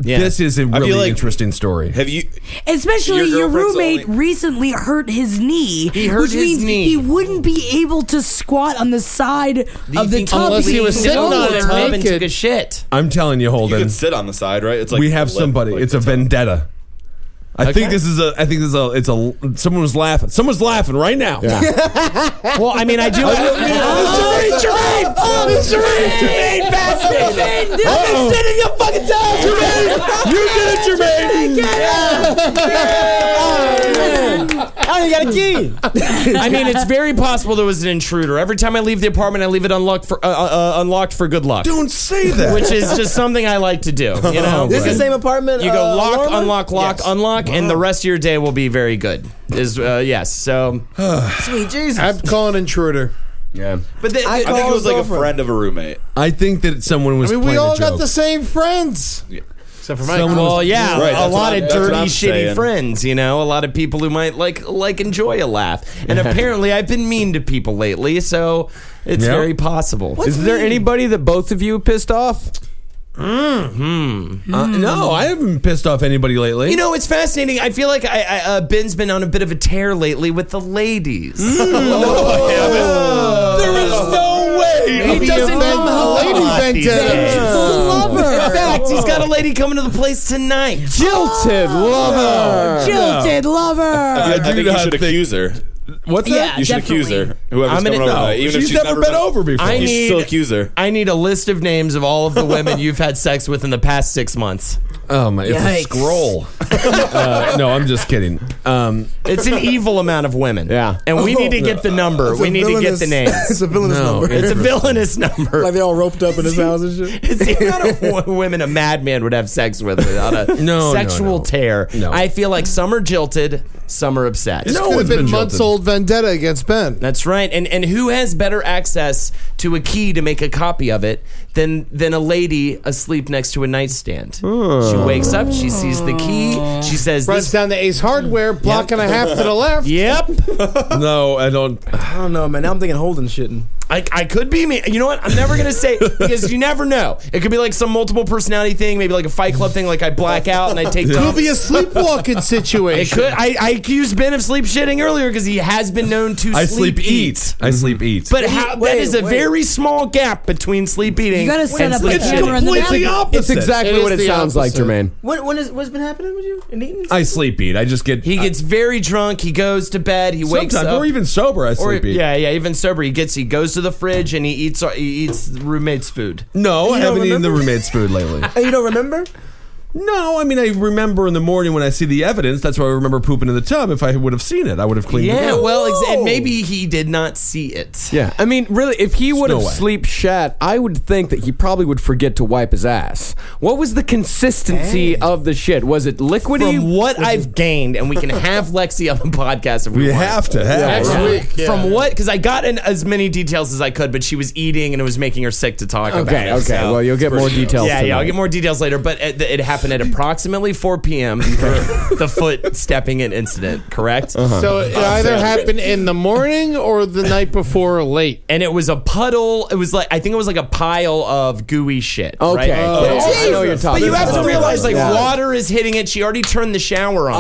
G: This is a
F: I feel
G: really
F: like-
G: interesting story.
F: Have you?
J: Especially your,
F: Your girlfriend's
J: roommate recently hurt his knee, he
H: hurt
J: which
H: his
J: means
H: knee.
J: he wouldn't be able to squat on the side of the tub.
F: unless he
J: because
F: was
J: he's
F: sitting
H: Oh,
F: on
J: lower.
F: it
H: Tub and
F: naked.
H: took a shit.
G: I'm telling you,
F: You
G: Holden.
F: could sit on the side, right? It's like
G: we have
F: the lip,
G: somebody.
F: like
G: it's
F: the
G: a
F: top.
G: vendetta. I
F: Okay.
G: think this is a. I think this is a. It's a. Someone was laughing. Someone's laughing right now. [laughs]
H: [laughs] well, I mean, I do.
D: Oh, it's Jermaine! Oh, it's Jermaine! Jermaine bastard! Jermaine, dude! I'm sitting your fucking time,
I: [laughs]
D: Jermaine! You did it, Jermaine!
M: I don't even got a key.
H: [laughs] I mean, it's very possible there was an intruder. Every time I leave the apartment, I leave it unlocked for uh, uh, uh, unlocked for good luck.
G: Don't say that.
H: Which is just something I like to do. You
G: [laughs]
H: know,
M: this is the same apartment.
H: You go
M: uh,
H: lock,
M: Lorna?
H: unlock, lock,
M: Yes.
H: unlock, and the rest of your day will be very good. Is uh, yes.
G: [sighs]
H: So,
M: [laughs] Sweet Jesus.
I: I'm calling intruder.
A: Yeah.
H: but the,
F: I think it was like a friend of a roommate.
G: I think that someone
I: I
G: was.
I: mean, we
G: playing a
I: all got
G: joke.
I: the same friends. Except for my
G: Someone was- Well, yeah,
H: Yeah,
G: Right,
H: a
G: that's
H: lot
G: what I'm-
H: of
G: that's what
H: dirty,
G: I'm
H: shitty
G: saying.
H: friends. You know, a lot of people who might like like enjoy a laugh.
G: [laughs]
H: And
A: Yeah.
H: apparently, I've been mean to people lately, so it's
A: Yeah.
H: very possible.
A: Is there anybody that both of you pissed off?
J: Mm.
F: Hmm.
H: Mm-hmm.
G: Uh, no, I haven't pissed off anybody lately.
H: You know, it's fascinating. I feel like I, I, uh, Ben's been on a bit of a tear lately with the ladies. [laughs] Oh,
D: There is no way.
H: He doesn't come home.
D: Lady vendetta.
H: In fact, he's got a lady coming to the place tonight. Oh.
A: Jilted
D: lover.
J: Jilted lover.
F: I, think you
G: not
F: should
G: think-
F: accuse her.
G: What's that?
F: You should accuse her. Whoever's
H: I'm gonna-
F: coming over
H: no,
F: tonight, even if
H: she's
F: she's
H: never
F: never
H: been over before. I
F: you should
H: need-
F: still accuse her.
H: I need a list of names of all of the women you've had sex with in the past six months.
G: Oh my! It's a
H: Yikes. [laughs]
G: scroll. Uh, no, I'm just kidding. Um,
H: It's an evil amount of women.
G: Yeah,
H: And we need to get the number.
G: It's a
H: We need to get
G: villainous-
H: the names.
G: [laughs]
H: [laughs]
G: it's a villainous No, number.
H: It's a villainous number. Like
M: they all roped up in
H: [laughs]
M: his house and
H: shit. It's
G: [laughs]
H: the amount of wo- women a madman would have sex with without a
G: No, no,
H: sexual tear. I feel like some are jilted, some are upset.
I: This could have been, months old vendetta against Ben.
H: That's right. And and who has better access to a key to make a copy of it than than a lady asleep next to a nightstand? She wakes up, she sees the key, she says
C: Runs
H: this
C: down the Ace Hardware, block and a half to the left.
H: Yep.
G: no, I don't.
M: I don't know, man. Now I'm thinking Holden shitting.
H: I, I could be me. You know what? I'm never gonna say because you never know. It could be like some multiple personality thing, maybe like a Fight Club thing. Like I black out and I take.
I: Could
H: dumps.
I: be a sleepwalking
H: [laughs] It
I: situation.
H: could. I, I accused Ben of sleep shitting earlier because he has been known to.
G: I
H: sleep,
G: sleep eat. I
F: Mm-hmm.
G: sleep eat.
H: But how, that is a very small gap between sleep eating.
J: You gotta
H: and
J: set up a
H: sleep
J: camera
H: shitting.
J: in the Completely bathroom. opposite.
A: It's exactly
H: It
A: what
H: is
A: it
H: the
A: sounds like,
H: opposite.
A: Jermaine.
M: What when is what's been happening with you in Eaton?
G: I sleep eat. I just get.
H: He gets very drunk. He goes to bed. He wakes
G: Sometimes,
H: up,
G: or even sober, I
H: Or-
G: sleep eat.
H: Yeah, yeah. Even sober, he gets. He goes to the fridge and he eats. He eats roommate's food.
G: No, I
H: You don't
G: haven't eaten the
H: remember?
G: roommate's food lately.
M: And you don't remember?
G: No, I mean I remember in the morning when I see the evidence. That's why I remember pooping in the tub. If I would have seen it, I would have cleaned it.
H: Yeah,
G: up.
H: well, exa- and maybe he did not see it.
A: Yeah, I mean, really, if he would
G: no
A: have
G: way.
A: sleep shat, I would think that he probably would forget to wipe his ass. What was the consistency of the shit? Was it liquidy?
H: From what I've gained, and we
A: [laughs]
H: can have Lexi on the podcast if we,
G: We
H: want.
G: have to have
H: Next
G: her.
H: week,
G: Yeah.
H: From what? Because I got in as many details as I could, but she was eating and it was making her sick to talk about.
A: Okay,
H: it,
A: okay.
H: so-
A: Well, you'll get more details.
H: Yeah, yeah, I'll
A: tonight.
H: get more details later, but it, it happened at approximately 4 p.m. [laughs] for the foot stepping in incident, correct?
I: Uh-huh.
H: Uh,
C: So it either happened in the morning or the night before late.
H: And it was a puddle. It was like I think it was like a pile of gooey shit.
C: Okay.
H: right?
C: Oh, I know what you're talking
H: But you have
C: about.
H: to realize, like,
C: Yeah.
H: water is hitting it. She already turned the shower on.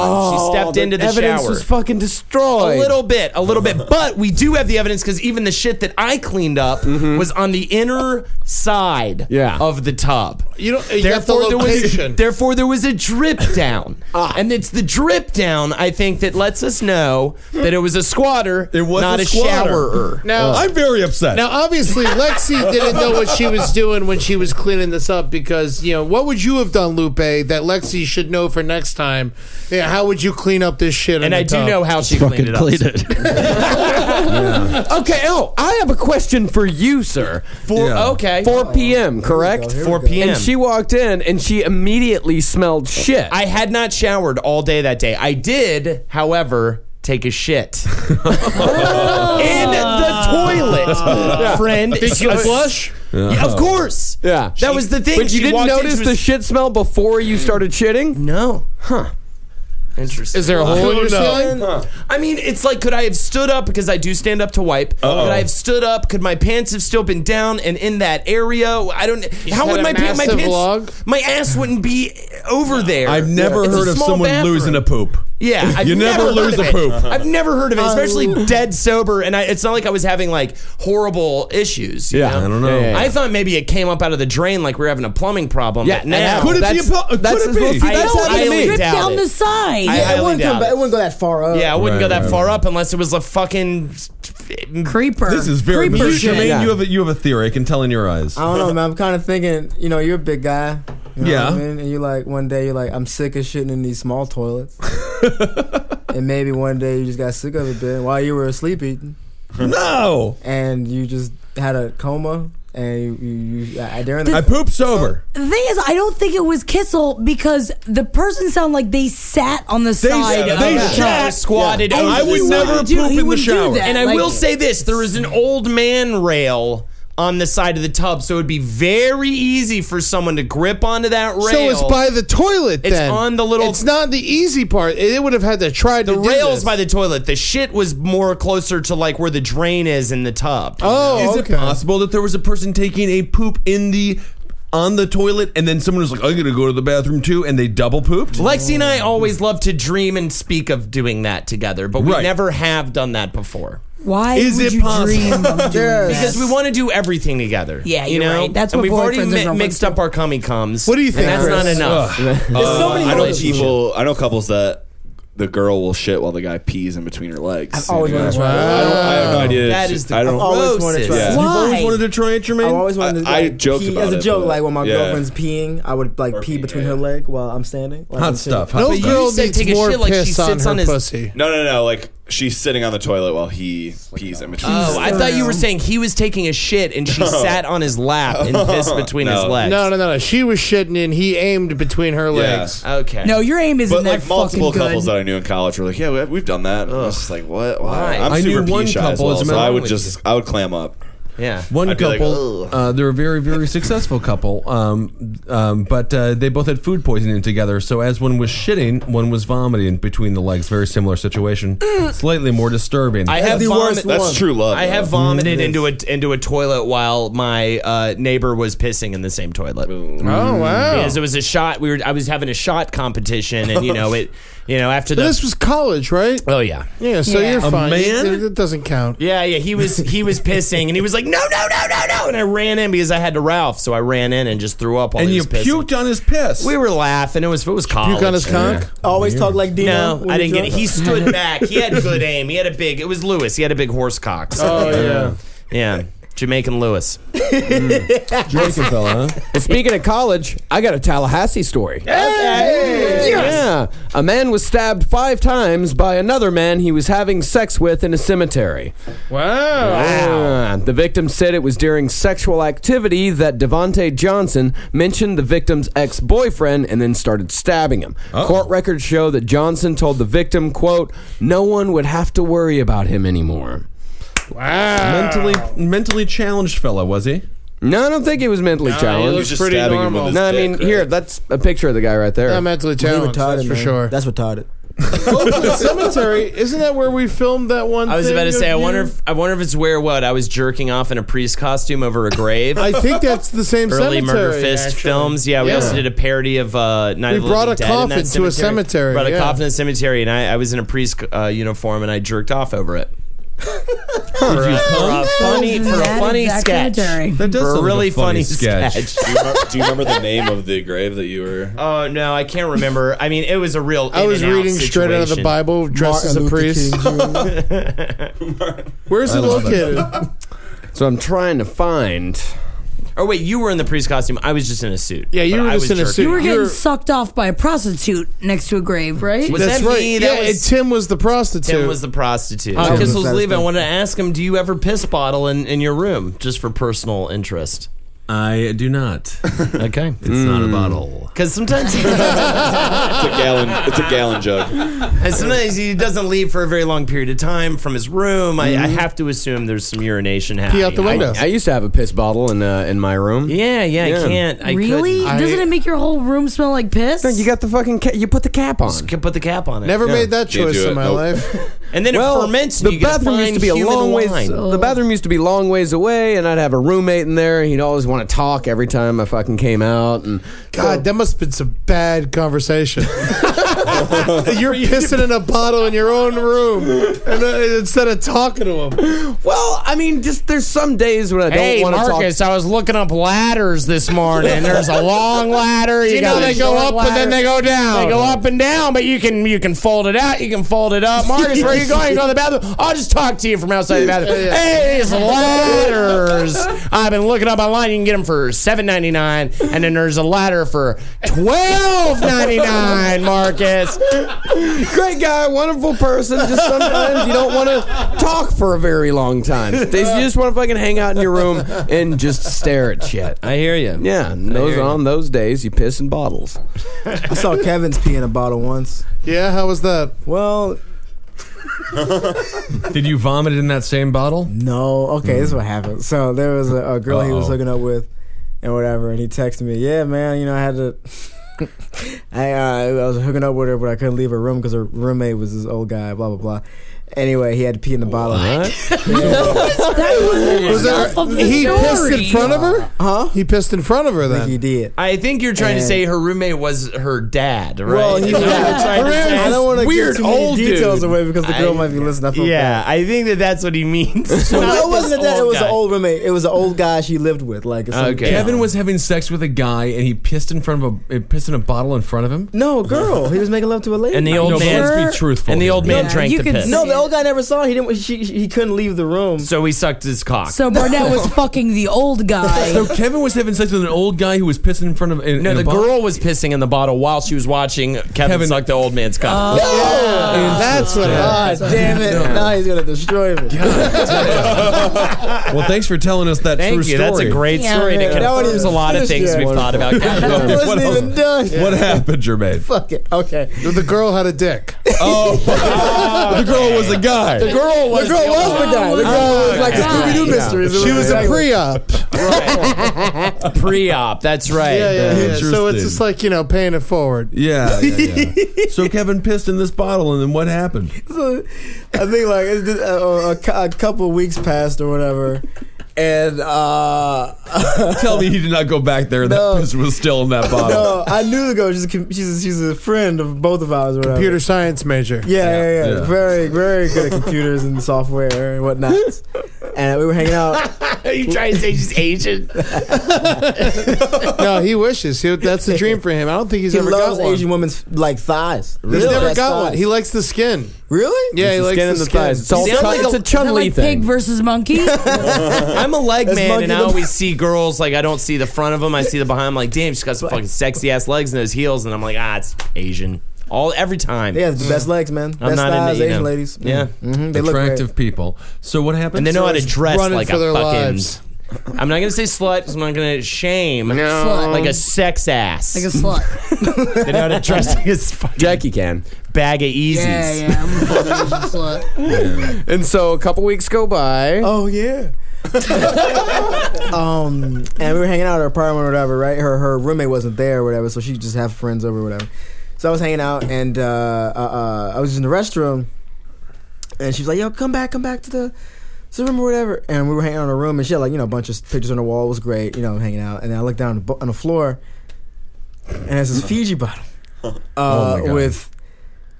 H: she stepped into Oh, the
A: evidence
H: shower.
A: was fucking destroyed.
H: A little bit, a [laughs] little bit. But we do have the evidence because even the shit that I cleaned up was on the inner side of the tub.
C: You don't- you got the
H: therefore, there
C: location.
H: was [laughs] therefore there was a drip [laughs] down, and it's the drip down I think that lets us know that it was a squatter, it
G: was
H: not
G: a
H: a, [laughs]
G: squatter.
H: showerer.
C: Now-
G: I'm very upset.
C: Now, obviously, Lexi
H: [laughs]
C: didn't know what she was doing when she was cleaning this up because, you know, what would you have done, Lupe, that Lexi should know for next time? Yeah, how would you clean up this shit?
H: And I do know how she
C: cleaned
H: cleaned it up.
A: Okay, oh, I have a question for you, sir.
H: Four, okay.
A: 4 p.m., correct?
H: 4 p.m.
A: And she walked in and she immediately smelled shit.
H: I had not showered all day that day. I did, however, take a shit [laughs] in
J: [laughs]
H: the [laughs]
G: [laughs]
H: toilet, friend.
A: Did you
H: A s-
A: flush?
H: Yeah, of course.
A: Yeah.
H: That was the thing.
A: But you
H: She
A: didn't
H: walked in, she
A: notice
H: was-
A: the shit smell before you started shitting?
H: No. Huh. Interesting.
A: Is there a hole in your ceiling?
H: I mean, it's like, could I have stood up because I do stand up to wipe?
A: Uh-oh.
H: Could I have stood up? Could my pants have still been down and in that area? I don't. how
C: had
H: would
C: a
H: my, pa- my
C: massive
H: pants?
C: log?
H: My ass wouldn't be over there.
G: I've never
H: It's a
G: heard of
H: small
G: someone
H: bathroom.
G: losing a poop.
H: Yeah, I've
G: you never,
H: heard
G: lose
H: of
G: a
H: it.
G: poop.
H: I've never heard of it, especially
G: [laughs]
H: dead sober. And I, it's not like I was having like horrible issues. you
G: Yeah,
H: know?
G: I don't know. Yeah, yeah, yeah.
H: I thought maybe it came up out of the drain, like we were having a plumbing problem.
A: Yeah,
H: but
A: now-
H: now
A: Could it be a pl- could
H: that's-
A: it be?
H: well, see,
A: I
H: that's
A: don't-
H: highly
A: it dripped
H: doubt
J: down
H: it.
J: the side.
H: I
M: it
H: highly
M: wouldn't come
H: doubt
M: back.
H: it.
M: It wouldn't go that far up.
H: Yeah, I wouldn't go
G: Right,
H: that
G: right,
H: far up unless it was a fucking
J: creeper.
G: This is very.
M: Creeper
G: Mr.
M: shit.
G: Jermaine,
M: Yeah.
G: you have a, you have a theory. I can tell in your eyes.
M: I don't know, man. I'm kind of thinking, you know, you're a big guy. You know
G: Yeah.
M: What I mean? And you're like, one day you're like, I'm sick of shitting in these small
G: [laughs]
M: toilets. and maybe one day you just got sick of it, Ben, while you were asleep eating.
G: No.
M: And you just had a coma. And you, you, you I, during the,
G: I pooped sober.
J: The thing is, I don't think it was Kissel because the person sounded like they sat on the side. of
H: they
J: the
H: sat-
J: tub.
H: squatted.
J: And
H: over
J: he
H: the
J: wouldn't
H: side.
J: do- he wouldn't do that.
H: And I
J: Like-
H: will say this: there is an old man rail on the side of the tub, so it'd be very easy for someone to grip onto that rail.
C: So it's by the toilet
H: It's
C: then.
H: on the little-
C: It's not the easy part. It would have had to try to
H: the
C: do
H: rails
C: this.
H: by the toilet. The shit was more closer to like where the drain is in the tub.
C: Oh,
G: Is
C: okay.
G: it possible that there was a person taking a poop in the on the toilet, and then someone was like, "I'm gonna go to the bathroom too," and they double pooped.
H: Lexi and
G: Oh.
H: I always love to dream and speak of doing that together, but we
G: Right.
H: never have done that before.
J: Why
G: Is
J: would
G: it
J: you [laughs]
G: possible?
J: dream of [laughs] doing
H: Because we want to do everything together.
J: Yeah,
H: you
J: you're
H: know.
J: right. That's
H: and
J: what
H: we've already
J: boyfriends and
H: mi-
J: girlfriends
H: mixed up our commie coms.
F: What do you think,
H: And that's
F: Chris?
H: not enough. [laughs]
F: Uh, I know people. I know couples that the girl will shit while the guy pees in between her legs.
K: I've always wanted to try
F: I, don't, I have no idea.
K: That
F: She-
K: is the
F: I don't,
K: I've always wanted to try it.
F: Yeah.
K: You've always Why?
G: wanted to try it, Jermaine?
K: I've always wanted to.
F: I- I
K: like,
F: joked
K: pee,
F: about
K: as a
F: it,
K: joke.
F: but-
K: Like when my
F: yeah.
K: girlfriend's peeing, I would like pee between her leg while I'm standing. Like,
G: Hot
K: I'm sitting.
G: stuff, hot No stuff.
K: girl
H: said
K: needs
H: take a
K: more
H: shit like she
K: piss
H: sits on his-
F: No, no, no. Like she's sitting on the toilet while he pees in between.
H: Oh, I thought you were saying he was taking a shit and
F: [laughs]
H: she sat on his lap and pissed between his legs.
I: No, no, no, no. She was shitting and he aimed between her legs.
H: Okay.
J: No, your aim isn't
F: But
J: that
F: like multiple
J: fucking
F: couples
J: good.
F: that I knew in college were like, yeah, we- we've done that. And I was just like, what? Why?
G: Why?
F: I'm
G: I
F: super
G: knew
F: pee
G: one
F: shy as
G: couple,
F: well,
G: as a
F: so I
G: matter
F: would
G: of-
F: just, I would clam up.
H: Yeah.
G: One
F: I'd be like,
G: couple, [laughs] uh, they're a very, very successful couple, um, um, but uh, they both had food poisoning together. So as one was shitting, one was vomiting between the legs. Very similar situation,
K: Mm.
G: slightly more disturbing.
H: I have vomit- I have
G: Mm.
H: vomited into a into a toilet while my uh, neighbor was pissing in the same toilet.
I: Oh,
H: Mm.
I: wow.
H: Because it was a shot. We were I was having a shot competition, and you know it. You know after
I: But
H: the
I: this was college, right?
H: Oh yeah.
I: Yeah, so
H: Yeah.
I: you're
H: A
I: fine.
H: man?
I: It, it doesn't
H: [laughs]
I: count.
H: Yeah, yeah, he was he was pissing, and he was like, "No, no, no, no, no!" And I ran in because I had to Ralph, so I ran in and just threw up. While
G: And
H: he
G: you
H: was pissing.
G: puked on his piss.
H: We were laughing. It was it was college.
G: on his cock?
K: Always talk like Dino.
H: No,
K: when
H: I
K: you're
H: didn't get it.
K: drunk.
H: He
G: [laughs]
H: stood back. He had good aim. He had a big. It was Lewis. He had a big horse cock.
P: Oh, yeah.
H: yeah. Jamaican Lewis.
A: Jamaican
G: Mm. fella, huh?
A: Well, speaking of college, I got a Tallahassee story. Yeah. A man was stabbed five times by another man he was having sex with in a cemetery.
I: Wow.
A: Yeah. The victim said it was during sexual activity that Devonte Johnson mentioned the victim's ex-boyfriend and then started stabbing him. Court records show that Johnson told the victim, quote, no one would have to worry about him anymore.
I: Wow.
G: Mentally, mentally challenged fella was he?
A: No, I don't think he was mentally
G: Nah, he
A: challenged.
G: was just Pretty stabbing him with normal. his
A: no, I
G: dick,
A: mean here, that's a picture of the guy right there.
I: Not mentally challenged, that's for sure.
K: That's retarded.
I: Oakland Cemetery, isn't that where we filmed that one?
H: I was
I: thing
H: about to
I: of
H: say. I
I: you?
H: wonder. If, I wonder if it's where what I was jerking off in a priest costume over a grave.
I: [laughs] I think that's the same
H: Early
I: cemetery.
H: Murder Fist
I: actually.
H: films. Yeah, we
I: Yeah.
H: also did a parody of uh, Night
I: We
H: of the
I: brought
H: Living
I: a
H: Dead in that
I: coffin to a cemetery,
H: Brought a
I: yeah.
H: coffin to a cemetery, and I, I was in a priest uh, uniform, and I jerked off
I: [laughs]
H: over it.
G: Did
H: for,
G: you
H: a, for a
G: come?
H: funny, for a
J: That
H: funny
J: exact
H: sketch.
J: cemetery.
G: That does
H: for a
G: sound like
H: really
G: a funny
H: funny
G: sketch.
H: sketch.
F: do, you remember, do you remember the name of the grave that you were?
H: Oh no, I can't remember. I mean, it was a real.
I: I was
H: in and out
I: reading straight out of the
H: situation.
I: Bible, dressed as a priest. [laughs] Where's it
A: I love it.
I: located?
A: [laughs] So I'm trying to find.
H: Oh wait, you were in the priest costume. I was just in a suit.
I: Yeah, you
H: But
I: were
H: I
I: just
H: was
I: in a
H: jerking
I: suit.
J: You were
H: off.
J: getting sucked off by a prostitute next to a grave, right?
H: Was that me? That
I: yeah,
H: was-
I: and Tim was the prostitute.
H: Tim was the prostitute.
I: Oh,
H: On
I: Tim was
H: Uh, Kissel's
I: the
H: leave, I
I: prostitute.
H: wanted to ask him, do you ever piss bottle in, in your room just for personal interest?
G: I
H: [laughs]
G: do not.
H: okay, it's
G: not a bottle.
H: Because sometimes
F: It's a gallon. It's a gallon jug.
H: and sometimes he doesn't leave for a very long period of time from his room. I, I
A: Mm-hmm.
H: have to assume there's some urination happening.
A: I, I used to have a piss bottle in uh, in my room.
H: Yeah, yeah, I can't. I
J: really?
H: couldn't.
J: Doesn't it make your whole room smell like piss?
A: You got the fucking ca- you put the cap on.
H: Just put the cap on it.
I: Never
A: Yeah.
I: made that
A: Can't
I: choice
A: do
I: in
A: it.
I: my
A: Nope.
I: life.
H: [laughs] And then
A: well,
H: it ferments.
A: The
H: and you get
A: bathroom used
H: fine
A: to be a
H: human
A: long ways.
H: wine.
J: Oh.
A: The bathroom used to be long ways away, and I'd have a roommate in there, and he'd always want to talk every time I fucking came out. And
I: God, that must have been some bad
A: [laughs]
I: conversation. [laughs] You're pissing in a bottle in your own room and, uh, instead of talking to him.
A: Well, I mean, just there's some days when I don't
P: Hey,
A: want to talk.
P: Marcus, I was looking up ladders this
H: [laughs]
P: morning. There's a long ladder. You,
A: You know
P: got
A: they
P: a
A: go
P: short
A: up and
P: ladder.
A: then they go down.
P: They go up and down, but you can you can fold it out. You can fold it up. Marcus, where are you going? You go to the bathroom. I'll just talk to you from outside the bathroom.
I: Yeah, yeah.
P: Hey,
H: [laughs]
P: there's ladders. I've been looking up online. You can get them for seven ninety nine, and then there's a ladder for twelve ninety nine. Marcus,
A: Great guy, wonderful person. Just sometimes you don't want to talk for a very long time. Some days you just want to fucking hang out in your room and just stare at shit.
H: I hear you.
A: Yeah, and those
K: hear you.
A: on those days you piss in bottles.
K: I saw Kevin's pee in a bottle once.
I: Yeah, how was that?
K: Well,
G: Did you vomit in that same bottle?
K: No. Okay, this is what happened. So there was a, a girl he was
G: Uh-oh.
K: hooking up with, and whatever, and he texted me, "Yeah, man, you know, I had to." [laughs] I, uh, I was hooking up with her, but I couldn't leave her room because her roommate was this old guy. Blah blah blah. Anyway, he had to pee in the
G: [laughs]
K: bottle.
I: Was there- he pissed in front of her?
K: Huh?
I: He pissed in front of her then.
K: He did.
H: I think you're trying to
K: And-
H: say her roommate was her dad, right?
K: Well, he
H: Is that what you're trying to say?
K: I don't want to
H: Weird
K: give too many
H: old
K: details
H: dude.
K: away because the girl
H: I-
K: might be listening. I feel
H: Yeah, I think that that's what he
K: [laughs]
H: means. Oh,
K: bad. no, it
H: Not
K: wasn't
H: this
K: that. It
H: old
K: was an
H: guy.
K: old roommate. It was an old guy she lived with. Like some-
G: Kevin was having sex with a guy, and he pissed in front of a uh, pissed in a bottle in front of him.
K: No, girl. He was making love to a lady.
G: And the old No, man- let's be truthful and the here. old man drank the piss.
K: No, the old guy never saw. it. He didn't. She, she- he couldn't leave the room.
H: So he sucked his cock.
J: So Barnett was fucking the old
K: [laughs]
J: guy.
G: [laughs] So Kevin was having sex with an old guy who was pissing in front of. In,
H: No,
G: in
H: the
G: a bottle?
H: girl was [laughs] pissing in the bottle while she was watching Kevin, suck the old man's
K: [laughs]
H: cock.
K: Oh, that's what. God damn it! Now he's gonna destroy me.
G: Well, thanks for telling us that
H: Thank
G: true
H: you.
G: story.
H: That's a great Yeah. story. It
G: That
H: confirms
G: one is
H: a lot of things
G: finished yet.
H: we've thought
G: [laughs]
K: [laughs]
H: about.
G: Wonderful.
K: It wasn't
G: What
K: even
G: else?
K: done.
G: [laughs] What happened,
K: [laughs]
G: Jermaine?
K: Fuck it. Okay.
I: The girl had a dick.
G: the girl was a guy.
K: The girl was the, girl was the guy.
I: Oh
K: The girl was like the Scooby Doo mysteries.
I: She was a
K: Exactly.
I: pre-op.
H: Pre-op. That's right.
I: Yeah, yeah, yeah. So it's
G: Interesting.
I: just like you know, paying it forward.
G: Yeah.
I: [laughs]
G: yeah,
K: [laughs]
G: yeah. so Kevin pissed in this bottle, and then what happened?
K: [laughs] So, I think like it's just, uh, a, cou- a couple weeks passed or whatever, and uh, [laughs]
G: Tell me he did not go back there. and That piss was still in that bottle.
K: no, I knew the girl. She's a, com- she's a, she's a friend of both of ours. Or whatever.
I: Computer science major.
K: Yeah, yeah, yeah,
I: Yeah.
K: Very, very good at computers and software and whatnot. [laughs] and we were hanging out.
H: Are [laughs] you trying to say she's Asian?
I: no, he wishes. He, that's the dream for him. I don't think he's
K: he
I: ever
K: loves
I: got one.
K: Asian women's like thighs.
I: He's
K: Really?
I: never
K: That's
I: got
K: thighs.
I: one. He likes the skin.
K: Really?
I: Yeah, he likes the skin. He sounds like a-
J: Is that like Pig versus [laughs] monkey.
H: I'm a leg
J: That's
H: man,
J: monkey
H: and I
J: the- [laughs]
H: always see girls like I don't see the front of them. I see the behind. I'm like, damn, she's got some fucking sexy ass legs and those heels, and I'm like, ah, it's Asian. All every time.
K: Yeah, it's the best legs, man.
H: I'm
K: best
H: not into
K: thighs,
H: you
K: Asian
H: know.
K: ladies.
H: Yeah.
K: Mhm, they look
G: Attractive
K: great.
G: people. So what happened?
H: And they know how to dress like a fucking.
G: lives.
H: I'm not gonna say slut. 'cause I'm not gonna shame.
A: Slut.
H: Like a sex ass.
J: Like a
H: [laughs]
J: slut.
H: they know how to dress like a fucking
A: Jackie can
H: bag of easies.
J: yeah, yeah. I'm a fucking [laughs] Asian slut.
A: And so a couple weeks go by.
K: Oh yeah. [laughs] um, and we were hanging out at her apartment or whatever, right? Her her roommate wasn't there or whatever, so she just have friends over or whatever. So I was hanging out and uh, uh, uh, I was in the restroom, and she was like, "Yo, come back, come back to the." to the room or whatever, and we were hanging out in her room, and she had like you know a bunch of pictures on the wall. It was great, you know, hanging out. And then I looked down on the bo- on the floor, and there's this Fiji bottle uh,
G: Oh my God.
K: with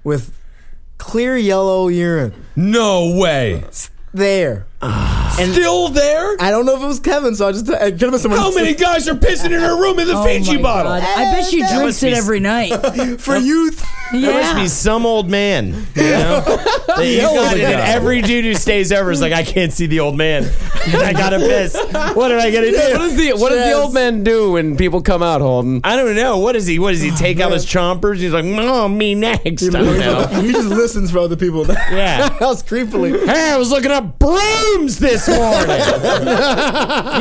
K: with clear yellow urine
G: No way.
K: there. and
G: Still there?
K: I don't know if it was Kevin, so I just I could have been someone.
G: How many guys are pissing in her room in the
K: Oh
G: Fiji
K: my
G: bottle?
K: God.
J: I bet she
K: That
J: drinks
K: must
J: it
K: be-
J: every night. [laughs]
K: for youth?
H: There must be some old man. You
A: [laughs]
H: know? That you
K: Hell
H: got
K: of a
H: it, and
K: guy.
H: every dude who stays over is like, I can't see the old man. [laughs] I got to piss. What am I gonna do?
A: What does the what does the old man do when people come out, Holden?
H: I don't know. What is he? What does he take out his chompers? He's like, oh, me next. I
A: [laughs]
H: don't know.
K: [laughs] he just listens for other people. [laughs]
H: Yeah.
K: that was creepily.
H: Hey, I was looking up brooms this
I: [laughs]
H: morning.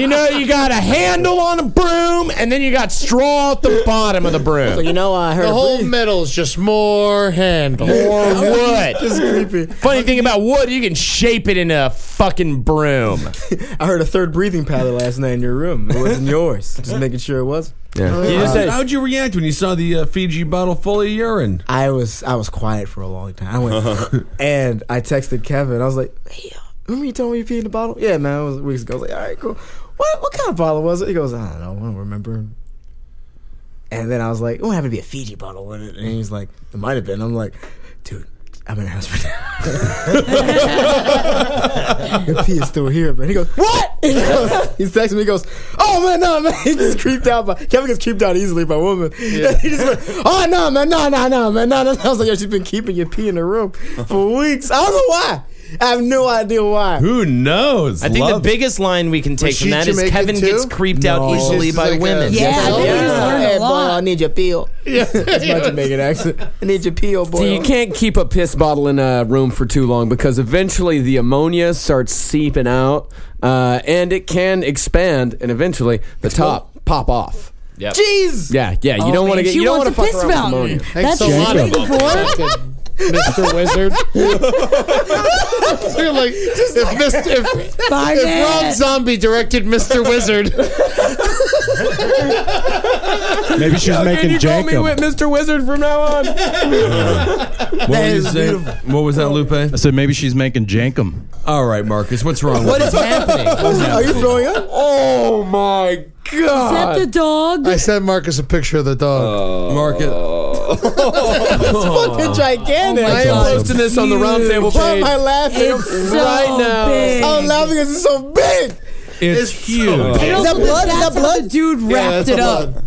H: you know, you got a handle on a broom, and then you got straw at
I: [laughs]
H: the bottom of the broom.
K: So you know, I heard
H: The
K: a
H: whole
K: breeze.
H: metal's just more
K: [laughs]
H: handle, more wood.
K: Just creepy.
H: Funny thing about wood, you can shape it into a fucking broom.
K: I heard a third breathing pattern last night in your room. It wasn't yours. Just making sure it was.
G: Yeah.
K: You just said-
G: How'd you react when you saw the uh, Fiji bottle full of urine?
K: I was I was quiet for a long time. I went [laughs] and I texted Kevin. I was like, "Hey, remember you told me you peed in the bottle? Yeah, man. It was weeks ago. I was like, all right, cool. What what kind of bottle was it? He goes, I don't know. I don't remember. And then I was like, it would happen to be a Fiji bottle, wouldn't it? And he's like, it might have been. I'm like, dude, I'm in the hospital. [laughs] Your pee is still here, man. He goes, what? [laughs] He, goes, he texts me. He goes, oh man, no man. [laughs] He just creeped out by Kevin gets creeped out easily by [laughs] women. he just went, oh no man, no no no man, no no. I was like, yo, she's been keeping your pee in the room for weeks. I don't know why. I have no
G: [laughs]
K: idea why.
G: Who knows?
H: I think
K: Love.
H: the biggest line we can take
K: Was
H: from
K: she
H: that is
K: Jamaican
H: Kevin
K: too?
H: gets creeped
K: No.
H: out easily
K: She's
H: by
K: like a-
H: women.
K: Yeah, I think you just learned a Hey, boy, lot. I
A: need
K: your [laughs] peel.
A: Yeah.
K: That's my Jamaican accent. I need your pee, oh boy.
A: So you can't keep a piss bottle in a room for too long because eventually the ammonia starts seeping out, uh, and it can expand, and eventually the top pop off.
H: Yep.
K: Jeez.
A: Yeah, yeah. You
J: Oh,
A: don't want
J: man,
A: to get.
J: she
A: You don't
J: wants
A: want to
J: a
A: fuck
J: piss
A: around with
J: fountain.
A: ammonia.
J: That's what I'm waiting for.
I: Mr. Wizard. You're like, if, Mr. if,
J: Bye,
I: if
J: Matt.
I: Rob Zombie directed Mr. Wizard,
L: Maybe
A: [laughs]
L: she's
G: Yo,
L: making
G: can you
L: Jacob.
G: call me Wi- Mr. Wizard from now on?
A: [laughs]
L: what,
G: That
L: you
G: is
L: saying?
G: what was that, Lupe? I
N: said maybe she's making Jankum.
G: All right, Marcus, what's wrong?
L: What
G: with
L: is
G: you?
L: happening?
Q: Are you throwing up?
G: Oh my
Q: God.
J: Is that the dog?
I: I sent Marcus a picture of the dog.
G: Marcus.
Q: fucking gigantic.
I: I am posting this on the round table
Q: Why am
I: page.
Q: I laughing
I: It's
Q: right
I: so
Q: now? Oh,
I: big.
Q: I'm laughing because it's so big.
G: It's, huge.
Q: big. Is that blood? Is that blood?
J: dude
Q: Yeah, that's the blood.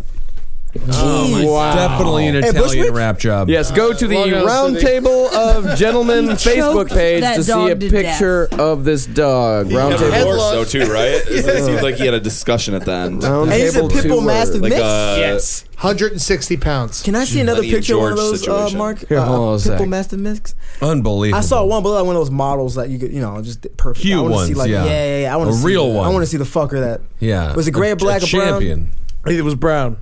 G: Oh, wow. Definitely an
A: Hey,
G: Italian
A: Bushwick?
G: rap job.
A: Yes, go to the round table of gentlemen
J: He
A: Facebook
J: choked
A: page
J: that
A: to see
J: dog
A: a
J: to death.
A: picture of this dog.
F: He
A: Round
F: had a
A: table.
F: divorce, though, too, right? It seems like he had a discussion at the end.
A: Round And he's a table pit bull two mastiff
F: Like,
A: mix?
F: uh,
A: Yes.
I: 160 pounds.
K: Can I see another
F: Lenny and
K: picture of one of
F: George
K: those, uh,
F: situation.
K: Mark?
F: Here,
K: Uh,
F: hold on a
K: Pitbull
F: sec.
K: Master Mix?
G: Unbelievable.
K: I saw one, but like one of those models that you could, you know, just perfect.
G: Cute
K: I wanna see
G: ones,
K: like,
G: yeah.
K: yeah, yeah, yeah. I want
G: A
K: to see
G: real
K: the-
G: one.
K: I want to see the fucker that.
G: Yeah.
K: Was it gray or
G: A-
K: black
G: a
K: or brown?
G: champion.
K: It was brown.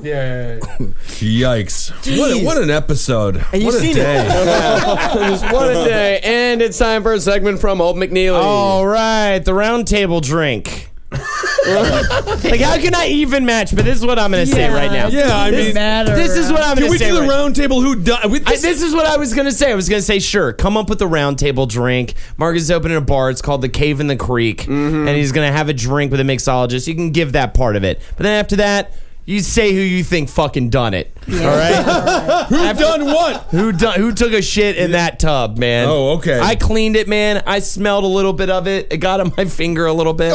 I: Yeah.
G: Yikes! What, a,
A: Jeez.
G: what an episode!
A: And
G: what
A: you've
G: a [laughs]
A: seen it.
G: day!
A: Just one a day, and it's time for a segment from Old McNeely.
H: All right, the roundtable drink.
F: [laughs]
H: like, how can I even match? But this is what I'm going to say right now.
G: Yeah, I
H: This-
G: mean,
H: this is what I'm
G: Can
H: going
G: we
H: to say.
G: do the
H: right
G: round table? Who died?
H: I- this, is what I was gonna say. I was gonna say, sure, come up with a round table drink. Marcus is opening a bar. It's called the Cave in the Creek, and he's gonna have a drink with a mixologist. You can give that part of it, but then after that, you say who you think fucking done it. [laughs] All right, who done
G: what?
H: Who done? Who took a shit in that tub, man?
G: Oh, okay.
H: I cleaned it, man. I smelled a little bit of it. It got on my finger a little bit.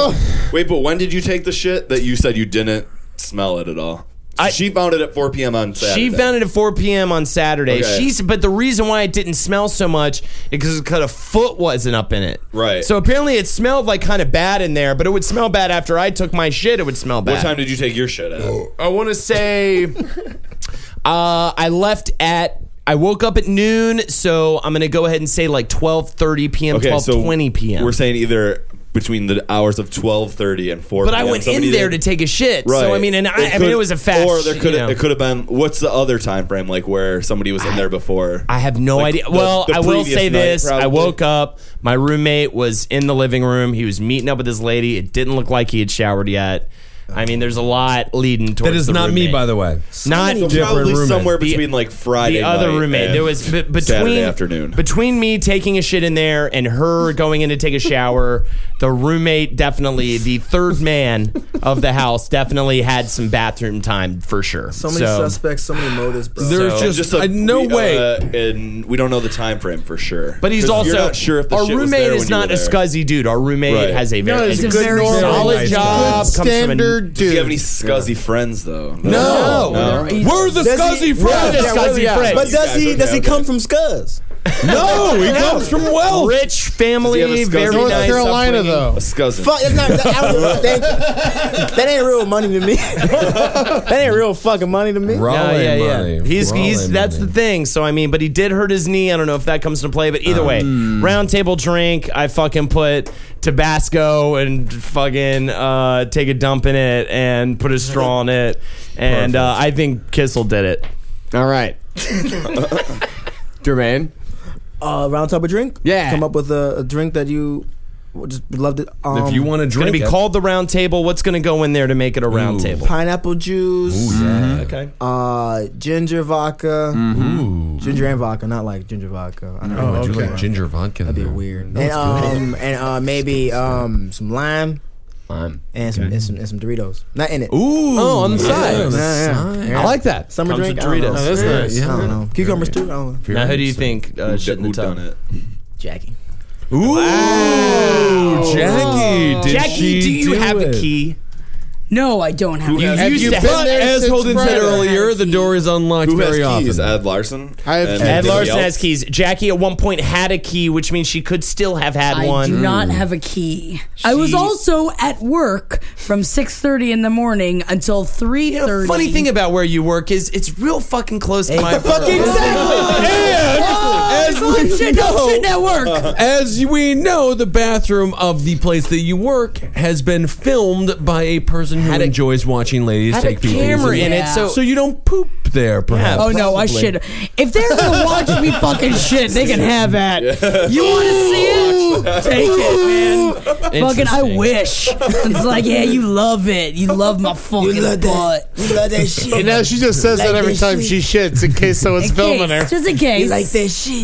F: Wait, but when did you take the shit that you said you didn't smell it at all? she found it at 4 p.m. on Saturday.
H: She found it at 4 p.m. on Saturday.
F: Okay.
H: She's, but the reason why it didn't smell so much is because a foot wasn't up in it.
F: Right.
H: So apparently it smelled like kind of bad in there, but it would smell bad after I took my shit. It would smell bad.
F: what time did you take your shit at?
H: I want to [laughs] say uh, I left at. I woke up at noon, so I'm gonna go ahead and say like 12:30 p.m., 12:20 p.m.
F: We're saying either between the hours of 12:30 and 4.
H: But I
F: p.m.
H: went
F: Somebody
H: in there to
F: didn't-
H: take a shit.
F: Right.
H: So I mean, and I, I mean, it was a fast.
F: Or there
H: you
F: could
H: know.
F: have it could have been. What's the other time frame like where somebody was in there before?
H: I have no
F: Like,
H: idea.
F: the-
H: well,
F: the
H: I will
F: previous
H: say
F: night,
H: this. I
F: probably.
H: woke up. My roommate was in the living room. He was meeting up with this lady. It didn't look like he had showered yet. I mean, there's a lot leading towards
G: That is
H: the
G: not me,
H: roommate.
G: by the way.
H: Not
F: So probably somewhere between like Friday.
H: the other
F: night
H: roommate.
F: and
H: There was b- between
F: Saturday afternoon.
H: between me taking a shit in there and her going in to take a shower. the roommate definitely, the third man of the house, definitely had some bathroom time for sure.
K: So many suspects, so many
G: Uh,
K: motives, bro.
F: So-
K: I
F: we, uh, and we don't know the time frame for sure.
H: But he's
F: 'Cause
H: also
F: you're not sure if the
H: our
F: shit was
H: roommate
F: there
H: is
F: when you
H: not
F: were
H: a
F: there.
H: scuzzy dude. Our roommate
F: Right.
H: has a
F: No,
H: very
F: he's a
H: it's
F: good normal
H: solid
F: guy.
H: job.
F: Good
H: comes from an-
F: standard Does he have any scuzzy friends though? No. No.
G: We're the
K: Does
G: scuzzy
K: he-
G: friends.
K: Yeah, where they at? But
F: You
K: does
F: guys
K: he
F: okay,
K: does he
F: okay.
K: come from Scuzz?
G: No, he comes from wealth.
H: Rich family,
F: Does he have a
H: very
F: scuzzy
H: nice.
F: friend?
H: upbringing.
F: A scuzzy.
K: Fuck, that's not. That, I don't- that- that ain't real money to me. that ain't real fucking money to me.
H: No, yeah, yeah. He's he's that's the thing. So I mean, but he did hurt his knee. I don't know if that comes into play, but either way,
F: Um.
H: round table drink. I fucking put Tabasco and fucking uh, take a dump in it and put a straw in it, and uh, I think Kissel did it.
F: [laughs]
A: All right, Jermaine.
K: Uh, round table drink.
A: Yeah.
K: Come up with a, a drink that you would just loved it. Um,
H: to it's gonna be called the round table. What's gonna go in there to make it a round table?
K: pineapple juice.
H: Ooh, yeah. Mm-hmm. Okay.
K: Uh, ginger vodka. Ginger and vodka, not like ginger vodka. I don't
G: Oh,
K: know.
G: would you like ginger vodka? That'd be
K: weird.
G: No,
K: and
G: it's good.
K: um, and uh, maybe um, some lime.
H: Lime.
K: And, some, and some and some Doritos, not in it. Ooh,
A: Oh, on the side.
K: Yeah, yeah,
A: Side.
K: yeah.
A: I like that.
K: Summer
A: Comes
K: drink,
A: with
K: I don't know.
A: Doritos. Oh, that's
K: Yeah,
A: nice.
K: I
A: Yeah.
K: don't know. Cucumbers too. I don't know.
H: Now, who do you think uh, shit in the tub?
F: it?
K: Jackie.
G: Ooh,
Q: Oh,
G: Jackie, did
H: Jackie,
G: she
H: do you
G: do
H: have a
G: it?
H: key?
J: No, I don't have.
G: You
J: it.
G: used to but as Holden said earlier, the door is unlocked
F: Who has
G: very
F: keys?
G: often.
F: Ed Larson. And
H: Ed
F: anybody
H: Larson
F: else?
H: has
F: [laughs]
H: keys. Jackie at one point had a key, which means she could still have had
J: I
H: one.
J: do not have a key. I was also at work from six thirty in the morning until three thirty.
H: Funny thing about where you work is it's real fucking close to my
J: fucking
H: borough. [laughs]
G: [laughs]
J: exactly.
G: And
J: Oh,
G: as
J: so I'm
G: we
J: shitting- I'm
G: know-
J: shitting at
F: [laughs]
J: work.
G: As we know, the bathroom of the place that you work has been filmed by a person who enjoys watching ladies
J: had a
G: take pictures.
J: camera in it,
G: Yeah.
J: so-
G: so you don't poop there, perhaps.
J: oh no, I [laughs] should. If they're gonna watch me fucking shit, they can have that. You want to see it? Take it, man. Fucking, I
R: Interesting.
J: wish. It's like, yeah, you love it. You love my fucking butt. You love that shit.
C: You know, she just says that every time she shits in case someone's
J: In
C: filming
J: case,
C: her.
J: just in case. You like
O: that shit.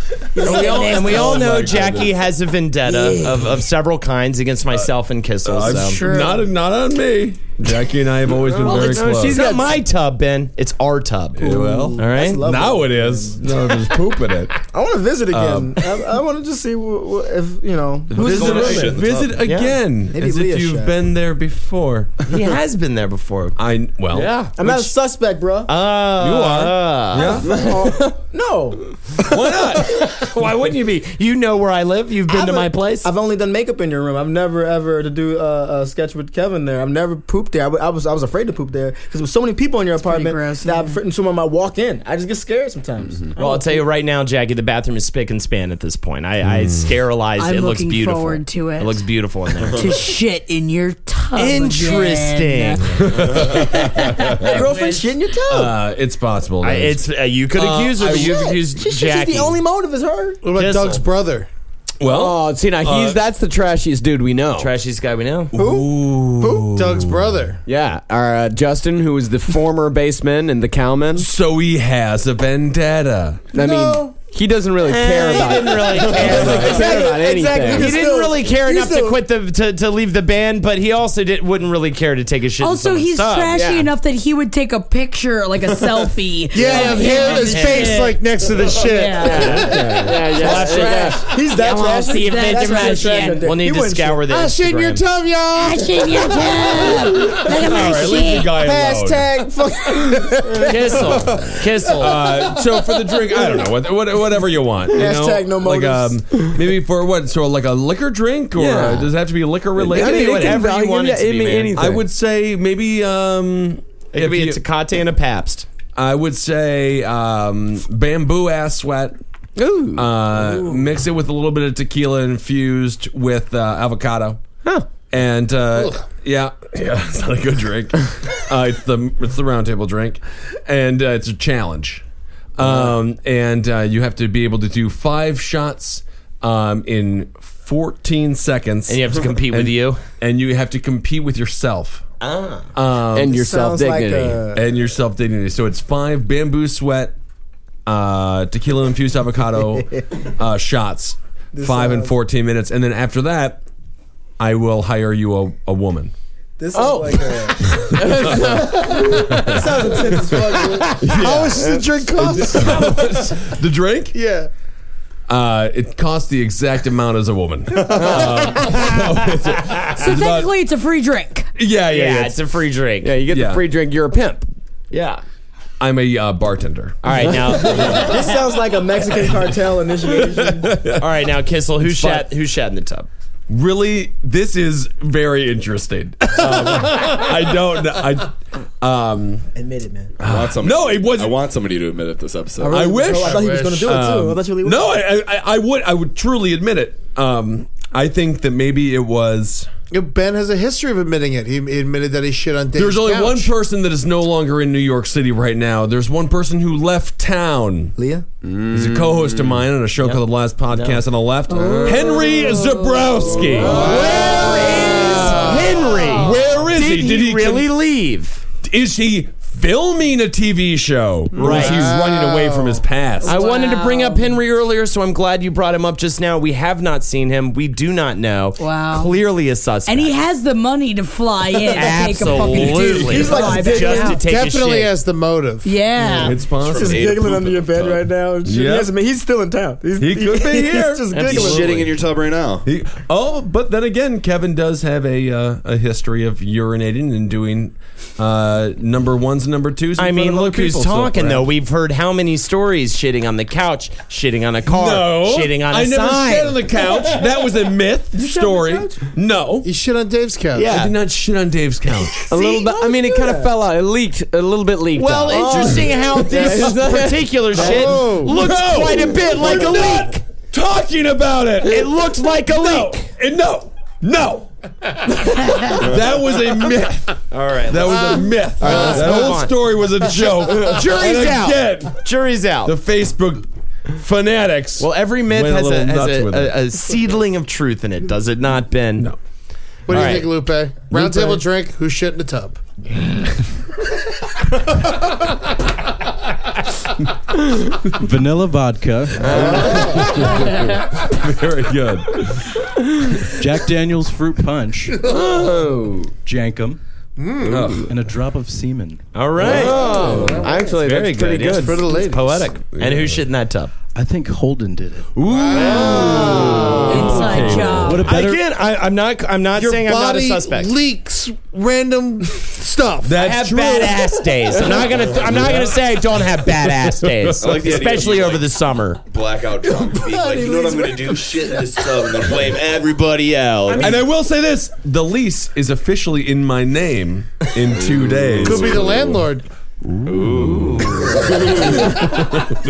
H: And we all, and we all know Jackie
C: has.
H: has a vendetta of, of several kinds against myself and Kissel.
G: I'm
H: so.
G: sure. Not, not on me. Jackie and I have always been
H: Well,
G: very
H: it's-
G: close.
H: She's got my tub, Ben. It's our tub.
G: Yeah, well,
H: all right.
G: now it is. [laughs] No, there's poop in it.
M: I want to visit again.
G: Um,
M: I, I want to just see wh- wh- if you know who's
G: Visit,
M: the roommate.
G: visit again,
M: Maybe
G: as
M: Leah
G: if you've
M: should.
H: [laughs]
G: been there before.
M: He has
H: been there before.
G: [laughs] I well,
M: I'm not a suspect, bro.
G: Uh,
H: you are.
M: [laughs] no.
H: [laughs] Why wouldn't you be? You know where I live. You've been to my place.
M: I've only done makeup in your room. I've never ever to do uh, a sketch with Kevin there. I've never pooped there. I, w- I was I was afraid to poop there because there was so many people in your apartment that I'm afraid someone might walk in. I just get scared sometimes.
H: Well, I'll tell you right now, Jackie. The bathroom is spick and span at this point. I,
G: Mm.
H: I sterilized.
J: I'm
H: it looks
J: looking
H: beautiful.
J: forward to it.
H: It looks beautiful in
M: [laughs]
H: there.
J: to shit in your tub. again.
H: Interesting.
J: [laughs]
M: girlfriend shit in your tub.
G: Uh, it's possible.
H: I-
G: Liz.
H: it's- uh, you could accuse her, but you've accused
M: She- she's the only motive is her.
C: What about Doug's brother?
G: Well,
A: oh, see now he's
C: uh,
A: that's the trashiest dude we know.
H: Trashiest guy we know.
A: Who?
C: Who? Doug's brother.
A: Yeah, our uh, Justin, who is the former baseman and the cowman.
G: So he has a vendetta.
A: I mean,
H: No.
A: he doesn't really care
H: he
A: about.
H: didn't really
A: [laughs] He
H: care.
A: doesn't care about anything.
H: He didn't really care
J: he's
H: enough to
J: still-
H: quit the to, to leave the band, but he also did, wouldn't really care to take a shit. in
J: Also,
H: someone's
J: he's
H: tub.
J: trashy enough that he would take a picture, like a selfie.
C: Yeah,
J: of
C: of him, his
J: and
C: face,
J: shit.
C: like next to the shit.
J: Yeah.
A: yeah, yeah,
H: That's
A: yeah.
H: trash.
M: He's
H: that
M: I wanna trash. see if That's Benjamin trash is right shit. there.
H: We'll
M: He
H: need to
M: wouldn't
H: scour
M: shit.
H: the
M: I shit in your
H: Instagram.
M: tub, y'all.
J: I shit in
I: [laughs]
J: your tub. Look at my
G: All right,
J: shit.
G: leave the guy alone.
M: Hashtag fuck.
H: [laughs]
G: [laughs]
H: Kissel.
G: Uh, so for the drink, I don't know. What, what, whatever you want. You
M: Hashtag
G: know?
M: no
G: like, um, Maybe for what? So like a liquor drink, or
M: Yeah.
G: does it have to be liquor related?
H: I mean, it can value- yeah, it mean anything.
G: I would say maybe. Um, it
H: could be a Tecate and a Pabst.
G: I would say um, bamboo ass sweat.
A: Ooh.
G: Uh, Mix it with a little bit of tequila infused with uh, avocado. Huh. And uh, yeah, [laughs] yeah, it's not a
H: [laughs]
G: good drink. uh, it's the it's the round table drink, and uh, it's a challenge. Um, and uh, you have to be able to do five shots um, in 14 seconds,
H: And you have to compete with
G: And-
H: you?
G: and you have to compete with yourself.
H: Ah.
G: Um,
A: And your This sounds self-dignity. like
G: and your self dignity. So it's five bamboo sweat, uh, tequila
M: [laughs]
G: infused avocado uh, shots,
M: This
G: five and
M: sounds-
G: fourteen minutes, and then after that, I will hire you a,
M: [laughs]
G: a woman.
M: This is
I: [laughs]
M: like a. this sounds intense as fuck.
G: [laughs]
M: dude.
C: How much does the drink cost?
G: The drink?
M: yeah.
G: Uh, it costs the exact amount as a
M: [laughs]
G: woman. Um, [laughs] so
J: So
G: it's a- it's about-
J: technically, it's a free drink.
G: yeah, yeah, yeah,
H: it's a free drink.
A: Yeah, you get the
G: Yeah.
A: free drink. You're a pimp.
H: Yeah.
G: I'm a uh, bartender.
H: All right now.
M: [laughs] This sounds like a Mexican cartel initiative.
H: [laughs] All right now, Kissel. Who
G: It's
H: shat? Who shat in the tub?
G: Really, this is very interesting. Um, [laughs]
H: Oh,
M: [laughs]
G: I don't. know. I um,
M: [sighs] Admit it, man.
F: I want somebody,
G: No, it wasn't.
F: I want somebody to admit it this episode.
G: Oh, I wish. Um,
M: I thought he was gonna do it, too.
H: Um,
M: I thought you really
G: no,
M: would.
G: I, I, I would. I would truly admit it. Um, I think that maybe it was.
C: Yeah, Ben has a history of admitting it. He admitted that he shit on Dave's
G: There's only
C: couch.
G: one person that is no longer in New York City right now. There's one person who left town. Mm.
M: Leah?
G: He's a co host of mine on a show called The Last Podcast on the Left.
H: Oh.
G: Henry Zabrowski.
H: Henry.
G: Where is he? Did he
H: really
G: con-
H: leave?
G: Is he filming a TV show? Or is he
H: Right.
G: running away from his past?
H: I wanted to bring up Henry earlier, so I'm glad you brought him up just now. We have not seen him. We do not know.
J: Wow.
H: Clearly a suspect.
J: And he has the money to fly in and take a fucking
H: Absolutely.
J: dude.
H: He's like
J: Fly back
H: just to
J: out.
H: take a
C: Definitely
H: shit.
C: has the motive.
J: Yeah.
G: It's possible.
M: Just giggling under your bed right now. and shit.
G: Yep.
M: He hasn't been- he's still in town. He's,
G: He could be
M: he's
G: here.
M: just
G: Absolutely.
M: giggling.
F: shitting in your tub right now.
G: He, oh, but then again, Kevin does have a uh, a history of urinating and doing uh, number ones and number twos. in
H: I
G: front
H: mean,
G: of other
H: look who's
G: people, so
H: talking though.
G: perhaps-
H: We've heard how many stories shitting on the couch, shitting on a car,
G: No,
H: shitting on a
G: I never
H: sign.
G: sat on
H: [laughs]
G: the couch. That was a myth story. No,
C: you shit on Dave's couch.
G: I did not shit on Dave's [laughs] couch.
A: A little bit. I mean, it kind of fell out. It leaked. A little bit leaked.
H: Well,
A: out.
H: interesting how
G: [laughs]
H: this [laughs] particular shit
A: Whoa.
H: looks
A: No,
H: quite a bit like
A: we're
H: a
A: not
H: leak.
G: Talking about it,
H: It looked like a
G: No.
H: leak.
G: And no, no. [laughs] that was a myth.
H: All right,
G: That was a myth.
H: all right, let's
G: that
H: move
G: whole
H: on.
G: [laughs] story was a joke.
H: [laughs] Jury's
G: And
H: out.
G: again,
H: Jury's out.
G: The Facebook fanatics.
H: Well, every myth
G: went a
H: has, a,
G: little
H: has
G: nuts
H: a-
G: with
H: a-
G: it.
H: a seedling of truth in it, does it not, Ben? No.
C: What do you think, Lupe? Round
H: Lupe.
C: table drink. Who shit in the tub?
R: Vanilla vodka.
G: [laughs] Very good.
R: Jack Daniels fruit punch.
G: Oh.
R: Jankum.
G: Mm. Oh.
R: And a drop of semen.
H: All right.
R: Oh.
H: Actually,
R: It's very
H: that's pretty
R: good. It's
H: good.
R: for the
H: It's
R: ladies.
H: poetic.
R: Yeah.
H: And who shit in that tub?
R: I think Holden did it.
H: Ooh.
C: Inside job.
R: What a better-
H: I can't. I, I'm not. I'm not
C: Your
H: saying I'm not a
C: body
H: suspect.
C: leaks random stuff.
H: I have badass days. I'm not gonna. I'm not gonna say I don't
R: [laughs]
H: have
I: [laughs]
H: badass days,
F: I like the idea
H: especially
F: of you,
H: over the summer.
F: Blackout drunk. being like, you know what I'm going to do? Shit in this tub and then blame everybody else.
G: and I will say this: the lease is officially in my name in two days.
C: Could be the landlord.
G: Ooh.
F: Does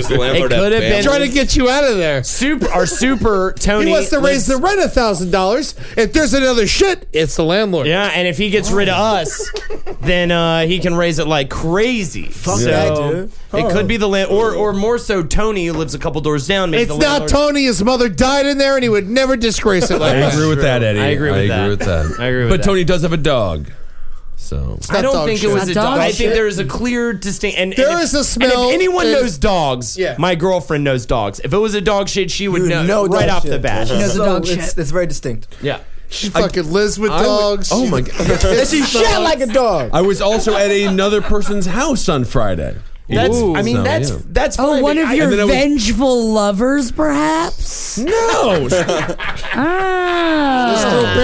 F: the landlord
H: It could have been-
C: trying to get you out of there.
H: Super, our super Tony.
C: He wants to raise
H: lives-
C: the rent a thousand dollars. If there's another shit, it's the landlord.
H: Yeah, and if he gets rid of us, then uh, he can raise it like crazy. Fuck
C: that, dude.
H: It could be the land, or or more so, Tony who lives a couple doors down. Maybe
C: It's
H: the
C: not
H: landlord-
C: Tony. His mother died in there, and he would never disgrace it like
G: I agree with that, Eddie.
H: I agree with that. I agree with
G: but
H: that.
G: Tony does have a dog, so
H: I don't think it was a dog. I think
C: shit.
H: there is a clear distinct. And,
C: There
H: and if-
C: is a
H: and
C: smell
H: if anyone
C: and-
H: knows dogs,
C: Yeah.
H: my girlfriend knows dogs. If it was a dog shit, she would know, right off the bat.
M: She knows the dog
H: So
M: shit.
H: it's-
M: It's, very distinct.
H: Yeah.
C: She fucking lives with dogs.
G: oh my [laughs] god!
M: and she shit like a
H: [laughs]
M: dog.
G: I was also at another person's house on Friday.
H: That's- I mean, that's- that's
J: Oh,
H: fine.
J: one of
H: I-
J: your
G: and then I was-
J: vengeful lovers, perhaps?
G: No.
J: [laughs] ah.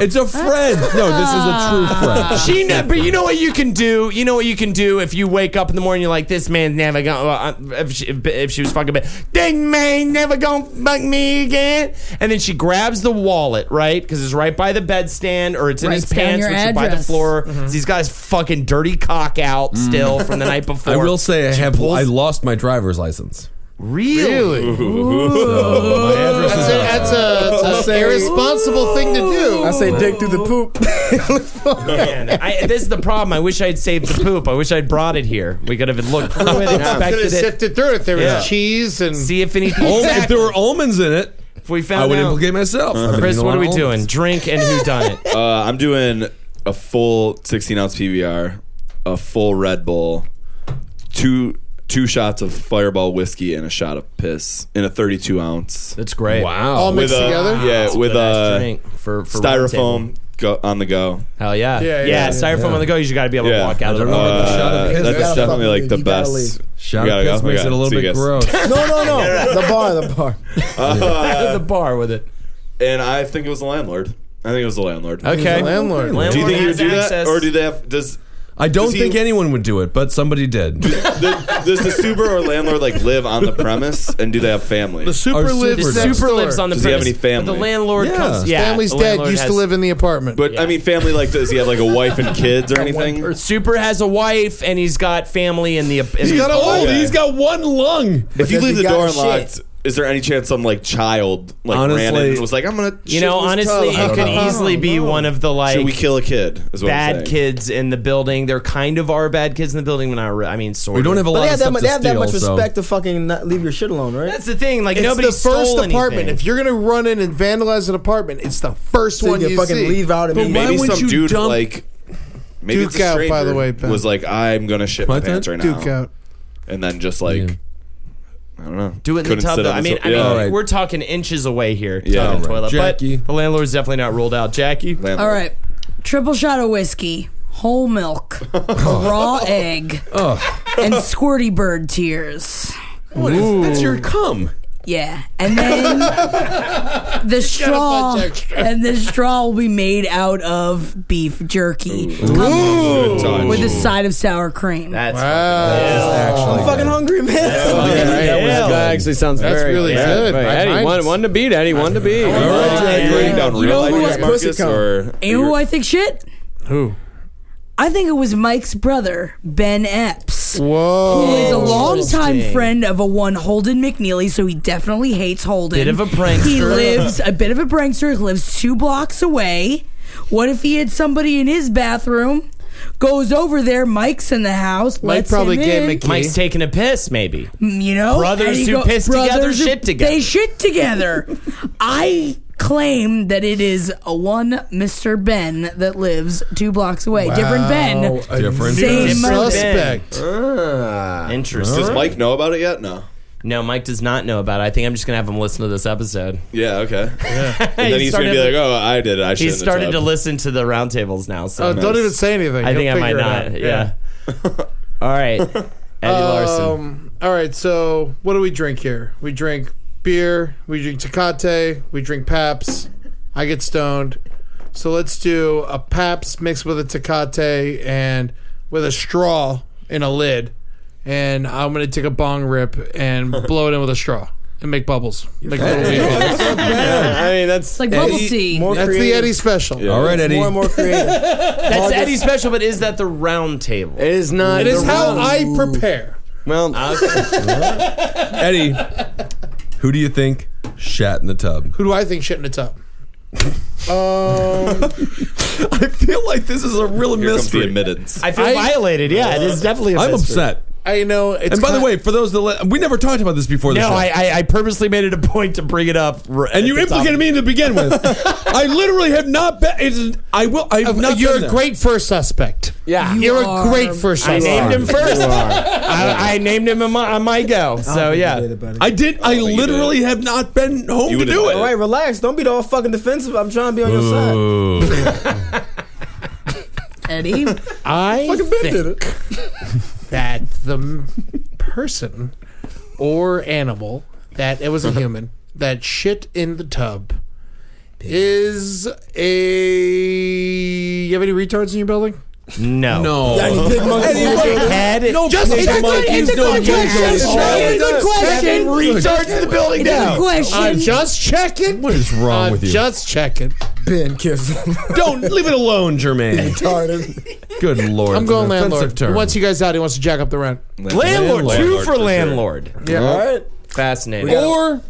G: It's a friend. No, this is a true friend.
H: Ah. [laughs] She never. But you know what you can do. You know what you can do if you wake up in the morning. You're like, this man's never gonna. Well, I- if, she, if, if she was fucking, bad, this man never gonna fuck me again. And then she grabs the wallet, right? Because it's right by the bedstand, or it's in
J: Writes
H: his
J: down
H: pants,
J: your
H: which is by the
J: address.
H: floor. He's got his fucking dirty cock out still from the night before.
G: Mm-hmm. [laughs] I will say I
H: She
G: have
H: pulls-
G: I lost my driver's license.
H: Really?
G: So my address
C: That's
G: is
C: a,
G: out.
C: that's a,
M: I
C: that's a
M: say-
C: irresponsible thing to do.
M: I say dick through the poop.
H: Man, I, this is the problem. I wish I had saved the poop. I wish I'd brought it here. We could have looked through [laughs] it,
C: Could have
H: inspected it.
C: sifted through it. There
H: Yeah.
C: was cheese and
H: see if anything.
G: Al- If there were almonds in it,
H: if we found
G: I would
H: out-
G: implicate myself. I've been
H: Chris,
G: eating a
H: what
G: lot
H: are we
G: of
H: doing? Drink [laughs] and who done it?
F: Uh, I'm doing a full 16 ounce PBR, a full Red Bull, two two shots of Fireball whiskey, and a shot of piss in a 32 ounce.
H: That's great.
G: Wow.
C: All mixed
F: a,
C: together?
F: Yeah,
H: That's a
F: with
H: good-ass
F: a
H: drink for- for round
F: styrofoam go, on the go.
H: Hell yeah. Yeah, yeah, yeah. styrofoam on the go. You just got to be able to
F: Yeah.
H: walk out of the room.
F: Uh,
G: piss.
F: that's
G: Gotta
F: definitely
G: fucking
F: like the
G: leave. You gotta
F: best.
G: leave. Shot of
F: You gotta
G: piss
F: go.
G: makes
F: We
G: it a
F: gotta-
G: little
F: see you
G: bit
F: guys. [laughs]
G: gross.
M: No, no, no. The bar, the bar.
F: Uh,
H: the bar with it.
F: And I think it was the landlord. I think it was the landlord.
H: Okay.
C: The landlord.
F: do you
H: Landlord
F: think you
H: has
F: would do
H: access.
F: that, or do they have? Does
G: I don't
F: does he-
G: think anyone would do it, but somebody did.
F: [laughs] the, does the super or landlord like live on the premise, and do they have family?
C: The super
F: Or
C: lives
H: The
C: next
H: super
C: door.
H: lives on the
F: Does he have any
H: premise, but
F: family?
H: The landlord
F: Yeah.
H: comes.
F: His
H: Yeah,
C: family's
H: the
C: dead.
H: landlord
C: Used to
H: has-
C: live in the apartment.
F: But I mean, family like does he have like a wife and kids or anything?
H: Super has a wife and he's got family in the. In the
F: old.
G: He's got one lung.
F: If you
H: Because
F: leave the
H: he got
F: door
H: shit.
F: unlocked, is there any chance some like child like ran in
G: Honestly-
F: and was like, "I'm gonna"?
H: You know,
F: shit in this
H: honestly,
F: tub?
H: it could easily be one of the like.
F: Should we kill a kid? Is what I'm
H: Bad
F: saying.
H: kids in the building. They're kind of our bad kids in the building. When I, re- I mean, sort
G: We don't
H: of.
G: have a
M: But
G: lot
M: they
G: of
M: have that,
G: stuff
M: mu-
G: to
M: they have that much
G: steal, so-
M: respect to fucking not leave your shit alone, right?
H: That's the thing. Like
C: it's
H: nobody
C: the first
H: stole
C: apartment.
H: anything.
C: If you're gonna run in and vandalize an apartment, it's the first
M: So you
C: one
M: can
C: you
M: fucking
C: see.
M: leave out and But
F: Dude, maybe some dude like maybe
C: Duke
F: it's a
C: out, by
F: stranger
C: the way, Ben.
F: was like, "I'm gonna shit my
C: What's that?
F: pants right now."
C: Duke out.
F: and then just like I don't know,
H: Do it in
F: Couldn't
H: the tub.
F: sit
H: Though.
F: on
H: I
F: the
H: mean,
F: so-
H: I mean,
F: yeah.
H: we're talking inches away here. Tub
F: Yeah.
H: and
F: All right.
H: toilet.
F: Jackie.
H: But the landlord's definitely not ruled out. Jackie.
J: All right. Triple shot of whiskey, whole
F: [laughs]
J: milk, raw egg,
H: Oh.
J: and squirty bird tears.
G: What is, that's your cum.
J: Yeah. And
G: [laughs]
J: then the straw and the straw will be made out of beef jerky.
F: Ooh.
J: Come
F: Good touch.
J: With a side of sour cream.
H: That's
M: I'm fucking hungry, man.
A: that, was- that actually sounds
C: That's
A: very
C: really good.
A: Right.
C: My
A: Eddie,
C: mind's-
A: one, one to beat. Eddie, one to beat.
F: All right,
A: Yeah.
F: you're writing down
A: You
F: real
A: know who
F: ideas,
A: was
F: Marcus,
A: pussy cum?
F: or
J: And who I think shit?
F: who?
J: I think it was Mike's brother, Ben Epps.
C: Whoa.
J: Who is a
H: Interesting.
J: longtime friend of a one Holden McNeely, so he definitely hates Holden.
H: Bit of a prankster.
J: He lives a bit of a prankster. He lives two blocks away. What if he had somebody in his bathroom goes over there. Mike's in the house. lets him in.
H: Mike's taking a piss, maybe.
J: Mm, you know
H: Brothers
J: and you
H: who piss together,
J: brothers who-
H: shit together.
J: they shit together i claim that it is a one mr ben that lives two blocks away different ben
F: Different
J: same
F: suspect.
H: Interesting.
F: Ah. Does Mike know about it yet? No.
H: No, Mike does not know about it. I think I'm just gonna have him listen to this episode.
F: Yeah. Okay. And then
H: [laughs] He
F: he's gonna be like,
H: started-
F: "Oh, I did it. I should."
H: He's started to listen to the roundtables now. So
F: Oh, don't even
I: say anything.
H: I
I: He'll
H: think I might
I: figure it
H: not.
I: out.
H: Yeah. All right, Eddie Larson.
I: [laughs] Um, all right, so what do we drink here? We drink beer, we drink Tecate, we drink Paps. I get stoned. So let's do a Paps mixed with a Tecate and with a straw in a lid. And I'm going to take a bong rip [laughs] and blow it in with a straw and make bubbles. Make little wee bubbles.
S: I mean, that's
J: like
I: bubble tea. That's the Eddie special. Yeah. All right, Eddie. More and more [laughs] creative.
H: That's
I: August-
H: Eddie special, but is that the round table? It
A: is
I: not It is the how round- I prepare.
A: Well,
H: Uh,
G: Eddie, who do you think shat in the tub?
I: Who do I think shit in a tub? um,
G: [laughs] I feel like this is a real
F: Here comes
G: mystery.
F: the admittance.
H: I feel violated. Yeah, it is definitely. a
G: I'm
H: mystery.
G: upset.
I: I know.
G: and by the way, for those that let, we never talked about this before. The
H: No,
G: show.
H: I, I, I purposely made it a point to bring it up. r- at
G: and you
H: the top.
G: implicated me to
H: [laughs]
G: begin with. I literally have not been. It's, I will. I've not.
I: you're
G: been
I: a
G: there.
I: great first suspect.
H: Yeah,
I: You You're a are- great first
H: I
I: suspect.
H: named him
I: You are.
H: first.
I: You are.
H: I, I named him on my, on my go. So yeah,
G: I Oh, did. I literally have not been home to do it.
K: All right, relax. Don't be all fucking defensive. I'm trying to be on your side.
J: Eddie.
I: I
K: Fucking Ben
I: think
K: did
I: that the m- person or animal that it
H: [laughs]
I: was a human that shit in the tub is a. You have any retards in your building?
H: no,
I: Oh.
G: no.
I: [laughs]
H: Head.
I: Just it's a good, it's a good question. It's a good question.
H: Retards in the building
I: It's a
H: now.
I: good question. I'm just checking. What
G: is wrong
I: I'm
G: with you?
I: Just checking.
K: Ben kiss.
G: Don't leave it
I: [laughs]
G: alone, Jermaine. Good lord.
I: I'm going
G: It's an offensive
I: landlord.
G: term.
I: Once you guys out, he wants to jack up the rent.
H: Landlord, two for landlord.
I: Yeah. All right.
H: Fascinating.
I: Or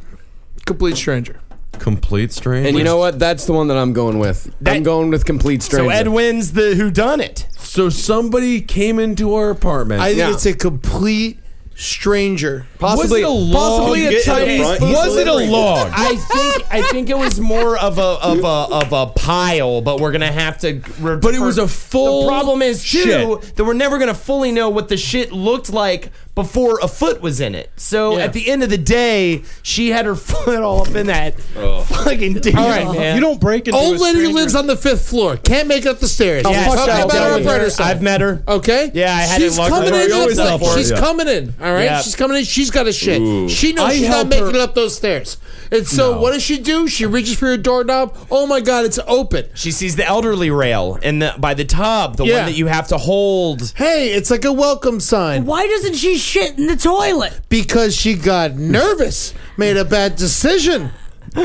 I: complete stranger.
G: Complete stranger.
A: And you know what? That's the one that I'm going with. I'm going with complete stranger.
H: wins the who done it.
G: So somebody came into our apartment.
I: I think it's a complete stranger.
G: Possibly- Was it a log? possibly a Get in the Chinese front, food was it a delivery. log?
H: I think [laughs] I think it was more of a of a of a pile, but we're gonna have to. Re- but
G: it was a full
H: The problem is too
G: shit.
H: that we're never gonna fully know what the shit looked like before a foot was in it. So at the end of the day, she had her [laughs] foot all up in that fucking deal.
I: All right, man.
H: You don't
N: break
H: into
I: Old
H: a
I: lady
H: stranger.
I: lives on the fifth floor. Can't make it up the stairs.
H: Yeah,
I: Talking
H: I've
I: about
H: dealt
I: our
H: with
I: operator
H: her.
I: side.
H: I've met her.
I: Okay.
H: Yeah, I had
I: She's
H: it locked
I: coming
H: up.
I: in.
H: We always
I: She's,
H: help her.
I: she's
H: Yeah.
I: coming in. All right.
H: Yeah.
I: She's coming in. She's got a shit.
H: Ooh.
I: She knows
H: I
I: she's not
H: help
I: making
H: her.
I: it up those stairs. And so what does she do? She reaches for your doorknob. Oh my god, it's open.
H: She sees the elderly rail and the, by the tub, the
I: Yeah.
H: one that you have to hold.
I: Hey, it's like a welcome sign.
J: Why doesn't she shit in the toilet?
I: Because she got nervous, made a bad decision.
G: I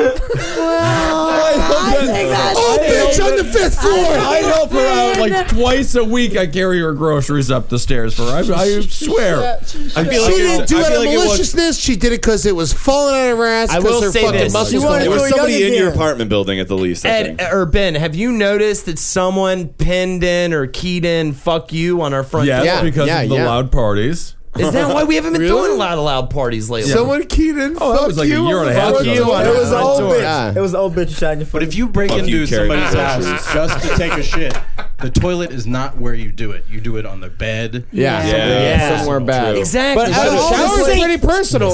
I: oh, bitch,
G: help
I: on the fifth floor.
G: I help her out like twice a week. I carry her groceries up the stairs for her. I, I swear. I
I: she didn't do it out of maliciousness. she did it because it was falling out of her ass.
H: I
I: 'cause
H: will
I: her
H: say
I: fucking
H: this.
I: muscles.
H: You wanna
I: going
H: go
I: up.
H: young Somebody in again. your
F: apartment building at the least. I
H: Ed
F: think.
H: or Ben, have you noticed that someone pinned in or keyed in "fuck you" on our front
G: Yes,
H: door?
G: because of the loud parties.
H: Is that why we haven't
G: [laughs]
H: been doing loud loud parties lately?
I: Someone keyed in.
G: Oh, that was like a year and a half
H: Fuck
G: ago.
H: you on
K: It
H: our
K: was an
H: front
K: old
H: door.
K: bitch. It was an old bitch shot in your foot.
N: But if you break
F: Fuck
N: into
F: you, Carrie.
N: somebody's house
F: Absolutely.
N: just to take a shit, the toilet is not where you do it. You do it on the bed.
A: Yeah. Yeah. Yeah. Somewhere bad.
N: True.
H: Exactly.
A: But out of all
I: That was
A: Sink.
I: pretty personal.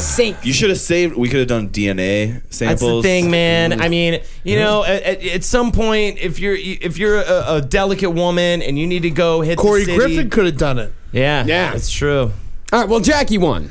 F: You should have saved. We could have done DNA
H: That's
F: samples.
H: the thing,
G: Mm-hmm.
H: man. I mean, you know, at, at, at some point, if you're if you're a, a delicate woman and you need to go hit
I: Corey
H: the city,
I: Griffin could have done it.
H: yeah, yeah, it's true.
A: All right, well, Jackie won.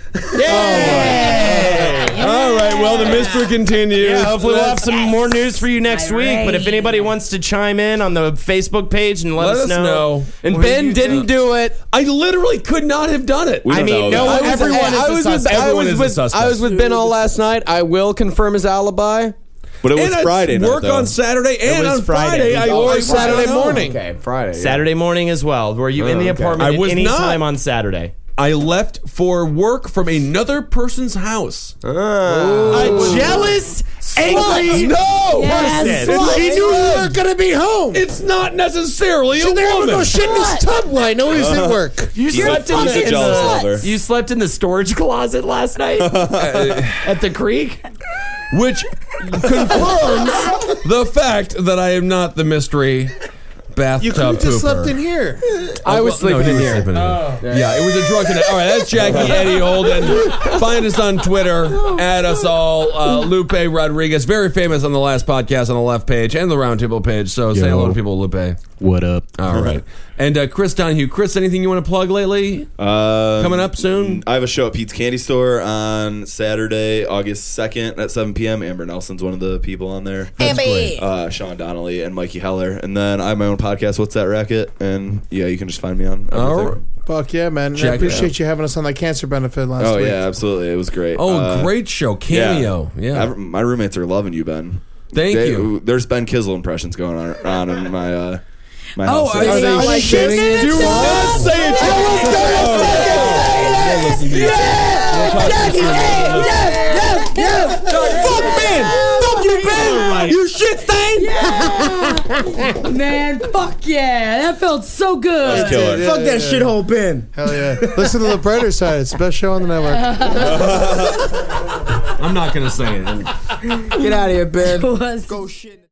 J: Oh,
G: All right, well, the mystery continues.
H: Yeah, hopefully we'll have
G: Let's-
H: some more news for you next week. But if anybody wants to chime in on the Facebook page and let,
G: Let us know.
H: And Ben didn't do it.
G: I literally could not have done it.
H: I mean, no,
A: I was-
H: everyone is
A: I was
H: a
A: with-
H: suspect.
A: I
H: Everyone
A: was
H: is a
A: with-
H: suspect.
A: I was with Ben all last night. I will confirm his alibi.
F: But it
G: was And it's Friday night, work though. on Saturday
H: It and was on Friday. Friday, I
A: or
H: always
A: Saturday
H: went home.
A: morning.
H: Oh, Okay,
A: Friday.
H: Saturday morning as well. Were you in the
G: Oh, Okay.
H: apartment
G: I was
H: at any
G: not.
H: time on Saturday?
G: I left for work from another person's house.
H: A jealous
I: angry
G: No!
I: person. She knew you weren't gonna be home.
G: It's not necessarily
I: She's
G: a
I: there
G: woman.
I: to go shit in his tub. Why? I know he's
G: [laughs]
I: at work.
H: You
I: You're
H: slept
I: a
H: in the,
I: fucking
H: in the-
I: slut.
H: you slept in the storage closet last night [laughs] at the creek.
G: Which
L: [laughs]
I: Oh,
G: confirms the fact that I am not the mystery bathtub
I: You could have
G: pooper.
I: just slept in here.
H: Oh,
G: I was
I: well,
G: sleeping in here. Oh. Yeah, it was a drunken. All right,
I: [laughs]
G: that's Jackie Eddie Olden. Find us on Twitter. Add us all. Uh, Lupe Rodriguez, very famous on the last podcast on the left page and the roundtable page. So say
L: Yo.
G: hello to people, Lupe.
L: What up?
G: All right. And uh, Chris Donahue. Chris, anything you want to plug lately?
F: Uh,
G: Coming up soon?
F: I have a show at Pete's Candy Store on Saturday, August 2nd at 7 p.m. Amber Nelson's one of the people on there.
J: That's Amber. great.
F: Uh, Sean Donnelly and Mikey Heller. And then I have my own podcast, What's That Racket? And yeah, you can just find me on everything.
I: Fuck yeah, man. And
F: Check
I: I
F: it
I: appreciate
F: out.
I: you having us on that cancer benefit last
F: Oh,
I: week.
F: yeah, absolutely. It was great.
I: Oh, great show. Cameo. Yeah.
F: I've- my roommates are loving you, Ben.
G: Thank
F: you. There's Ben Kissel impressions going on, on in my, uh, my
G: Oh,
F: house.
G: are Are they they like shitting shitting it? it?
F: You
G: Stop.
F: will say it. You will
I: Yes, yes. Fuck Ben. Fuck you, Ben. You shit stain.
J: Man, fuck yeah. That felt so good.
I: That's killer. Yeah, yeah, yeah.
K: shithole bin.
I: Hell yeah. Listen to the brighter side. It's the best show on
J: [laughs]
I: the network.
G: I'm not going to say it.
K: Get out of here, Ben.
J: Go shit.